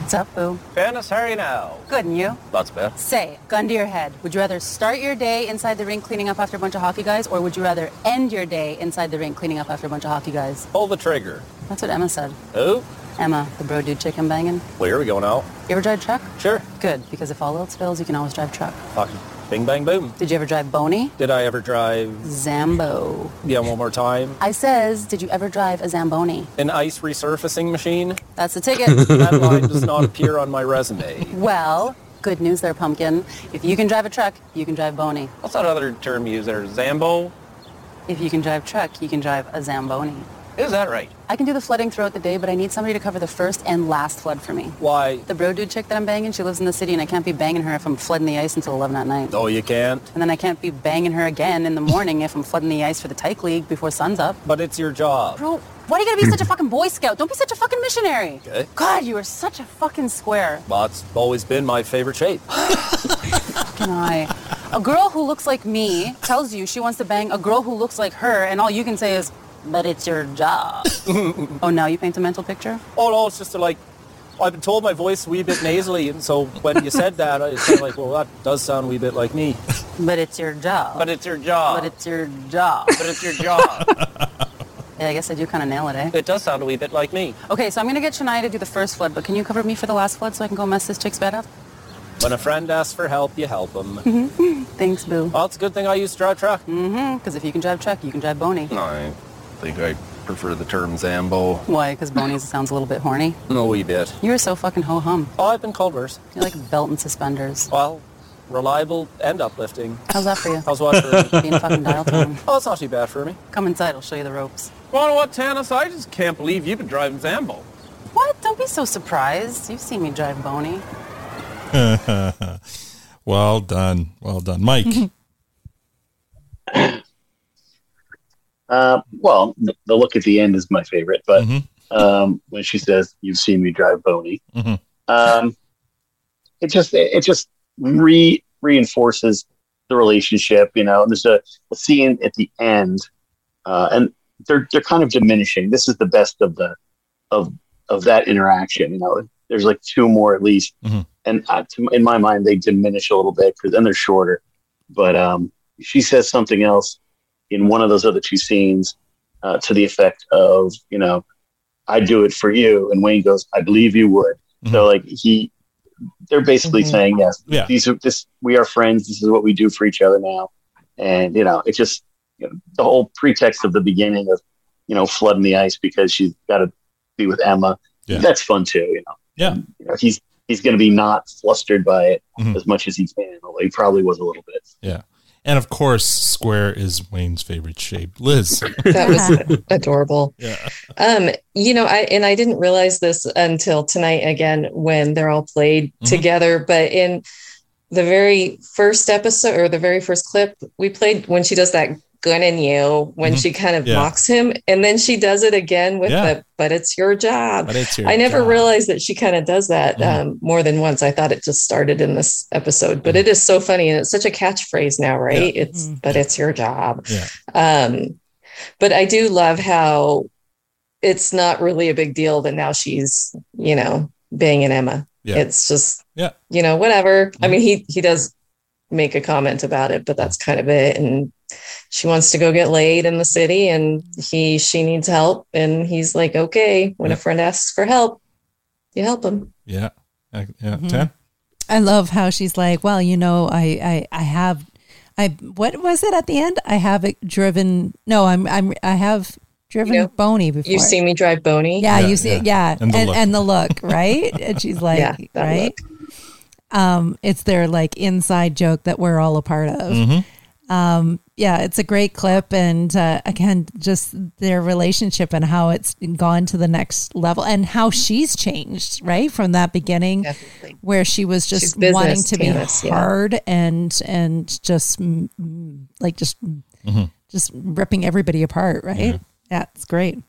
Speaker 17: What's up, boo?
Speaker 8: Fairness, Harry now.
Speaker 17: Good, and you?
Speaker 8: That's better.
Speaker 17: Say, gun to your head. Would you rather start your day inside the rink cleaning up after a bunch of hockey guys, or would you rather end your day inside the rink cleaning up after a bunch of hockey guys?
Speaker 8: Pull the trigger.
Speaker 17: That's what Emma said.
Speaker 8: Oh,
Speaker 17: Emma, the bro dude chicken banging.
Speaker 8: well, here we go now.
Speaker 17: You ever drive truck?
Speaker 8: Sure.
Speaker 17: Good, because if all else fails, you can always drive truck.
Speaker 8: Hockey. Bing, bang, boom.
Speaker 17: Did you ever drive Boney?
Speaker 8: Did I ever drive?
Speaker 17: Zambo.
Speaker 8: Yeah, one more time.
Speaker 17: I says, did you ever drive a Zamboni?
Speaker 8: An ice resurfacing machine?
Speaker 17: That's the ticket.
Speaker 8: [laughs] that line does not appear on my resume.
Speaker 17: well, good news there, pumpkin. If you can drive a truck, you can drive Boney.
Speaker 8: What's that other term used there? Zambo?
Speaker 17: If you can drive truck, you can drive a Zamboni.
Speaker 8: Is that right?
Speaker 17: I can do the flooding throughout the day, but I need somebody to cover the first and last flood for me.
Speaker 8: Why?
Speaker 17: The bro dude chick that I'm banging, she lives in the city, and I can't be banging her if I'm flooding the ice until 11 at night.
Speaker 8: No, you can't.
Speaker 17: And then I can't be banging her again in the morning if I'm flooding the ice for the Tyke League before sun's up.
Speaker 8: But it's your job.
Speaker 17: Bro, why are you gonna be such a fucking Boy Scout? Don't be such a fucking missionary.
Speaker 8: Okay.
Speaker 17: God, you are such a fucking square.
Speaker 8: Well, it's always been my favorite shape.
Speaker 17: Fucking I. A girl who looks like me tells you she wants to bang a girl who looks like her, and all you can say is, but it's your
Speaker 8: [laughs]
Speaker 17: job. oh, now you paint a mental picture?
Speaker 8: Oh no, it's just like I've been told my voice a wee bit nasally, and so when you said that, I was like, well, that does sound a wee bit like me.
Speaker 17: But it's your job.
Speaker 8: But it's your job.
Speaker 17: But it's your job.
Speaker 8: But it's your job.
Speaker 17: yeah, I guess I do kind of nail it, eh?
Speaker 8: It does sound a wee bit like me.
Speaker 17: Okay, so I'm gonna get Shania to do the first flood, but can you cover me for the last flood so I can go mess this chick's bed up?
Speaker 8: When a friend asks for help, you help them.
Speaker 17: [laughs] Thanks, boo.
Speaker 8: Well, it's Mm-hmm. a good thing I used to drive truck.
Speaker 17: Mm-hmm, because if you can drive truck, you can drive Boney.
Speaker 8: I think I prefer the term Zambo.
Speaker 17: Why? Because Boney sounds a little bit horny.
Speaker 8: A wee
Speaker 17: [laughs]
Speaker 8: bit.
Speaker 17: You're so fucking ho-hum.
Speaker 8: Oh, I've been called worse.
Speaker 17: You're like a belt and suspenders.
Speaker 8: Well, reliable and uplifting.
Speaker 17: How's that for you?
Speaker 8: How's what for me?
Speaker 17: [laughs] Being fucking dialed tone.
Speaker 8: Oh, it's not too bad for me.
Speaker 17: Come inside, I'll show you the ropes.
Speaker 8: Well, you know what, Tanis? I just can't believe you've been driving Zambo.
Speaker 17: What? Don't be so surprised. You've seen me drive Boney.
Speaker 1: [laughs] well done, well done, Mike.
Speaker 5: [laughs]
Speaker 14: [laughs]
Speaker 15: Uh, well, the, the look at the end is my favorite, but
Speaker 1: Mm-hmm.
Speaker 15: um, when she says, "You've seen me drive Boney,"
Speaker 1: Mhm.
Speaker 15: um, it just it, it just re reinforces the relationship. You know, and there's a, a scene at the end, uh, and they're they're kind of diminishing. This is the best of the of of that interaction. You know, there's like two more at least,
Speaker 1: Mm-hmm.
Speaker 15: and uh, to, in my mind, they diminish a little bit because then they're shorter. But um, she says something else in one of those other two scenes uh, to the effect of, you know, I do it for you. And Wayne goes, I believe you would. So like he, they're basically
Speaker 27: Mhm.
Speaker 15: saying, yes,
Speaker 27: Yeah.
Speaker 15: these are this, we are friends. This is what we do for each other now. And, you know, it just, you know, the whole pretext of the beginning of, you know, flooding the ice because she's got to be with Emma. That's fun too. You know,
Speaker 1: Yeah.
Speaker 15: you know, he's, he's going to be not flustered by it as much as he can. Although he probably was a little bit.
Speaker 1: Yeah. And of course, square is Wayne's favorite shape. Liz.
Speaker 14: That was adorable.
Speaker 1: [laughs] Yeah.
Speaker 14: Um, you know, I and I didn't realize this until tonight again when they're all played
Speaker 12: Mm-hmm.
Speaker 14: together, but in the very first episode or the very first clip we played when she does that good in you when she kind of
Speaker 12: Mm-hmm. Yeah.
Speaker 14: mocks him. And then she does it again with
Speaker 12: Yeah.
Speaker 14: the, but it's your job.
Speaker 12: But it's your
Speaker 14: I never
Speaker 12: job. Mm-hmm.
Speaker 14: realized that she kind of does that um, more than once. I thought it just started in this episode, but it is so funny. And it's such a catchphrase now, right?
Speaker 12: Mm-hmm. Yeah.
Speaker 14: It's, but it's your job.
Speaker 12: Yeah.
Speaker 14: Um, but I do love how it's not really a big deal that now she's, you know, banging Emma.
Speaker 12: Yeah.
Speaker 14: It's just,
Speaker 1: yeah.
Speaker 14: you know, whatever. I mean, he he does make a comment about it, but that's kind of it. And she wants to go get laid in the city, and he she needs help, and he's like, okay. When a friend asks for help, you help him.
Speaker 1: Yeah. Uh, Yeah.
Speaker 5: Mm-hmm.
Speaker 2: Mhm.
Speaker 1: 10.
Speaker 2: I love how she's like, well, you know, I, I, I have, I, what was it at the end? I have it driven. No, I'm, I'm, I have driven
Speaker 14: You know,
Speaker 2: Boney before.
Speaker 14: You've seen me drive Boney.
Speaker 2: Yeah, you see, yeah, And,
Speaker 14: And the
Speaker 2: and,
Speaker 14: look.
Speaker 2: the look, right? and she's like,
Speaker 14: Yeah, that
Speaker 2: right? Um, it's their like inside joke that we're all a part of.
Speaker 12: Mhm.
Speaker 2: Um, yeah, it's a great clip, and uh, again, just their relationship and how it's gone to the next level, and how she's changed, right, from that beginning where she was
Speaker 14: She's
Speaker 2: just
Speaker 14: business,
Speaker 2: wanting to
Speaker 14: Candace,
Speaker 2: be
Speaker 14: yeah.
Speaker 2: hard and and just mm, mm, like just just ripping everybody apart, right? Yeah, it's great.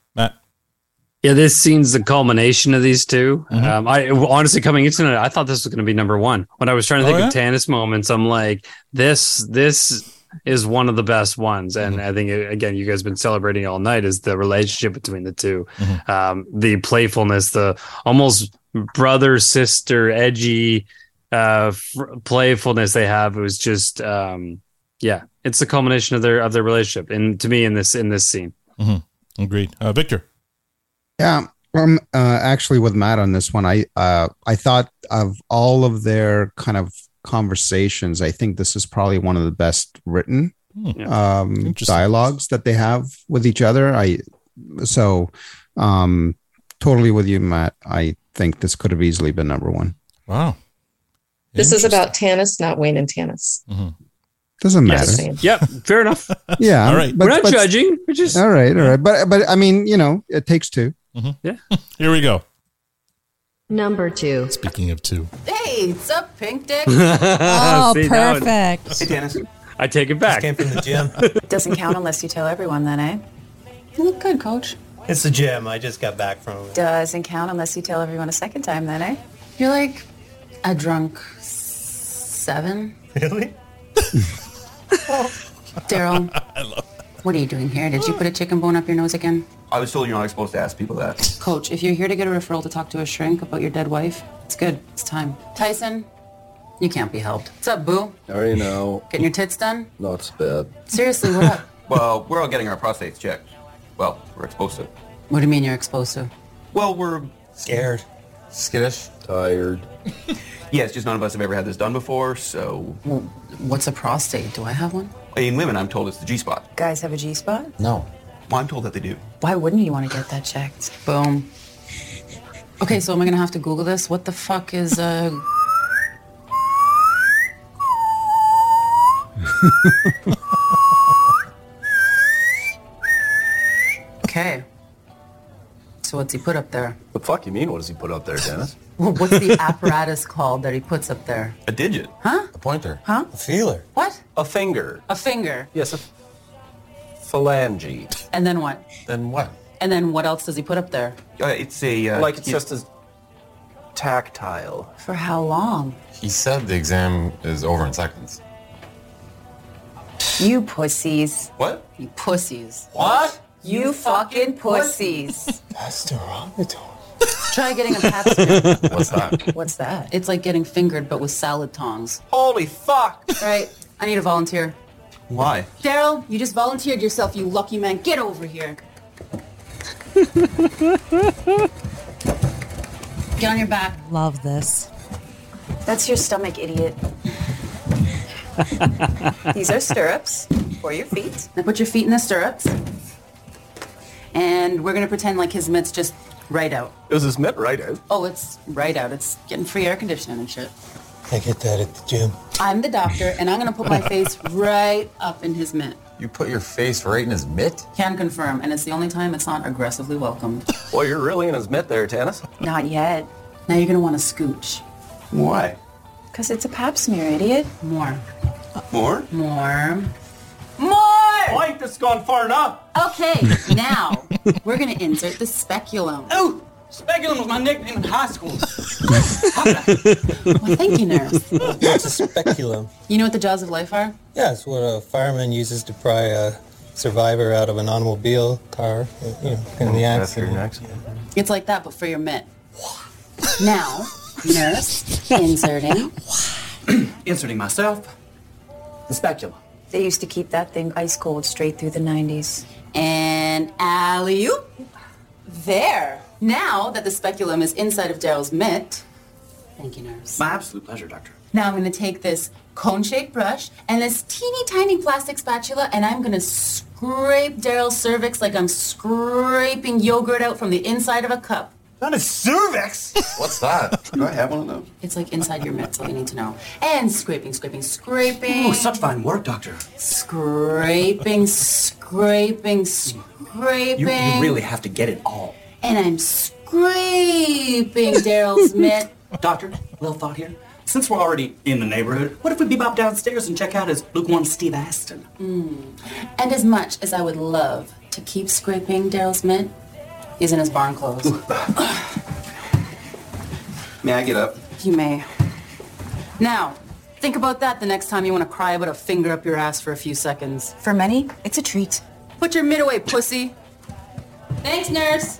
Speaker 5: Yeah, this scene's the culmination of these 2
Speaker 1: Mm-hmm.
Speaker 5: Um, I honestly coming into it, I thought this was going to be number one. When I was trying to
Speaker 1: Oh,
Speaker 5: think
Speaker 1: yeah?
Speaker 5: of Tannis moments, I'm like, this this is one of the best ones. And
Speaker 1: Mm-hmm.
Speaker 5: I think uh, again, you guys have been celebrating all night is the relationship between the 2
Speaker 1: Mm-hmm.
Speaker 5: um, the playfulness, the almost brother sister edgy uh, fr- playfulness they have. It was just um, yeah, it's the culmination of their of their relationship. And to me, in this in this scene.
Speaker 1: Mm-hmm. Agreed. Uh, Victor.
Speaker 3: Yeah, I'm uh, actually with Matt on this one. I uh, I thought of all of their kind of conversations. I think this is probably one of the best written
Speaker 1: Hmm.
Speaker 3: um, dialogues that they have with each other. I so um, totally with you, Matt. I think this could have easily been number one.
Speaker 1: Wow.
Speaker 14: This is about Tanis, not Wayne and Tanis.
Speaker 3: Doesn't matter.
Speaker 5: Yep. Fair enough.
Speaker 3: [laughs] Yeah.
Speaker 1: All right.
Speaker 3: but-
Speaker 5: We're
Speaker 14: [laughs]
Speaker 5: not
Speaker 3: but-
Speaker 5: judging. We're just
Speaker 3: All right. All right. But but I mean, you know, it takes two.
Speaker 5: Yeah.
Speaker 1: Mm-hmm. Here we go.
Speaker 20: Number two.
Speaker 1: Speaking of two. [laughs]
Speaker 17: Hey, what's up,
Speaker 14: [laughs]
Speaker 17: Pink Dick?
Speaker 20: Oh,
Speaker 5: See, now it-
Speaker 2: perfect.
Speaker 17: Hey, Dennis.
Speaker 5: I take it back. came from the gym.
Speaker 17: Doesn't count unless you tell everyone, then, eh? You look good, coach.
Speaker 27: It's the gym. I just got back from.
Speaker 17: Doesn't count unless you tell everyone a second time, then, eh? You're like a drunk s- seven.
Speaker 27: [laughs] Really?
Speaker 17: [laughs] Daryl, what are you doing here? Did you put a chicken bone up your nose again?
Speaker 13: I was told you're not supposed to ask people that.
Speaker 17: Coach, if you're here to get a referral to talk to a shrink about your dead wife, it's good. It's time. Tyson, you can't be helped. What's up, boo?
Speaker 13: Sorry,
Speaker 17: [laughs]
Speaker 13: no.
Speaker 17: Getting your tits done?
Speaker 13: Not bad.
Speaker 17: Seriously, what up?
Speaker 13: Well, we're all getting our prostates checked. Well, we're exposed to. it.
Speaker 17: [laughs] What do you mean you're exposed to?
Speaker 13: Well, we're scared, skittish, tired. [laughs] yeah, it's just none of us have ever had this done before, so.
Speaker 17: What's a prostate? Do I have one?
Speaker 13: In women, I'm told it's the G spot.
Speaker 17: Guys have a G spot?
Speaker 13: No. Well, I'm told that they do.
Speaker 17: Why wouldn't you want to get that checked? Boom. Okay, so am I gonna have to Google this? What the fuck is [laughs] uh Okay. So what's he put up there?
Speaker 27: The fuck you mean? What does he put up there,
Speaker 8: [laughs]
Speaker 27: Dennis?
Speaker 17: Well, What's the apparatus called that he puts up there?
Speaker 27: a digit.
Speaker 17: Huh?
Speaker 27: A pointer.
Speaker 17: Huh?
Speaker 27: A feeler.
Speaker 17: What?
Speaker 27: A finger.
Speaker 17: A finger.
Speaker 27: Yes, a phalange.
Speaker 17: And then what?
Speaker 27: Then what?
Speaker 17: And then what else does he put up there?
Speaker 13: Uh, it's a. Uh,
Speaker 27: like it's just as tactile.
Speaker 17: For how long?
Speaker 16: He said the exam is over in seconds.
Speaker 17: You pussies.
Speaker 13: What?
Speaker 17: You pussies.
Speaker 27: What?
Speaker 17: You fucking pussies.
Speaker 27: That's derogatory.
Speaker 17: Try getting a pap smear.
Speaker 27: [laughs] What's that?
Speaker 17: What's that? It's like getting fingered, but with salad tongs.
Speaker 27: Holy fuck!
Speaker 17: Right. I need a volunteer.
Speaker 13: Why?
Speaker 17: Daryl, you just volunteered yourself, you lucky man. Get over here. Get on your back.
Speaker 2: Love [laughs] this.
Speaker 17: That's your stomach, idiot. These are stirrups for your feet. Now put your feet in the stirrups. And we're gonna pretend like his mitt's just right out.
Speaker 27: Is this meant right out?
Speaker 17: Oh, it's right out. It's getting free air conditioning and shit.
Speaker 27: I get that at the gym.
Speaker 17: I'm the doctor, and I'm gonna put my face right up in his mitt.
Speaker 16: You put your face right in his mitt?
Speaker 17: Can confirm, and it's the only time it's not aggressively welcomed.
Speaker 27: Well, you're really in his mitt there, Tannis.
Speaker 17: Not yet. Now you're gonna want to scooch.
Speaker 27: Why?
Speaker 17: Cause it's a pap smear, idiot. More.
Speaker 27: More?
Speaker 17: More. More!
Speaker 30: point that's gone far enough.
Speaker 17: Okay, now we're gonna insert the speculum. Oh,
Speaker 13: Speculum was my nickname in high school.
Speaker 17: well, thank you,
Speaker 13: [laughs]
Speaker 17: nurse.
Speaker 13: What's a speculum?
Speaker 17: You know what the jaws of life are?
Speaker 13: Yeah, it's what a fireman uses to pry a survivor out of an automobile, car, you know, in the accident.
Speaker 17: It's like that, but for your mitt. Now, nurse, inserting.
Speaker 13: Inserting myself.
Speaker 17: The speculum.
Speaker 31: They used to keep that thing ice cold straight through the 90s.
Speaker 17: And alley oop. There. Now that the speculum is inside of Daryl's mitt, thank you, nurse.
Speaker 3: My absolute pleasure, Doctor.
Speaker 17: Now I'm going to take this cone-shaped brush and this teeny tiny plastic spatula and I'm going to scrape Daryl's cervix like I'm scraping yogurt out from the inside of a cup.
Speaker 3: Not a cervix? What's that? Do I have one of those?
Speaker 17: It's like inside your mitt, so you need to know. And scraping, scraping, scraping.
Speaker 3: Oh, such fine work, Doctor.
Speaker 17: Scraping, scraping, scraping.
Speaker 3: You, you really have to get it all.
Speaker 17: And I'm scraping
Speaker 3: [laughs]
Speaker 17: Daryl's mitt.
Speaker 13: Doctor,
Speaker 3: little thought here. Since we're already in the neighborhood, what if we bebop downstairs and check out his lukewarm Steve Aston?
Speaker 17: Mm. And as much as I would love to keep scraping Daryl's mitt, he's in his barn clothes.
Speaker 3: May I get up?
Speaker 17: you may. Now, think about that the next time you want to cry about a finger up your ass for a few seconds.
Speaker 31: For many, it's a treat.
Speaker 17: Put your mitt away, pussy. Thanks, nurse.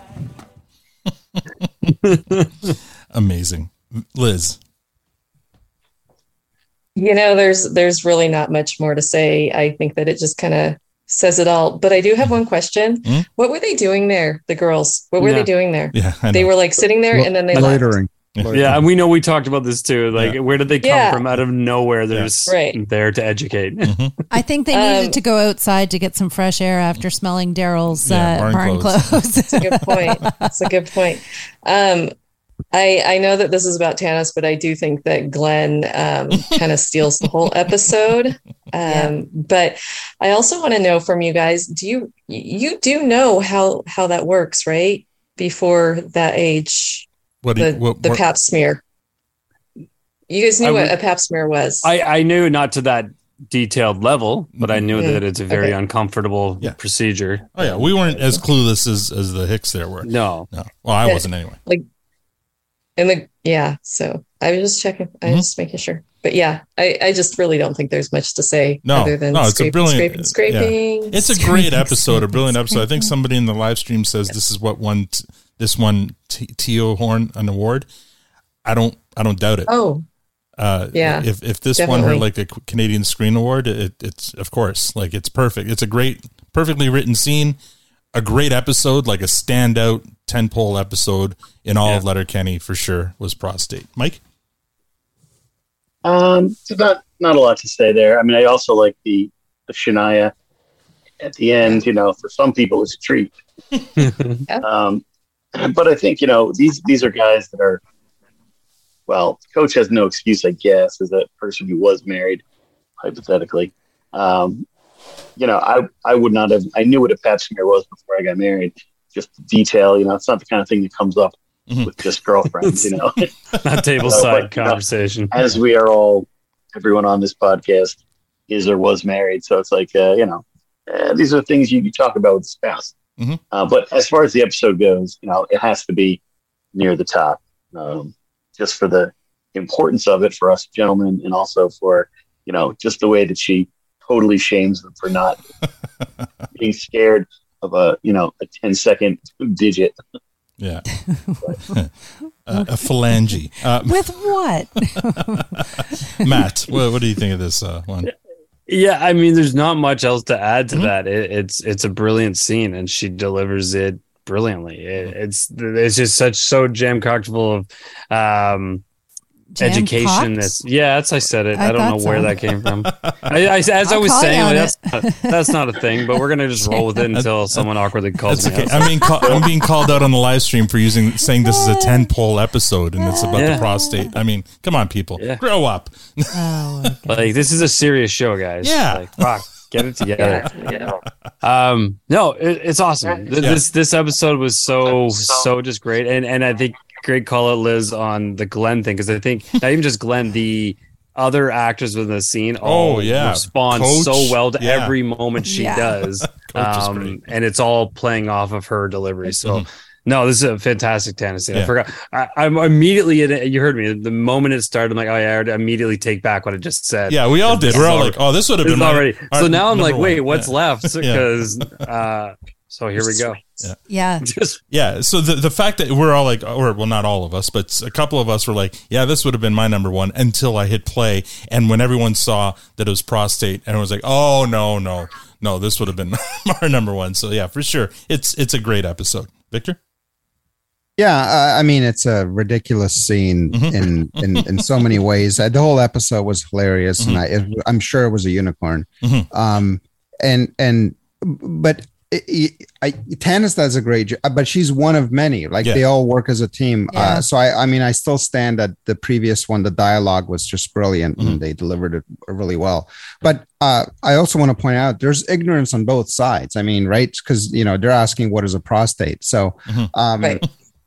Speaker 1: Amazing. Liz.
Speaker 14: You know, there's there's really not much more to say. I think that it just kind of says it all. But I do have one question.
Speaker 1: Hmm?
Speaker 14: What were they doing there, the girls? What were
Speaker 5: Yeah.
Speaker 14: they doing there?
Speaker 1: Yeah, I
Speaker 14: they
Speaker 5: know.
Speaker 14: were like sitting there and then they left.
Speaker 5: Yeah, and we know we talked about this too. Like, where did they come
Speaker 14: Yeah.
Speaker 5: from? Out of nowhere, they're just
Speaker 14: Right.
Speaker 5: there
Speaker 14: [laughs]
Speaker 5: to educate.
Speaker 2: I think they needed
Speaker 5: Um,
Speaker 2: to go outside to get some fresh air after smelling Daryl's
Speaker 5: Yeah,
Speaker 2: uh,
Speaker 5: barn
Speaker 2: barn,
Speaker 5: clothes.
Speaker 2: clothes.
Speaker 14: That's a good point. That's a good point. Um, I I know that this is about Tanis, but I do think that Glenn
Speaker 2: [laughs]
Speaker 14: um, kind of steals the whole episode. Um, But I also want to know from you guys: Do you you do know how how that works, right? Before that age,
Speaker 1: What do
Speaker 14: the,
Speaker 1: you- what-
Speaker 14: the
Speaker 1: what-
Speaker 14: Pap smear. You guys knew
Speaker 5: I
Speaker 14: what
Speaker 5: would-
Speaker 14: a Pap smear was.
Speaker 5: I, I knew not to that detailed level, but I knew
Speaker 14: Mhm.
Speaker 5: that it's a very
Speaker 14: Okay.
Speaker 5: uncomfortable procedure.
Speaker 1: Oh yeah, we weren't as clueless as as the Hicks there were.
Speaker 5: No,
Speaker 1: no. Well, I wasn't anyway.
Speaker 14: like and the yeah so i was just checking
Speaker 1: Mm-hmm.
Speaker 14: i was just making sure but yeah I, I just really don't think there's much to say
Speaker 1: No,
Speaker 14: other than
Speaker 1: no, it's a
Speaker 14: scraping,
Speaker 1: brilliant
Speaker 14: scraping [laughs] scraping
Speaker 1: yeah. It's a great episode, a brilliant episode. I think somebody in the live stream says this is what won t- this one T- T.O. Horn an award. I don't, I don't doubt it.
Speaker 14: Oh.
Speaker 1: uh,
Speaker 14: Yeah,
Speaker 1: If if this won her
Speaker 14: definitely.
Speaker 1: like a Canadian Screen Award, it, it's of course like it's perfect. It's a great, perfectly written scene, a great episode, like a standout ten pole episode in all of Letterkenny for sure was prostate. Mike. [laughs]
Speaker 15: Um, so not not a lot to say there. I mean, I also like the the Shania at the end. You know, for some people, it's a treat. um, but I think you know these these are guys that are. Well, coach has no excuse, I guess, as a person who was married, hypothetically. Um, you know, I I would not have. I knew what a pap smear was before I got married. Just the detail, you know, it's not the kind of thing that comes up with just girlfriends, you know.
Speaker 5: Not table
Speaker 15: So,
Speaker 5: side
Speaker 15: but, you know,
Speaker 5: conversation.
Speaker 15: as we are all, everyone on this podcast is or was married. So it's like, uh, you know, uh, these are things you, you talk about with spouse.
Speaker 1: Mhm.
Speaker 15: Uh, but as far as the episode goes, you know, it has to be near the top um, just for the importance of it for us gentlemen and also for, you know, just the way that she totally shames them for not being scared of a, you know, a 10 second [laughs] digit.
Speaker 1: Yeah. Uh, a phalange. Uh,
Speaker 2: With what?
Speaker 1: [laughs] Matt, what, what do you think of this uh, one?
Speaker 5: Yeah, I mean, there's not much else to add
Speaker 26: Mm-hmm.
Speaker 5: to that. It, it's it's a brilliant scene, and she delivers it brilliantly. It,
Speaker 26: Mm-hmm.
Speaker 5: it's it's just such so jam cocked full of um,
Speaker 26: Jam-cocked?
Speaker 5: education. That's yeah, that's I said it.
Speaker 26: I
Speaker 5: I, don't know
Speaker 26: thought
Speaker 5: where
Speaker 26: so.
Speaker 5: that
Speaker 26: [laughs]
Speaker 5: came from. I, I, as I
Speaker 26: I'll
Speaker 5: was
Speaker 26: call you
Speaker 5: saying,
Speaker 26: on
Speaker 5: like,
Speaker 26: it.
Speaker 5: that's not, [laughs] that's not a thing. But we're
Speaker 26: [laughs]
Speaker 5: gonna just roll with it until someone awkwardly calls
Speaker 1: That's
Speaker 5: me.
Speaker 1: okay.
Speaker 5: out.
Speaker 1: I'm being, call, I'm being called out on the live stream for using saying this is a 10 poll episode and it's about
Speaker 5: Yeah.
Speaker 1: the prostate. I mean, come on, people. Grow up.
Speaker 2: Oh,
Speaker 5: Like this is a serious show, guys.
Speaker 1: Yeah.
Speaker 5: like, fuck, get it together. um, no, it, it's awesome. Th-
Speaker 1: Yeah.
Speaker 5: This this episode was so so just great, and and I think great call out Liz on the Glenn thing because I think not even just Glenn the other actors within the scene.
Speaker 1: Oh,
Speaker 5: all
Speaker 1: yeah.
Speaker 5: respond
Speaker 1: Coach,
Speaker 5: so well to
Speaker 1: yeah.
Speaker 5: every moment she
Speaker 1: Yeah.
Speaker 5: does,
Speaker 1: [laughs] Coach is Mm-hmm.
Speaker 5: um, and it's all playing off of her delivery. So. No, this is a fantastic tennis scene.
Speaker 1: Yeah.
Speaker 5: I forgot. I, I'm immediately. You heard me. The moment it started, I'm like, oh yeah, I already immediately take back what I just said.
Speaker 1: Yeah, we all
Speaker 5: This
Speaker 1: did.
Speaker 5: is
Speaker 1: We're all
Speaker 5: alre-
Speaker 1: like, oh, this would have been
Speaker 5: is
Speaker 1: my-
Speaker 5: already.
Speaker 1: our
Speaker 5: So now I'm
Speaker 1: number
Speaker 5: like,
Speaker 1: one.
Speaker 5: wait, what's
Speaker 1: Yeah. [laughs]
Speaker 5: left?
Speaker 1: Yeah.
Speaker 5: Because uh, so here we go.
Speaker 2: Yeah.
Speaker 1: yeah. So the, the fact that we're all like, or well, not all of us, but a couple of us were like, yeah, this would have been my number one until I hit play. And when everyone saw that it was prostate, and was like, oh, no, no, no, this would have been [laughs] our number one. So yeah, for sure. It's, it's a great episode. Victor?
Speaker 3: Yeah, I, I mean it's a ridiculous scene in, in in so many ways. Uh, The whole episode was hilarious, and I it, I'm sure it was a unicorn. Um, and and but it, it- I Tannis does a great job, but she's one of many. Like
Speaker 1: Yeah.
Speaker 3: they all work as a team.
Speaker 1: Yeah.
Speaker 3: Uh, so I I mean I still stand that the previous one. The dialogue was just brilliant, and they delivered it really well. But uh, I also want to point out there's ignorance on both sides. I mean, right? Because you know they're asking what is a prostate, so. Um,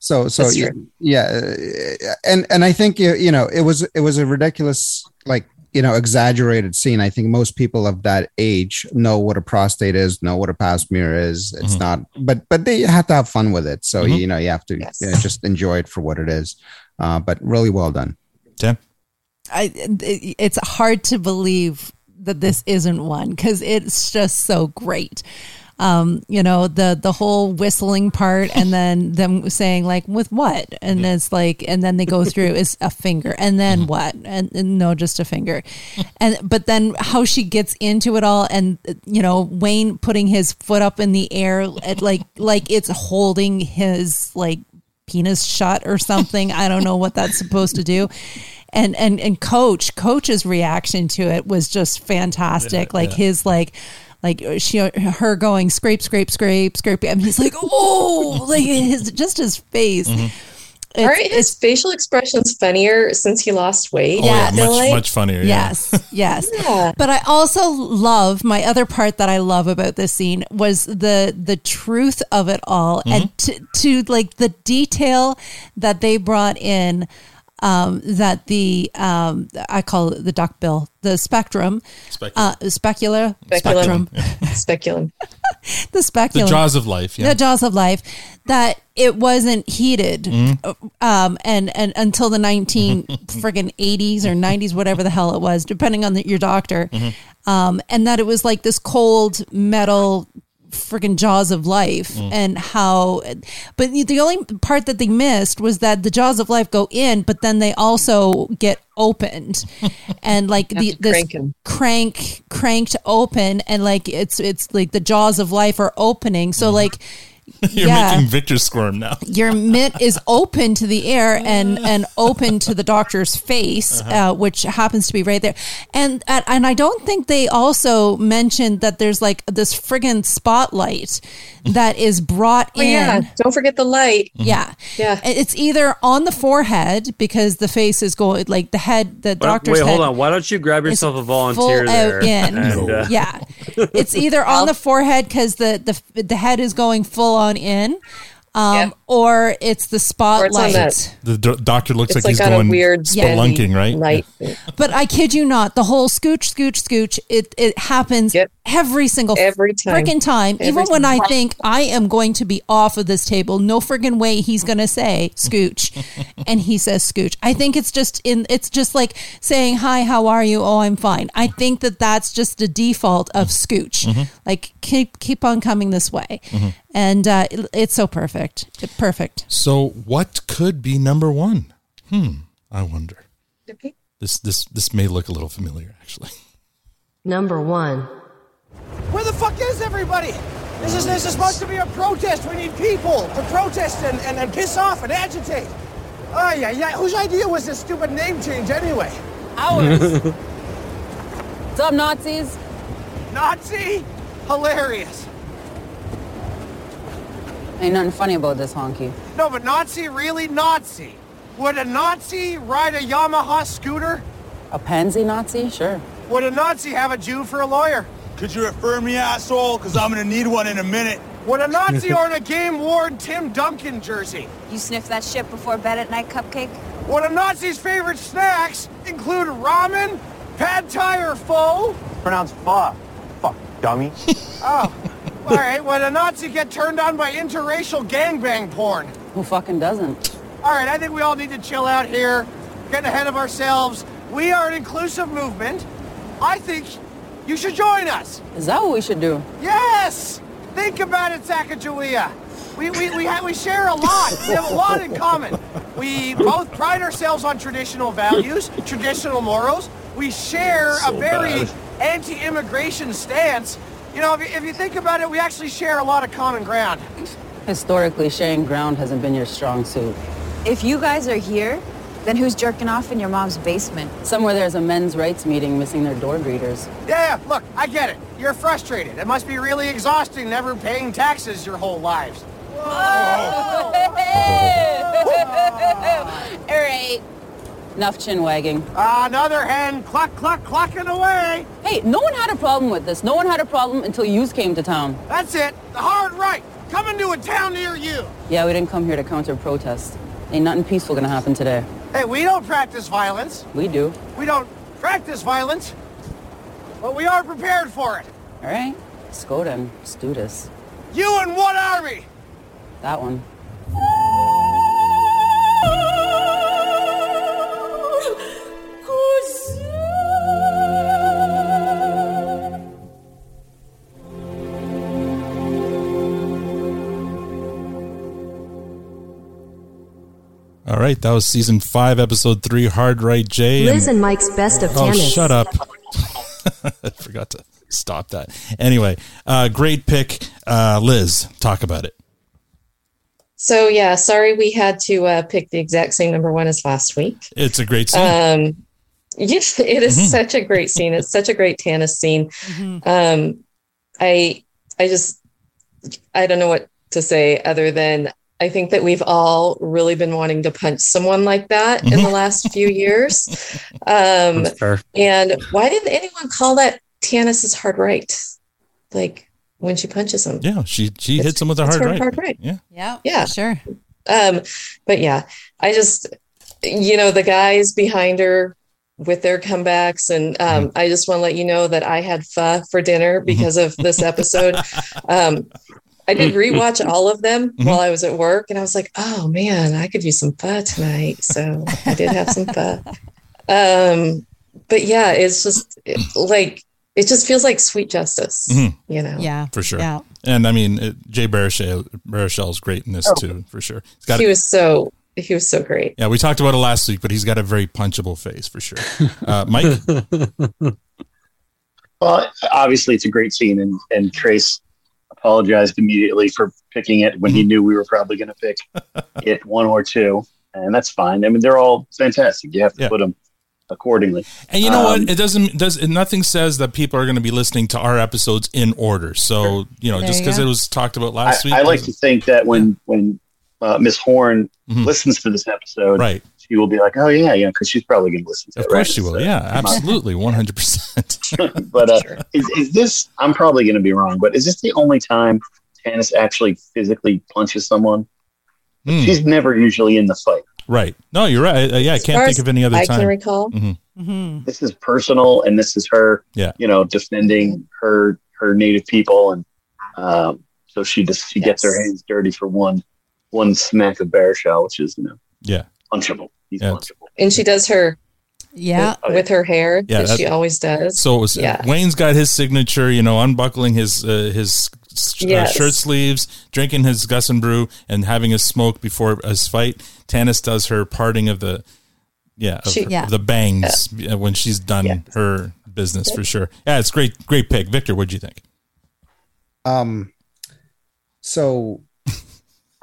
Speaker 3: So so
Speaker 7: That's
Speaker 3: yeah,
Speaker 7: true.
Speaker 3: yeah, uh, and and I think you you know it was it was a ridiculous like you know exaggerated scene. I think most people of that age know what a prostate is, know what a pap smear is. It's not, but but they have to have fun with it. So
Speaker 1: Mhm.
Speaker 3: you know you have to you know, just enjoy it for what it is. Uh, but really well done.
Speaker 1: Tim,
Speaker 2: I, it- it's hard to believe that this isn't one because it's just so great. Um, you know the the whole whistling part, and then them saying like with what, and it's like, and then they go through is a finger, and then what, and, and no, just a finger, and but then how she gets into it all, and you know Wayne putting his foot up in the air, at like like it's holding his like penis shut or something. I don't know what that's supposed to do. And and and coach coach's reaction to it was just fantastic.
Speaker 28: Yeah,
Speaker 2: like
Speaker 28: yeah.
Speaker 2: his like like she her going scrape scrape scrape scrape and he's like oh like his just [laughs] his face.
Speaker 1: Mm-hmm.
Speaker 23: Aren't his facial expressions funnier since he lost weight?
Speaker 1: Oh, yeah,
Speaker 23: I feel
Speaker 1: much,
Speaker 23: like?
Speaker 1: much funnier. Yeah. [laughs]
Speaker 2: Yes, yes. But I also love my other part that I love about this scene was the the truth of it all and to, to like the detail that they brought in. Um, that the um, I call it the duck bill, the spectrum,
Speaker 1: Speculum.
Speaker 2: uh, specular,
Speaker 23: Speculum.
Speaker 2: spectrum,
Speaker 23: Speculum.
Speaker 2: [laughs] the speculum,
Speaker 1: The jaws of life. Yeah.
Speaker 2: the jaws of life that it wasn't heated
Speaker 1: Mhm.
Speaker 2: um, and and until
Speaker 1: [laughs]
Speaker 2: the 19 friggin 80s or 90s whatever the hell it was depending on the, your doctor
Speaker 12: Mhm.
Speaker 2: um, and that it was like this cold metal friggin jaws of life
Speaker 12: Mm.
Speaker 2: and how but the only part that they missed was that the jaws of life go in but then they also get
Speaker 1: [laughs]
Speaker 2: opened and like
Speaker 23: Have
Speaker 2: the
Speaker 23: to
Speaker 2: this
Speaker 23: crank 'em.
Speaker 2: crank cranked open and like it's it's like the jaws of life are opening so like
Speaker 1: [laughs] Mm. [laughs] You're
Speaker 2: yeah
Speaker 1: making Victor squirm now.
Speaker 2: your mitt is open to the air and and open to the doctor's face,
Speaker 5: Uh-huh.
Speaker 2: uh which happens to be right there. And and and I don't think they also mentioned that there's like this friggin' spotlight that is brought
Speaker 23: Oh,
Speaker 2: in. Mm-hmm.
Speaker 23: yeah. Don't forget the light.
Speaker 2: Yeah, yeah. It's either on the forehead because the face is going like the head, the
Speaker 5: Why don't-
Speaker 2: doctor's
Speaker 5: wait,
Speaker 2: head
Speaker 5: hold on. Why don't you grab yourself a volunteer
Speaker 2: full
Speaker 5: there?
Speaker 2: out in.
Speaker 5: and, [laughs] uh,
Speaker 2: Yeah, it's either on the forehead because the the the head is going full on in, um, or it's the
Speaker 23: Or
Speaker 2: spotlight.
Speaker 23: it's on that.
Speaker 1: The do- doctor looks
Speaker 23: It's
Speaker 1: like,
Speaker 23: like
Speaker 1: he's
Speaker 23: on a
Speaker 1: going
Speaker 23: weird
Speaker 1: spelunking, right?
Speaker 23: Light.
Speaker 2: But I kid you not, the whole scooch, scooch, scooch. It it happens every single every
Speaker 23: time.
Speaker 2: freaking time.
Speaker 23: Every
Speaker 2: Even when I
Speaker 23: time.
Speaker 2: think I am going to be off of this table, no friggin' way he's gonna say
Speaker 23: [laughs]
Speaker 2: scooch, and he says scooch. I think it's just in. It's just like saying hi, how are you? Oh, I'm fine. I think that that's just the default of scooch.
Speaker 23: Mm-hmm.
Speaker 12: Mhm.
Speaker 2: Like keep keep on coming this way, and uh, it- it's so perfect, perfect.
Speaker 1: So, what could be number one? Hmm, I wonder. This this this may look a little familiar, actually.
Speaker 20: Number one.
Speaker 21: Where the fuck is everybody? This is this is supposed to be a protest. We need people to protest and, and, and piss off and agitate. Oh yeah, yeah. Whose idea was this stupid name change anyway?
Speaker 17: Ours. Dumb Nazis.
Speaker 21: Nazi? Hilarious.
Speaker 17: Ain't nothing funny about this honky.
Speaker 21: No, but Nazi really Nazi. Would a Nazi ride a Yamaha scooter?
Speaker 17: A pansy Nazi? Sure.
Speaker 21: Would a Nazi have a Jew for a lawyer?
Speaker 24: Could you refer me, asshole? Because I'm going to need one in a minute.
Speaker 21: Would a Nazi own a game worn Tim Duncan jersey?
Speaker 32: You sniff that shit before bed at night, Cupcake?
Speaker 21: One of Nazi's favorite snacks include ramen, pad thai, or pho.
Speaker 33: Pronounced fuck. Fuck, dummy.
Speaker 21: Oh, all right. When a Nazi get turned on by interracial gangbang porn.
Speaker 17: Who fucking doesn't?
Speaker 21: All right, I think we all need to chill out here, getting ahead of ourselves. We are an inclusive movement. I think you should join us.
Speaker 17: Is that what we should do?
Speaker 21: Yes! Think about it, Sacagawea. We, we, we, ha- we share a lot. We have a lot in common. We both pride ourselves on traditional values, traditional morals. We share
Speaker 14: So
Speaker 21: a very
Speaker 14: bad.
Speaker 21: anti-immigration stance. You know, if you, if you think about it, we actually share a lot of common ground.
Speaker 17: Historically, sharing ground hasn't been your strong suit.
Speaker 13: If you guys are here, then who's jerking off in your mom's basement?
Speaker 17: Somewhere there's a men's rights meeting missing their door greeters.
Speaker 21: Yeah, yeah, look, I get it. You're frustrated. It must be really exhausting never paying taxes your whole lives.
Speaker 17: All right. Enough chin wagging.
Speaker 21: Another hand, cluck, cluck, clucking away.
Speaker 17: Hey, no one had a problem with this. No one had a problem until yous came to town.
Speaker 21: That's it. The hard right. Coming to a town near you.
Speaker 17: Yeah, we didn't come here to counter protest. Ain't nothing peaceful gonna happen today.
Speaker 21: Hey, we don't practice violence.
Speaker 17: We do.
Speaker 21: We don't practice violence. But we are prepared for it.
Speaker 17: All right, let's go then. Let's do this.
Speaker 21: You and what army?
Speaker 17: That one.
Speaker 1: [laughs] All right, that was season five, episode three, Hard Right J.
Speaker 34: Liz and Mike's best of
Speaker 1: oh,
Speaker 34: tennis.
Speaker 1: shut up. [laughs] I forgot to stop that. Anyway, uh, great pick. Uh, Liz, talk about it.
Speaker 14: So yeah, sorry we had to uh, pick the exact same number one as last week.
Speaker 1: It's a great scene. Mm-hmm.
Speaker 14: Um, [laughs] yes, it is such a great scene. It's such a great Tannis scene. Um, I I just I don't know what to say other than I think that we've all really been wanting to punch someone like that in the
Speaker 35: [laughs]
Speaker 14: last few years. Um,
Speaker 35: Mm-hmm. That's fair.
Speaker 14: and why didn't anyone call that Tannis's hard right? Like when she punches him.
Speaker 1: Yeah, she she hits him with a
Speaker 14: it's
Speaker 1: hard
Speaker 14: her
Speaker 1: right.
Speaker 14: hard right.
Speaker 1: Yeah.
Speaker 14: Yeah. Yeah. Sure. Um, but yeah, I just, you know, the guys behind her with their comebacks. And um,
Speaker 1: Mm-hmm.
Speaker 14: I just want to let you know that I had pho for dinner because of this episode. um, I did
Speaker 1: Mm-hmm.
Speaker 14: rewatch all of them while I was at work and I was like, oh man, I could use [laughs] some pho tonight. So I did have some pho. Um, but yeah, it's just it- like, it just feels like sweet justice,
Speaker 1: Mhm.
Speaker 14: you know?
Speaker 1: for sure. And I mean, it, Jay Baruchel Baruchel's great in this
Speaker 14: Oh.
Speaker 1: too, for sure. He's got
Speaker 14: he
Speaker 1: a-
Speaker 14: was so, he was so great.
Speaker 1: yeah, we talked about it last week, but he's got a very punchable face
Speaker 15: [laughs]
Speaker 1: for sure. Uh, Mike,
Speaker 15: Well, obviously, it's a great scene, and, and Trace apologized immediately for picking it when he knew we were probably going to
Speaker 1: [laughs]
Speaker 15: pick it one or two, and that's fine. I mean, they're all fantastic. You have to put 'em put them accordingly.
Speaker 1: and you know
Speaker 15: Um,
Speaker 1: what? It doesn't does nothing says that people are going to be listening to our episodes in order. So you know,
Speaker 15: There
Speaker 1: just
Speaker 15: you
Speaker 1: because
Speaker 15: go.
Speaker 1: it was talked about last
Speaker 15: I,
Speaker 1: week,
Speaker 15: I like to think that when when uh, Miss Horn listens to this episode,
Speaker 1: Mm-hmm. Right.
Speaker 15: she will be like, "Oh yeah, yeah," because she's probably going to listen to
Speaker 1: of
Speaker 15: it.
Speaker 1: course
Speaker 15: right?
Speaker 1: she will.
Speaker 15: So,
Speaker 1: Yeah,
Speaker 15: come on. [laughs]
Speaker 1: absolutely, one hundred percent.
Speaker 15: but uh, is, is this? I'm probably going to be wrong, but is this the only time Tannis actually physically punches someone? She's never usually in the fight.
Speaker 1: Right? No, you're right. Uh, yeah, I can't
Speaker 15: far
Speaker 1: think
Speaker 15: as
Speaker 1: of any other
Speaker 15: I can
Speaker 1: time.
Speaker 14: recall.
Speaker 1: Mhm.
Speaker 15: This is personal, and this is her.
Speaker 1: Yeah.
Speaker 15: you know, defending her her native people, and um, so she just she gets her hands dirty for one one smack of bear shell, which is you know
Speaker 1: Yeah,
Speaker 15: punchable. He's
Speaker 1: Yeah.
Speaker 15: punchable.
Speaker 14: and she does her
Speaker 2: yeah
Speaker 14: with, with her hair
Speaker 1: Yeah,
Speaker 14: that
Speaker 1: that-
Speaker 14: she always does
Speaker 1: So it was
Speaker 14: yeah
Speaker 1: Wayne's got his signature, you know, unbuckling his uh, his sh- uh,
Speaker 14: Yes.
Speaker 1: shirt sleeves, drinking his Gus and Brew, and having a smoke before his fight. Tanis does her parting of the yeah of,
Speaker 14: She-
Speaker 1: her-
Speaker 14: yeah.
Speaker 1: of the bangs uh, when she's done her business for sure. Yeah, it's great, great pick, Victor. What'd you think?
Speaker 3: Um, so
Speaker 1: [laughs]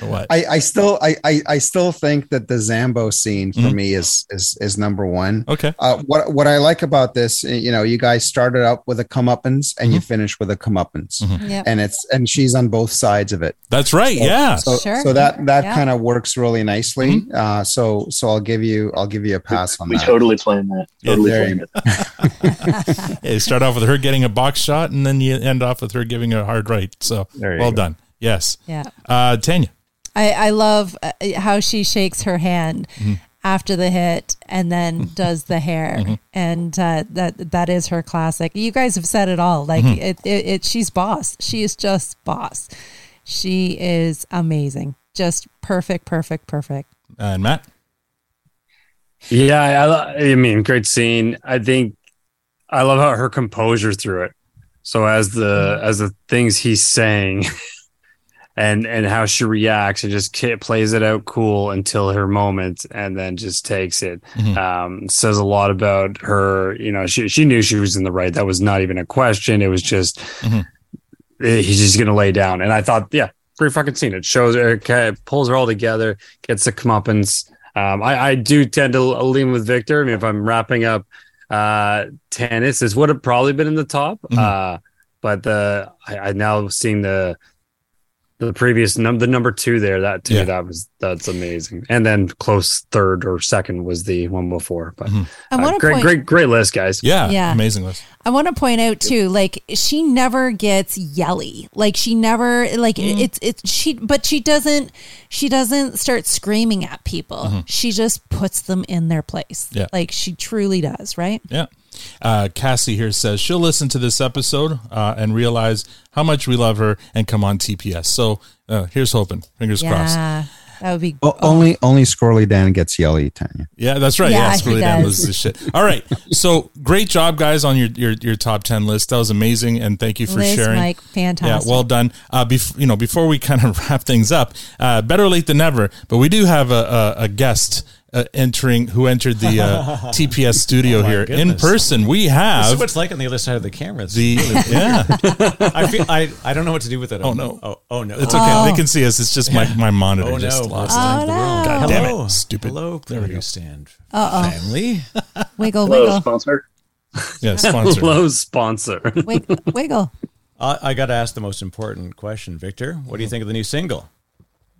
Speaker 1: what?
Speaker 3: I, I still I, I I still think that the Zambo scene for me is is is number one.
Speaker 1: Mm-hmm. Okay.
Speaker 3: Uh, what what I like about this, eh, you know, you guys started out with a comeuppance and you
Speaker 1: Mm-hmm.
Speaker 3: finish with a comeuppance,
Speaker 1: Mhm. Yep.
Speaker 3: and it's and she's on both sides of it.
Speaker 1: That's right.
Speaker 3: So-
Speaker 1: yeah.
Speaker 3: So, so that that kind of works really nicely.
Speaker 1: Mm-hmm.
Speaker 3: Uh, so so I'll give you I'll give you a pass on
Speaker 15: We
Speaker 3: that.
Speaker 15: totally plan that. Totally
Speaker 3: there
Speaker 15: plan
Speaker 3: you
Speaker 15: that.
Speaker 1: Yeah, you start off with her getting a box shot, and then you end off with her giving a hard right. So
Speaker 3: you
Speaker 1: well
Speaker 3: go.
Speaker 1: done. Yes.
Speaker 2: Yeah.
Speaker 1: Uh, Tanya.
Speaker 2: I, I love uh, how she shakes her hand
Speaker 12: Mhm.
Speaker 2: after the hit and then does the hair,
Speaker 12: Mhm.
Speaker 2: and uh, that that is her classic. You guys have said it all. Like
Speaker 12: Mhm.
Speaker 2: it, it, it, she's boss. She is just boss. She is amazing. Just perfect, perfect, perfect.
Speaker 1: and Matt.
Speaker 5: Yeah, I, lo- I mean, great scene. I think I love how her composure through it. So as the as the things he's saying, [laughs] and and how she reacts, and just ki- plays it out cool until her moment, and then just takes it.
Speaker 1: Mm-hmm.
Speaker 12: Mhm.
Speaker 5: Um, says a lot about her. You know, she she knew she was in the right. That was not even a question. It was just eh, he's just gonna lay down. And I thought, yeah, pretty fucking scene. It shows her, okay, it pulls her all together, gets the comeuppance. Um, I, I do tend to lean with Victor. I mean, if I'm wrapping up uh, tennis, this would have probably been in the top.
Speaker 1: Mm-hmm.
Speaker 5: Uh, but the I, I now seeing the the previous number, the number two there, that to me, that was that's amazing. And then close third or second was the one before. But
Speaker 2: I
Speaker 5: uh,
Speaker 2: wanna
Speaker 5: great,
Speaker 2: point-
Speaker 5: great, great list, guys.
Speaker 1: Mm-hmm. Yeah,
Speaker 2: Yeah. amazing
Speaker 1: list.
Speaker 2: I want to point out too, like she never gets yelly. Like she never, like
Speaker 1: Mm.
Speaker 2: it's it's she, but she doesn't she doesn't start screaming at people.
Speaker 1: Mhm.
Speaker 2: She just puts them in their place.
Speaker 1: Yeah.
Speaker 2: like she truly does. Right?
Speaker 1: Yeah. Uh, Cassie here says she'll listen to this episode uh, and realize how much we love her and come on TPS. So uh, here's hoping. Fingers crossed.
Speaker 2: yeah, that would be.
Speaker 3: O- only only Squirrely Dan gets yelly, Tanya.
Speaker 1: Yeah, that's right.
Speaker 2: Yeah,
Speaker 1: Yeah,
Speaker 2: he
Speaker 1: Squirrely Dan
Speaker 2: does.
Speaker 1: loses his shit. All right. So great job, guys, on your, your your top ten list. That was amazing, and thank you for
Speaker 2: Liz,
Speaker 1: sharing.
Speaker 2: Mike, fantastic.
Speaker 1: Yeah, well done. Uh, bef- you know, before we kind of [laughs] wrap things up, uh, better late than never. But we do have a a, a guest. Uh, entering who entered the uh,
Speaker 2: [laughs]
Speaker 1: TPS studio
Speaker 26: Oh my
Speaker 1: here in
Speaker 26: goodness.
Speaker 1: person. We
Speaker 26: This
Speaker 1: have
Speaker 26: is what it's like on the other side of the camera. It's
Speaker 1: The-
Speaker 26: really weird.
Speaker 1: [laughs] yeah.
Speaker 26: I feel I, I don't know what to do with it.
Speaker 1: Oh, no.
Speaker 26: Oh, oh no.
Speaker 1: It's okay. They can see us. It's just my, my monitor
Speaker 26: Oh,
Speaker 1: just
Speaker 26: no.
Speaker 1: lost.
Speaker 26: Oh, no.
Speaker 1: it. God damn
Speaker 26: Hello.
Speaker 1: it. Stupid.
Speaker 26: Hello,
Speaker 1: there we go.
Speaker 26: stand.
Speaker 2: Uh oh.
Speaker 26: Family.
Speaker 2: Wiggle,
Speaker 15: Hello,
Speaker 2: wiggle,
Speaker 15: sponsor.
Speaker 1: Yeah,
Speaker 2: sponsor.
Speaker 5: Hello, sponsor.
Speaker 2: wiggle, wiggle.
Speaker 26: I, I got to ask the most important question, Victor. What do you think of the new single?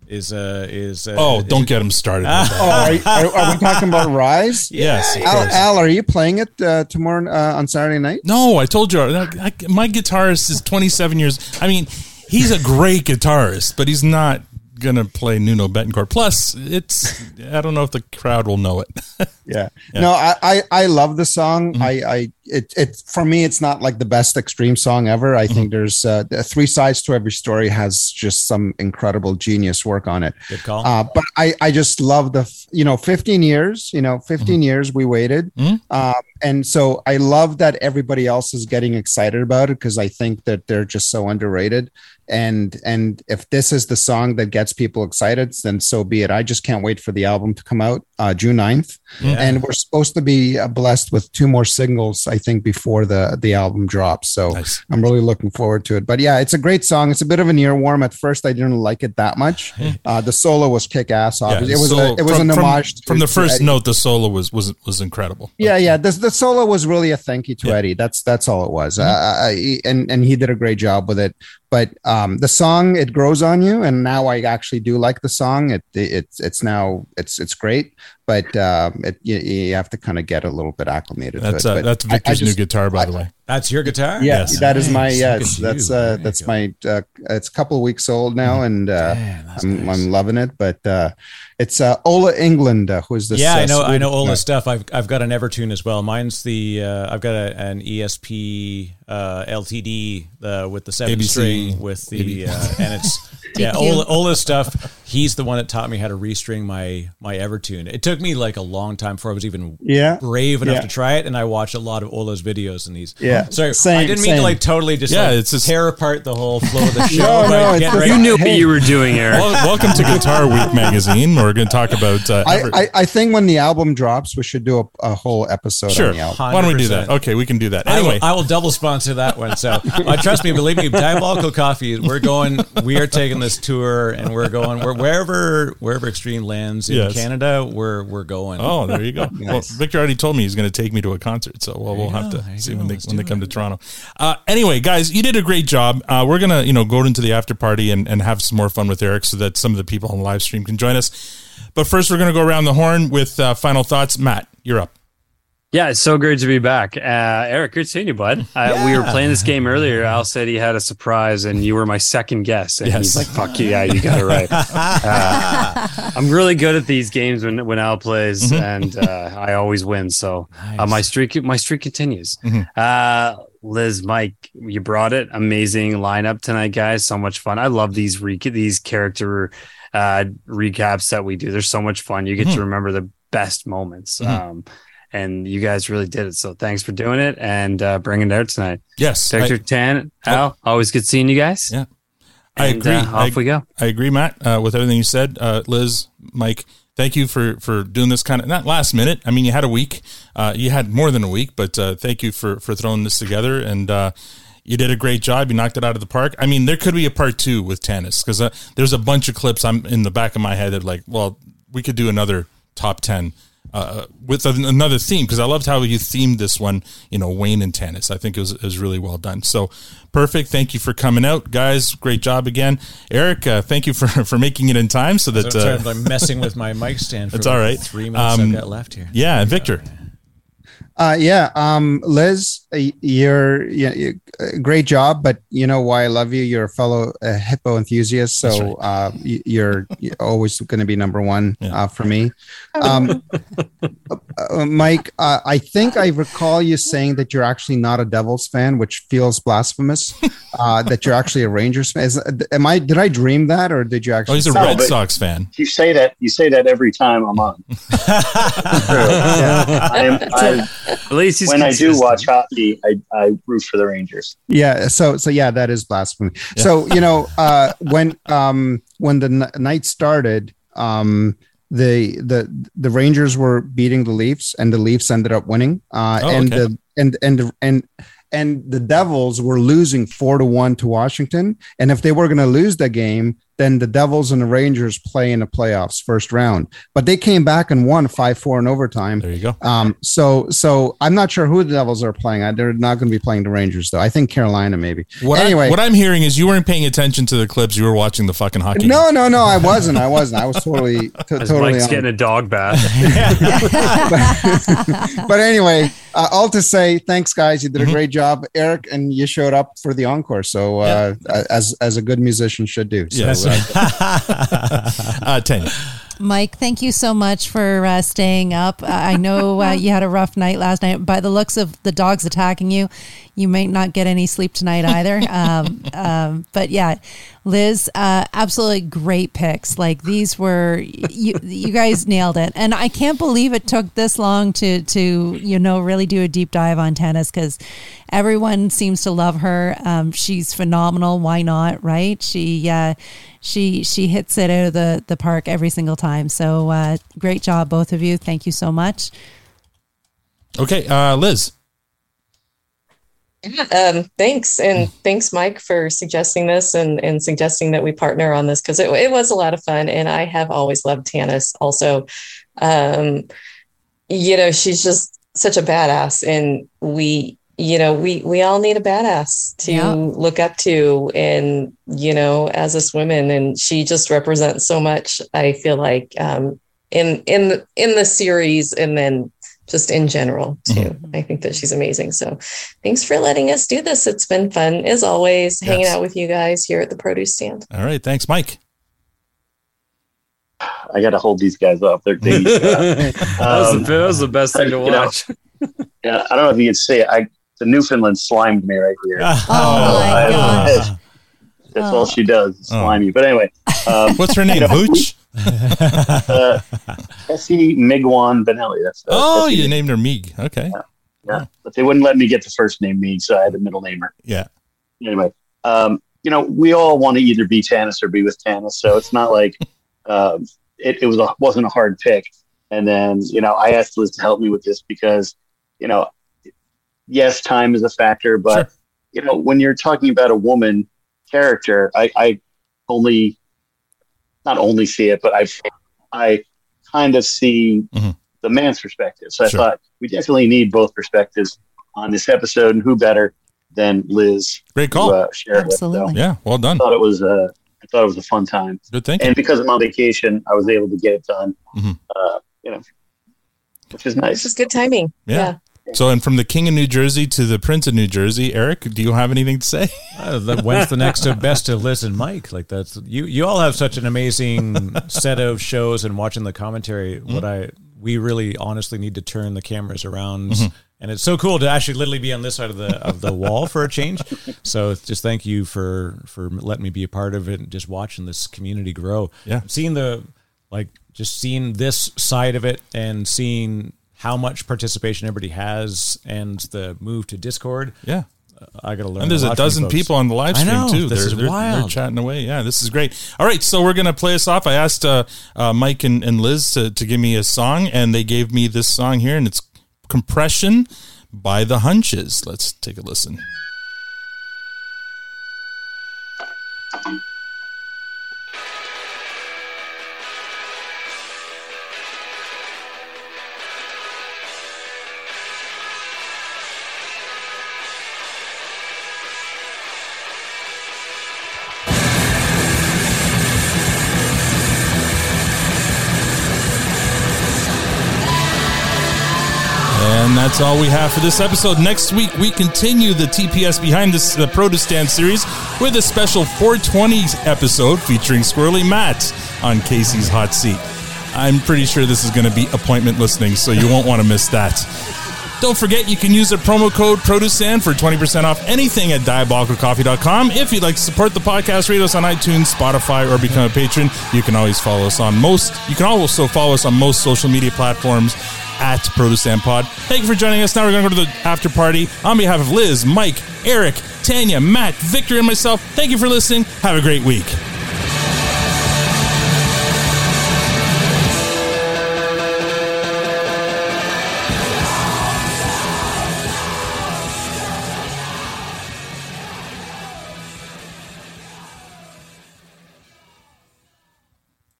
Speaker 26: Is uh is uh,
Speaker 1: Oh,
Speaker 26: is
Speaker 1: don't
Speaker 26: it-
Speaker 1: get him started.
Speaker 26: Ah.
Speaker 1: [laughs] with that.
Speaker 3: Oh, are, are, are we
Speaker 1: [laughs]
Speaker 3: talking about Rise?
Speaker 1: Yes, of
Speaker 3: Al,
Speaker 1: course.
Speaker 3: Al, are you playing it uh, tomorrow uh, on Saturday night?
Speaker 1: No, I told you. I- I- my guitarist is 27 years. I mean, he's a great guitarist, but he's not going to play Nuno Betancourt. Plus, it's, I don't know if the crowd will know it.
Speaker 3: [laughs] yeah. No, I, I I love the
Speaker 26: Mm-hmm.
Speaker 3: song. I I it it for me it's not like the best extreme song ever. I
Speaker 26: Mm-hmm.
Speaker 3: think there's uh, the three sides to every story has just some incredible genius work on it.
Speaker 26: Good call.
Speaker 3: Uh, but I I just love the f- you know 15 years you know
Speaker 26: Mm-hmm.
Speaker 3: 15 years we waited, um, and so I love that everybody else is getting excited about it because I think that they're just so underrated. And and if this is the song that gets people excited, then so be it. I just can't wait for the album to come out uh, June 9th.
Speaker 26: Yeah.
Speaker 3: And we're supposed to be uh, blessed with two more singles, I think, before the the album drops. So I'm really looking forward to it. But yeah, it's a great song. It's a bit of an earworm. At first, I didn't like it
Speaker 1: [laughs]
Speaker 3: that much. Uh, the solo was kick ass. Obviously,
Speaker 1: Yeah,
Speaker 3: it was
Speaker 1: solo-
Speaker 3: a, it was
Speaker 1: from,
Speaker 3: an
Speaker 1: from-
Speaker 3: homage to-
Speaker 1: From, the
Speaker 3: to
Speaker 1: first
Speaker 3: Eddie.
Speaker 1: note, the solo was, was, was incredible.
Speaker 3: Yeah, yeah. The, the solo was really a thank you to Eddie. That's that's all it was.
Speaker 26: Mm-hmm.
Speaker 3: Uh, I, and and he did a great job with it. But um, the song it grows on you, and now I actually do like the song. It, it it's it's now it's it's great, but um, it, you, you have to kind of get a little bit acclimated.
Speaker 1: That's
Speaker 3: to it.
Speaker 1: uh,
Speaker 3: But
Speaker 1: that's
Speaker 3: I- I
Speaker 1: Victor's
Speaker 3: just-
Speaker 1: new guitar, by the way.
Speaker 26: That's your guitar.
Speaker 3: Yeah, that is my
Speaker 26: Nice.
Speaker 3: yes.
Speaker 26: Look at
Speaker 3: That's
Speaker 26: you. Mm-hmm.
Speaker 3: uh, that's my uh, it's a couple weeks old now, and uh, I'm, I'm loving it. But uh, it's uh, Ola England uh, who is this?
Speaker 26: yeah,
Speaker 3: uh,
Speaker 26: I know. I know all
Speaker 3: Swedish-
Speaker 26: this stuff. I've I've got an Evertune as well. Mine's the uh, I've got a, an ESP uh, LTD uh, with the seven
Speaker 1: ABC,
Speaker 26: string with the
Speaker 1: ABC.
Speaker 26: uh, and it's yeah
Speaker 1: DQ.
Speaker 26: all all this stuff. He's the one that taught me how to restring my my Evertune. It took me like a long time before I was even
Speaker 3: Yeah.
Speaker 26: brave enough
Speaker 3: Yeah.
Speaker 26: to try it. And I watch a lot of Ola's videos and these.
Speaker 3: Yeah.
Speaker 26: sorry,
Speaker 3: Same,
Speaker 26: I didn't mean to
Speaker 3: same.
Speaker 26: like totally just
Speaker 1: Yeah,
Speaker 26: like,
Speaker 1: it's just-
Speaker 26: tear apart the
Speaker 3: [laughs]
Speaker 26: whole flow of the show.
Speaker 3: No,
Speaker 26: but
Speaker 3: no, it's
Speaker 26: get
Speaker 3: just-
Speaker 26: right-
Speaker 3: Oh You knew what Hey. you
Speaker 5: were doing, Eric.
Speaker 1: Well, welcome to Guitar Week magazine. We're going to talk about. Uh,
Speaker 3: I,
Speaker 1: Everett-
Speaker 3: I, I think when the album drops, we should do a, a whole episode
Speaker 1: sure.
Speaker 3: on the album.
Speaker 1: Why don't we do that?
Speaker 26: 100%.
Speaker 1: Okay, we can do that.
Speaker 26: I will-
Speaker 1: Anyway,
Speaker 26: I will, double sponsor that one. So uh, trust me, believe me, Diabolical Coffee. We're going. We are taking this tour, and we're going. We're wherever wherever Extreme lands in
Speaker 1: Yes.
Speaker 26: Canada. We're we're going.
Speaker 1: Oh, there
Speaker 26: [laughs]
Speaker 1: you go. Well, Victor already told me he's going to take me to a concert, so well, we'll have to see when they when they come to Toronto. Uh, anyway, guys, you did a great job. Uh, we're gonna you know go into the after party and, and have some more fun with Eric, so that some of the people on the live stream can join us. But first, we're gonna go around the horn with uh, final thoughts. Matt, you're up.
Speaker 5: Yeah, it's so great to be back. Uh, Eric, good seeing you, bud. Uh, We were
Speaker 26: Yeah.
Speaker 5: playing this game earlier. Al said he had a surprise, and you were my second guest. And he's like,
Speaker 26: Yes.
Speaker 5: fuck you, yeah, you got it right. Uh, I'm really good at these games when, when Al plays,
Speaker 26: Mm-hmm.
Speaker 25: Mhm.
Speaker 5: and uh, I always win. So uh, my, streak, my streak continues.
Speaker 26: Mm-hmm.
Speaker 25: Mhm.
Speaker 5: Uh, Liz, Mike, you brought it. Amazing lineup tonight, guys. So much fun. I love these re- these character uh, recaps that we do. They're so much fun. You get
Speaker 26: Mm-hmm.
Speaker 7: Mhm.
Speaker 5: to remember the best moments.
Speaker 7: Mhm.
Speaker 5: Um, and you guys really did it. So thanks for doing it and uh, bringing it out tonight.
Speaker 1: Yes,
Speaker 5: Dexter
Speaker 1: I-
Speaker 5: Tan, Al, always good seeing you guys.
Speaker 1: Yeah. I
Speaker 5: And,
Speaker 1: agree.
Speaker 5: uh,
Speaker 1: I,
Speaker 5: off we go.
Speaker 1: I agree, Matt, uh, with everything you said. Uh, Liz, Mike, thank you for for doing this kind of not last minute. I mean, you had a week. Uh, you had more than a week, but uh, thank you for for throwing this together and. Uh, you did a great job. You knocked it out of the park. I mean, there could be a part two with Tannis because uh, there's a bunch of clips I'm in the back of my head that like, well, we could do another top ten uh, with an, another theme because I loved how you themed this one. You know, Wayne and Tannis. I think it was, it was really well done. So perfect. Thank you for coming out, guys. Great job again, Eric. Uh, thank you for [laughs] for making it in time so that
Speaker 26: So sorry,
Speaker 1: uh,
Speaker 26: I'm messing with my mic stand for
Speaker 1: It's all right.
Speaker 26: three minutes I've
Speaker 1: Um,
Speaker 26: got left here.
Speaker 1: Yeah, and Victor.
Speaker 3: Uh, yeah, um, Liz, y- you're, you you- uh, great job, but you know why I love you. You're a fellow uh, hippo enthusiast,
Speaker 1: That's
Speaker 3: so uh, y- you're, you're always going to be number one uh, for me. Um, uh, Mike, uh, I think I recall you saying that you're actually not a Devils fan, which feels blasphemous. Uh, that you're actually a Rangers fan. Is, am I? Did I dream that, or did you actually?
Speaker 1: Oh, he's a
Speaker 3: say
Speaker 1: Red
Speaker 3: that?
Speaker 1: Sox fan.
Speaker 15: You say that you say that every time I'm
Speaker 1: [laughs]
Speaker 15: on. I'm, I'm,
Speaker 5: [laughs] At least he's
Speaker 15: when I do
Speaker 5: consistent.
Speaker 15: watch hockey, I, I root for the Rangers.
Speaker 3: Yeah. So so yeah, that is blasphemy. So you know, uh, when um, when the n- night started, um, the the the Rangers were beating the Leafs, and the Leafs ended up winning. Uh,
Speaker 28: Oh,
Speaker 3: and
Speaker 28: okay.
Speaker 3: the and and and and the Devils were losing four to one to Washington. And if they were going to lose the game, then the Devils and the Rangers play in the playoffs first round. But they came back and won five four in overtime. There
Speaker 1: you go.
Speaker 3: Um, so so I'm not sure who the Devils are playing. I- They're not going to be playing the Rangers though. I think Carolina maybe.
Speaker 1: What
Speaker 3: anyway,
Speaker 1: I, what I'm hearing is you weren't paying attention to the clips. You were watching the fucking hockey.
Speaker 3: no no no, I wasn't. I wasn't. I was totally to-
Speaker 5: [laughs] As
Speaker 3: totally.
Speaker 5: Mike's
Speaker 3: on.
Speaker 5: getting a dog bath.
Speaker 3: But anyway, uh, all to say, thanks guys. You did a great job, Eric, and you showed up for the encore. So uh, as as a good musician should do. So,
Speaker 1: Yes.
Speaker 3: uh,
Speaker 1: [laughs] uh, Tanya.
Speaker 2: Mike, thank you so much for uh, staying up. Uh, I know uh, you had a rough night last night. By the looks of the dogs attacking you, you might not get any sleep tonight either. Um, um, but yeah, Liz, uh, absolutely great picks. Like these were you, you guys nailed it, and I can't believe it took this long to to you know really do a deep dive on tennis because everyone seems to love her. Um, she's phenomenal. Why not? Right? She. Uh, she she hits it out of the the park every single time. So uh, great job, both of you. Thank you so much.
Speaker 1: Okay, uh, Liz.
Speaker 14: Um, thanks. And thanks, Mike, for suggesting this and, and suggesting that we partner on this because it, it was a lot of fun. And I have always loved Tannis also. Um, you know, she's just such a badass. And we, you know, we, we all need a badass to
Speaker 11: Yeah.
Speaker 14: look up to and, you know, as us women. And she just represents so much, I feel like, um, in, in, in the series and then just in general too. I think that she's amazing. So thanks for letting us do this. It's been fun as always, hanging
Speaker 1: Yes.
Speaker 14: out with you guys here at the produce stand.
Speaker 1: All right, thanks, Mike.
Speaker 15: I got to hold these guys up. They're they,
Speaker 5: [laughs] [laughs] that, was the,
Speaker 15: Um,
Speaker 5: that was the best thing to
Speaker 15: you know,
Speaker 5: watch.
Speaker 15: yeah, I don't know if you can see it. I the Newfoundland slimed me right
Speaker 1: [laughs]
Speaker 15: here.
Speaker 5: Oh,
Speaker 15: my gosh. That's all she does, is slime you. But anyway, um,
Speaker 1: Oh. What's her name? Hooch.
Speaker 15: [laughs] uh, Tessie Migwan Benelli. That's uh,
Speaker 1: Oh,
Speaker 15: Tessie
Speaker 1: you named her Meeg. Okay.
Speaker 15: yeah. But they wouldn't let me get the first name me, so I had a middle namer.
Speaker 1: Yeah.
Speaker 15: Anyway, um, you know, we all want to either be Tannis or be with Tannis, so it's not like [laughs] um, it, it was a, wasn't a hard pick. And then, you know, I asked Liz to help me with this because, you know, yes, time is a factor, but you know, when you're talking about a woman character, I, I only not only see it, but I I kind of see
Speaker 1: Mm-hmm.
Speaker 15: the man's perspective. So I thought we definitely need both perspectives on this episode, and who better than Liz?
Speaker 1: Great call.
Speaker 15: To, uh, share it with. So
Speaker 1: Yeah. Well done.
Speaker 15: I thought it was a I thought it was a fun time.
Speaker 1: Good thinking. Mm-hmm.
Speaker 15: And because I'm on vacation, I was able to get it done.
Speaker 1: Mhm.
Speaker 15: Uh, you know, which is nice.
Speaker 23: It's just good timing.
Speaker 1: Yeah. So, and from the King of New Jersey to the Prince of New Jersey, Eric, do you have anything
Speaker 26: [laughs]
Speaker 1: to say?
Speaker 26: Uh, when's the
Speaker 1: [laughs]
Speaker 26: next to best to Liz and Mike? Like that's you. You all have such an
Speaker 1: [laughs]
Speaker 26: amazing set of shows, and watching the commentary,
Speaker 1: Mm-hmm.
Speaker 26: what I we really honestly need to turn the cameras around,
Speaker 1: Mhm.
Speaker 26: and it's so cool to actually literally be on this side of the of the wall for a
Speaker 1: [laughs]
Speaker 26: change. So just thank you for for letting me be a part of it, and just watching this community grow.
Speaker 1: Yeah.
Speaker 26: seeing the like just seeing this side of it and seeing how much participation everybody has and the move to Discord. Uh,
Speaker 1: Yeah.
Speaker 26: I got to learn.
Speaker 1: And there's a,
Speaker 26: lot from you
Speaker 1: dozen
Speaker 26: folks.
Speaker 1: people on the live
Speaker 26: I
Speaker 1: stream
Speaker 26: know,
Speaker 1: too.
Speaker 26: This
Speaker 1: they're,
Speaker 26: is
Speaker 1: they're-
Speaker 26: wild.
Speaker 1: they're chatting away. Yeah, this is great. All right, so we're gonna play us off. I asked uh, uh, Mike and, and Liz to, to give me a song, and they gave me this song here, and it's "Compression" by the Hunches. Let's take a listen. And that's all we have for this episode. Next week, we continue the TPS Behind the, the Protestant series with a special 420s episode featuring Squirrely Matt on Casey's Hot Seat. I'm pretty sure this is going to be appointment listening, so you won't want to miss that. Don't forget you can use the promo code PRODUCEN for 20% off anything at diabolicalcoffee.com. If you'd like to support the podcast, rate us on iTunes, Spotify, or become a patron. You can always follow us on most you can also follow us on most social media platforms at ProduceN Pod. Thank you for joining us. Now we're gonna go to the after party. On behalf of Liz, Mike, Eric, Tanya, Matt, Victor, and myself, thank you for listening. Have a great week.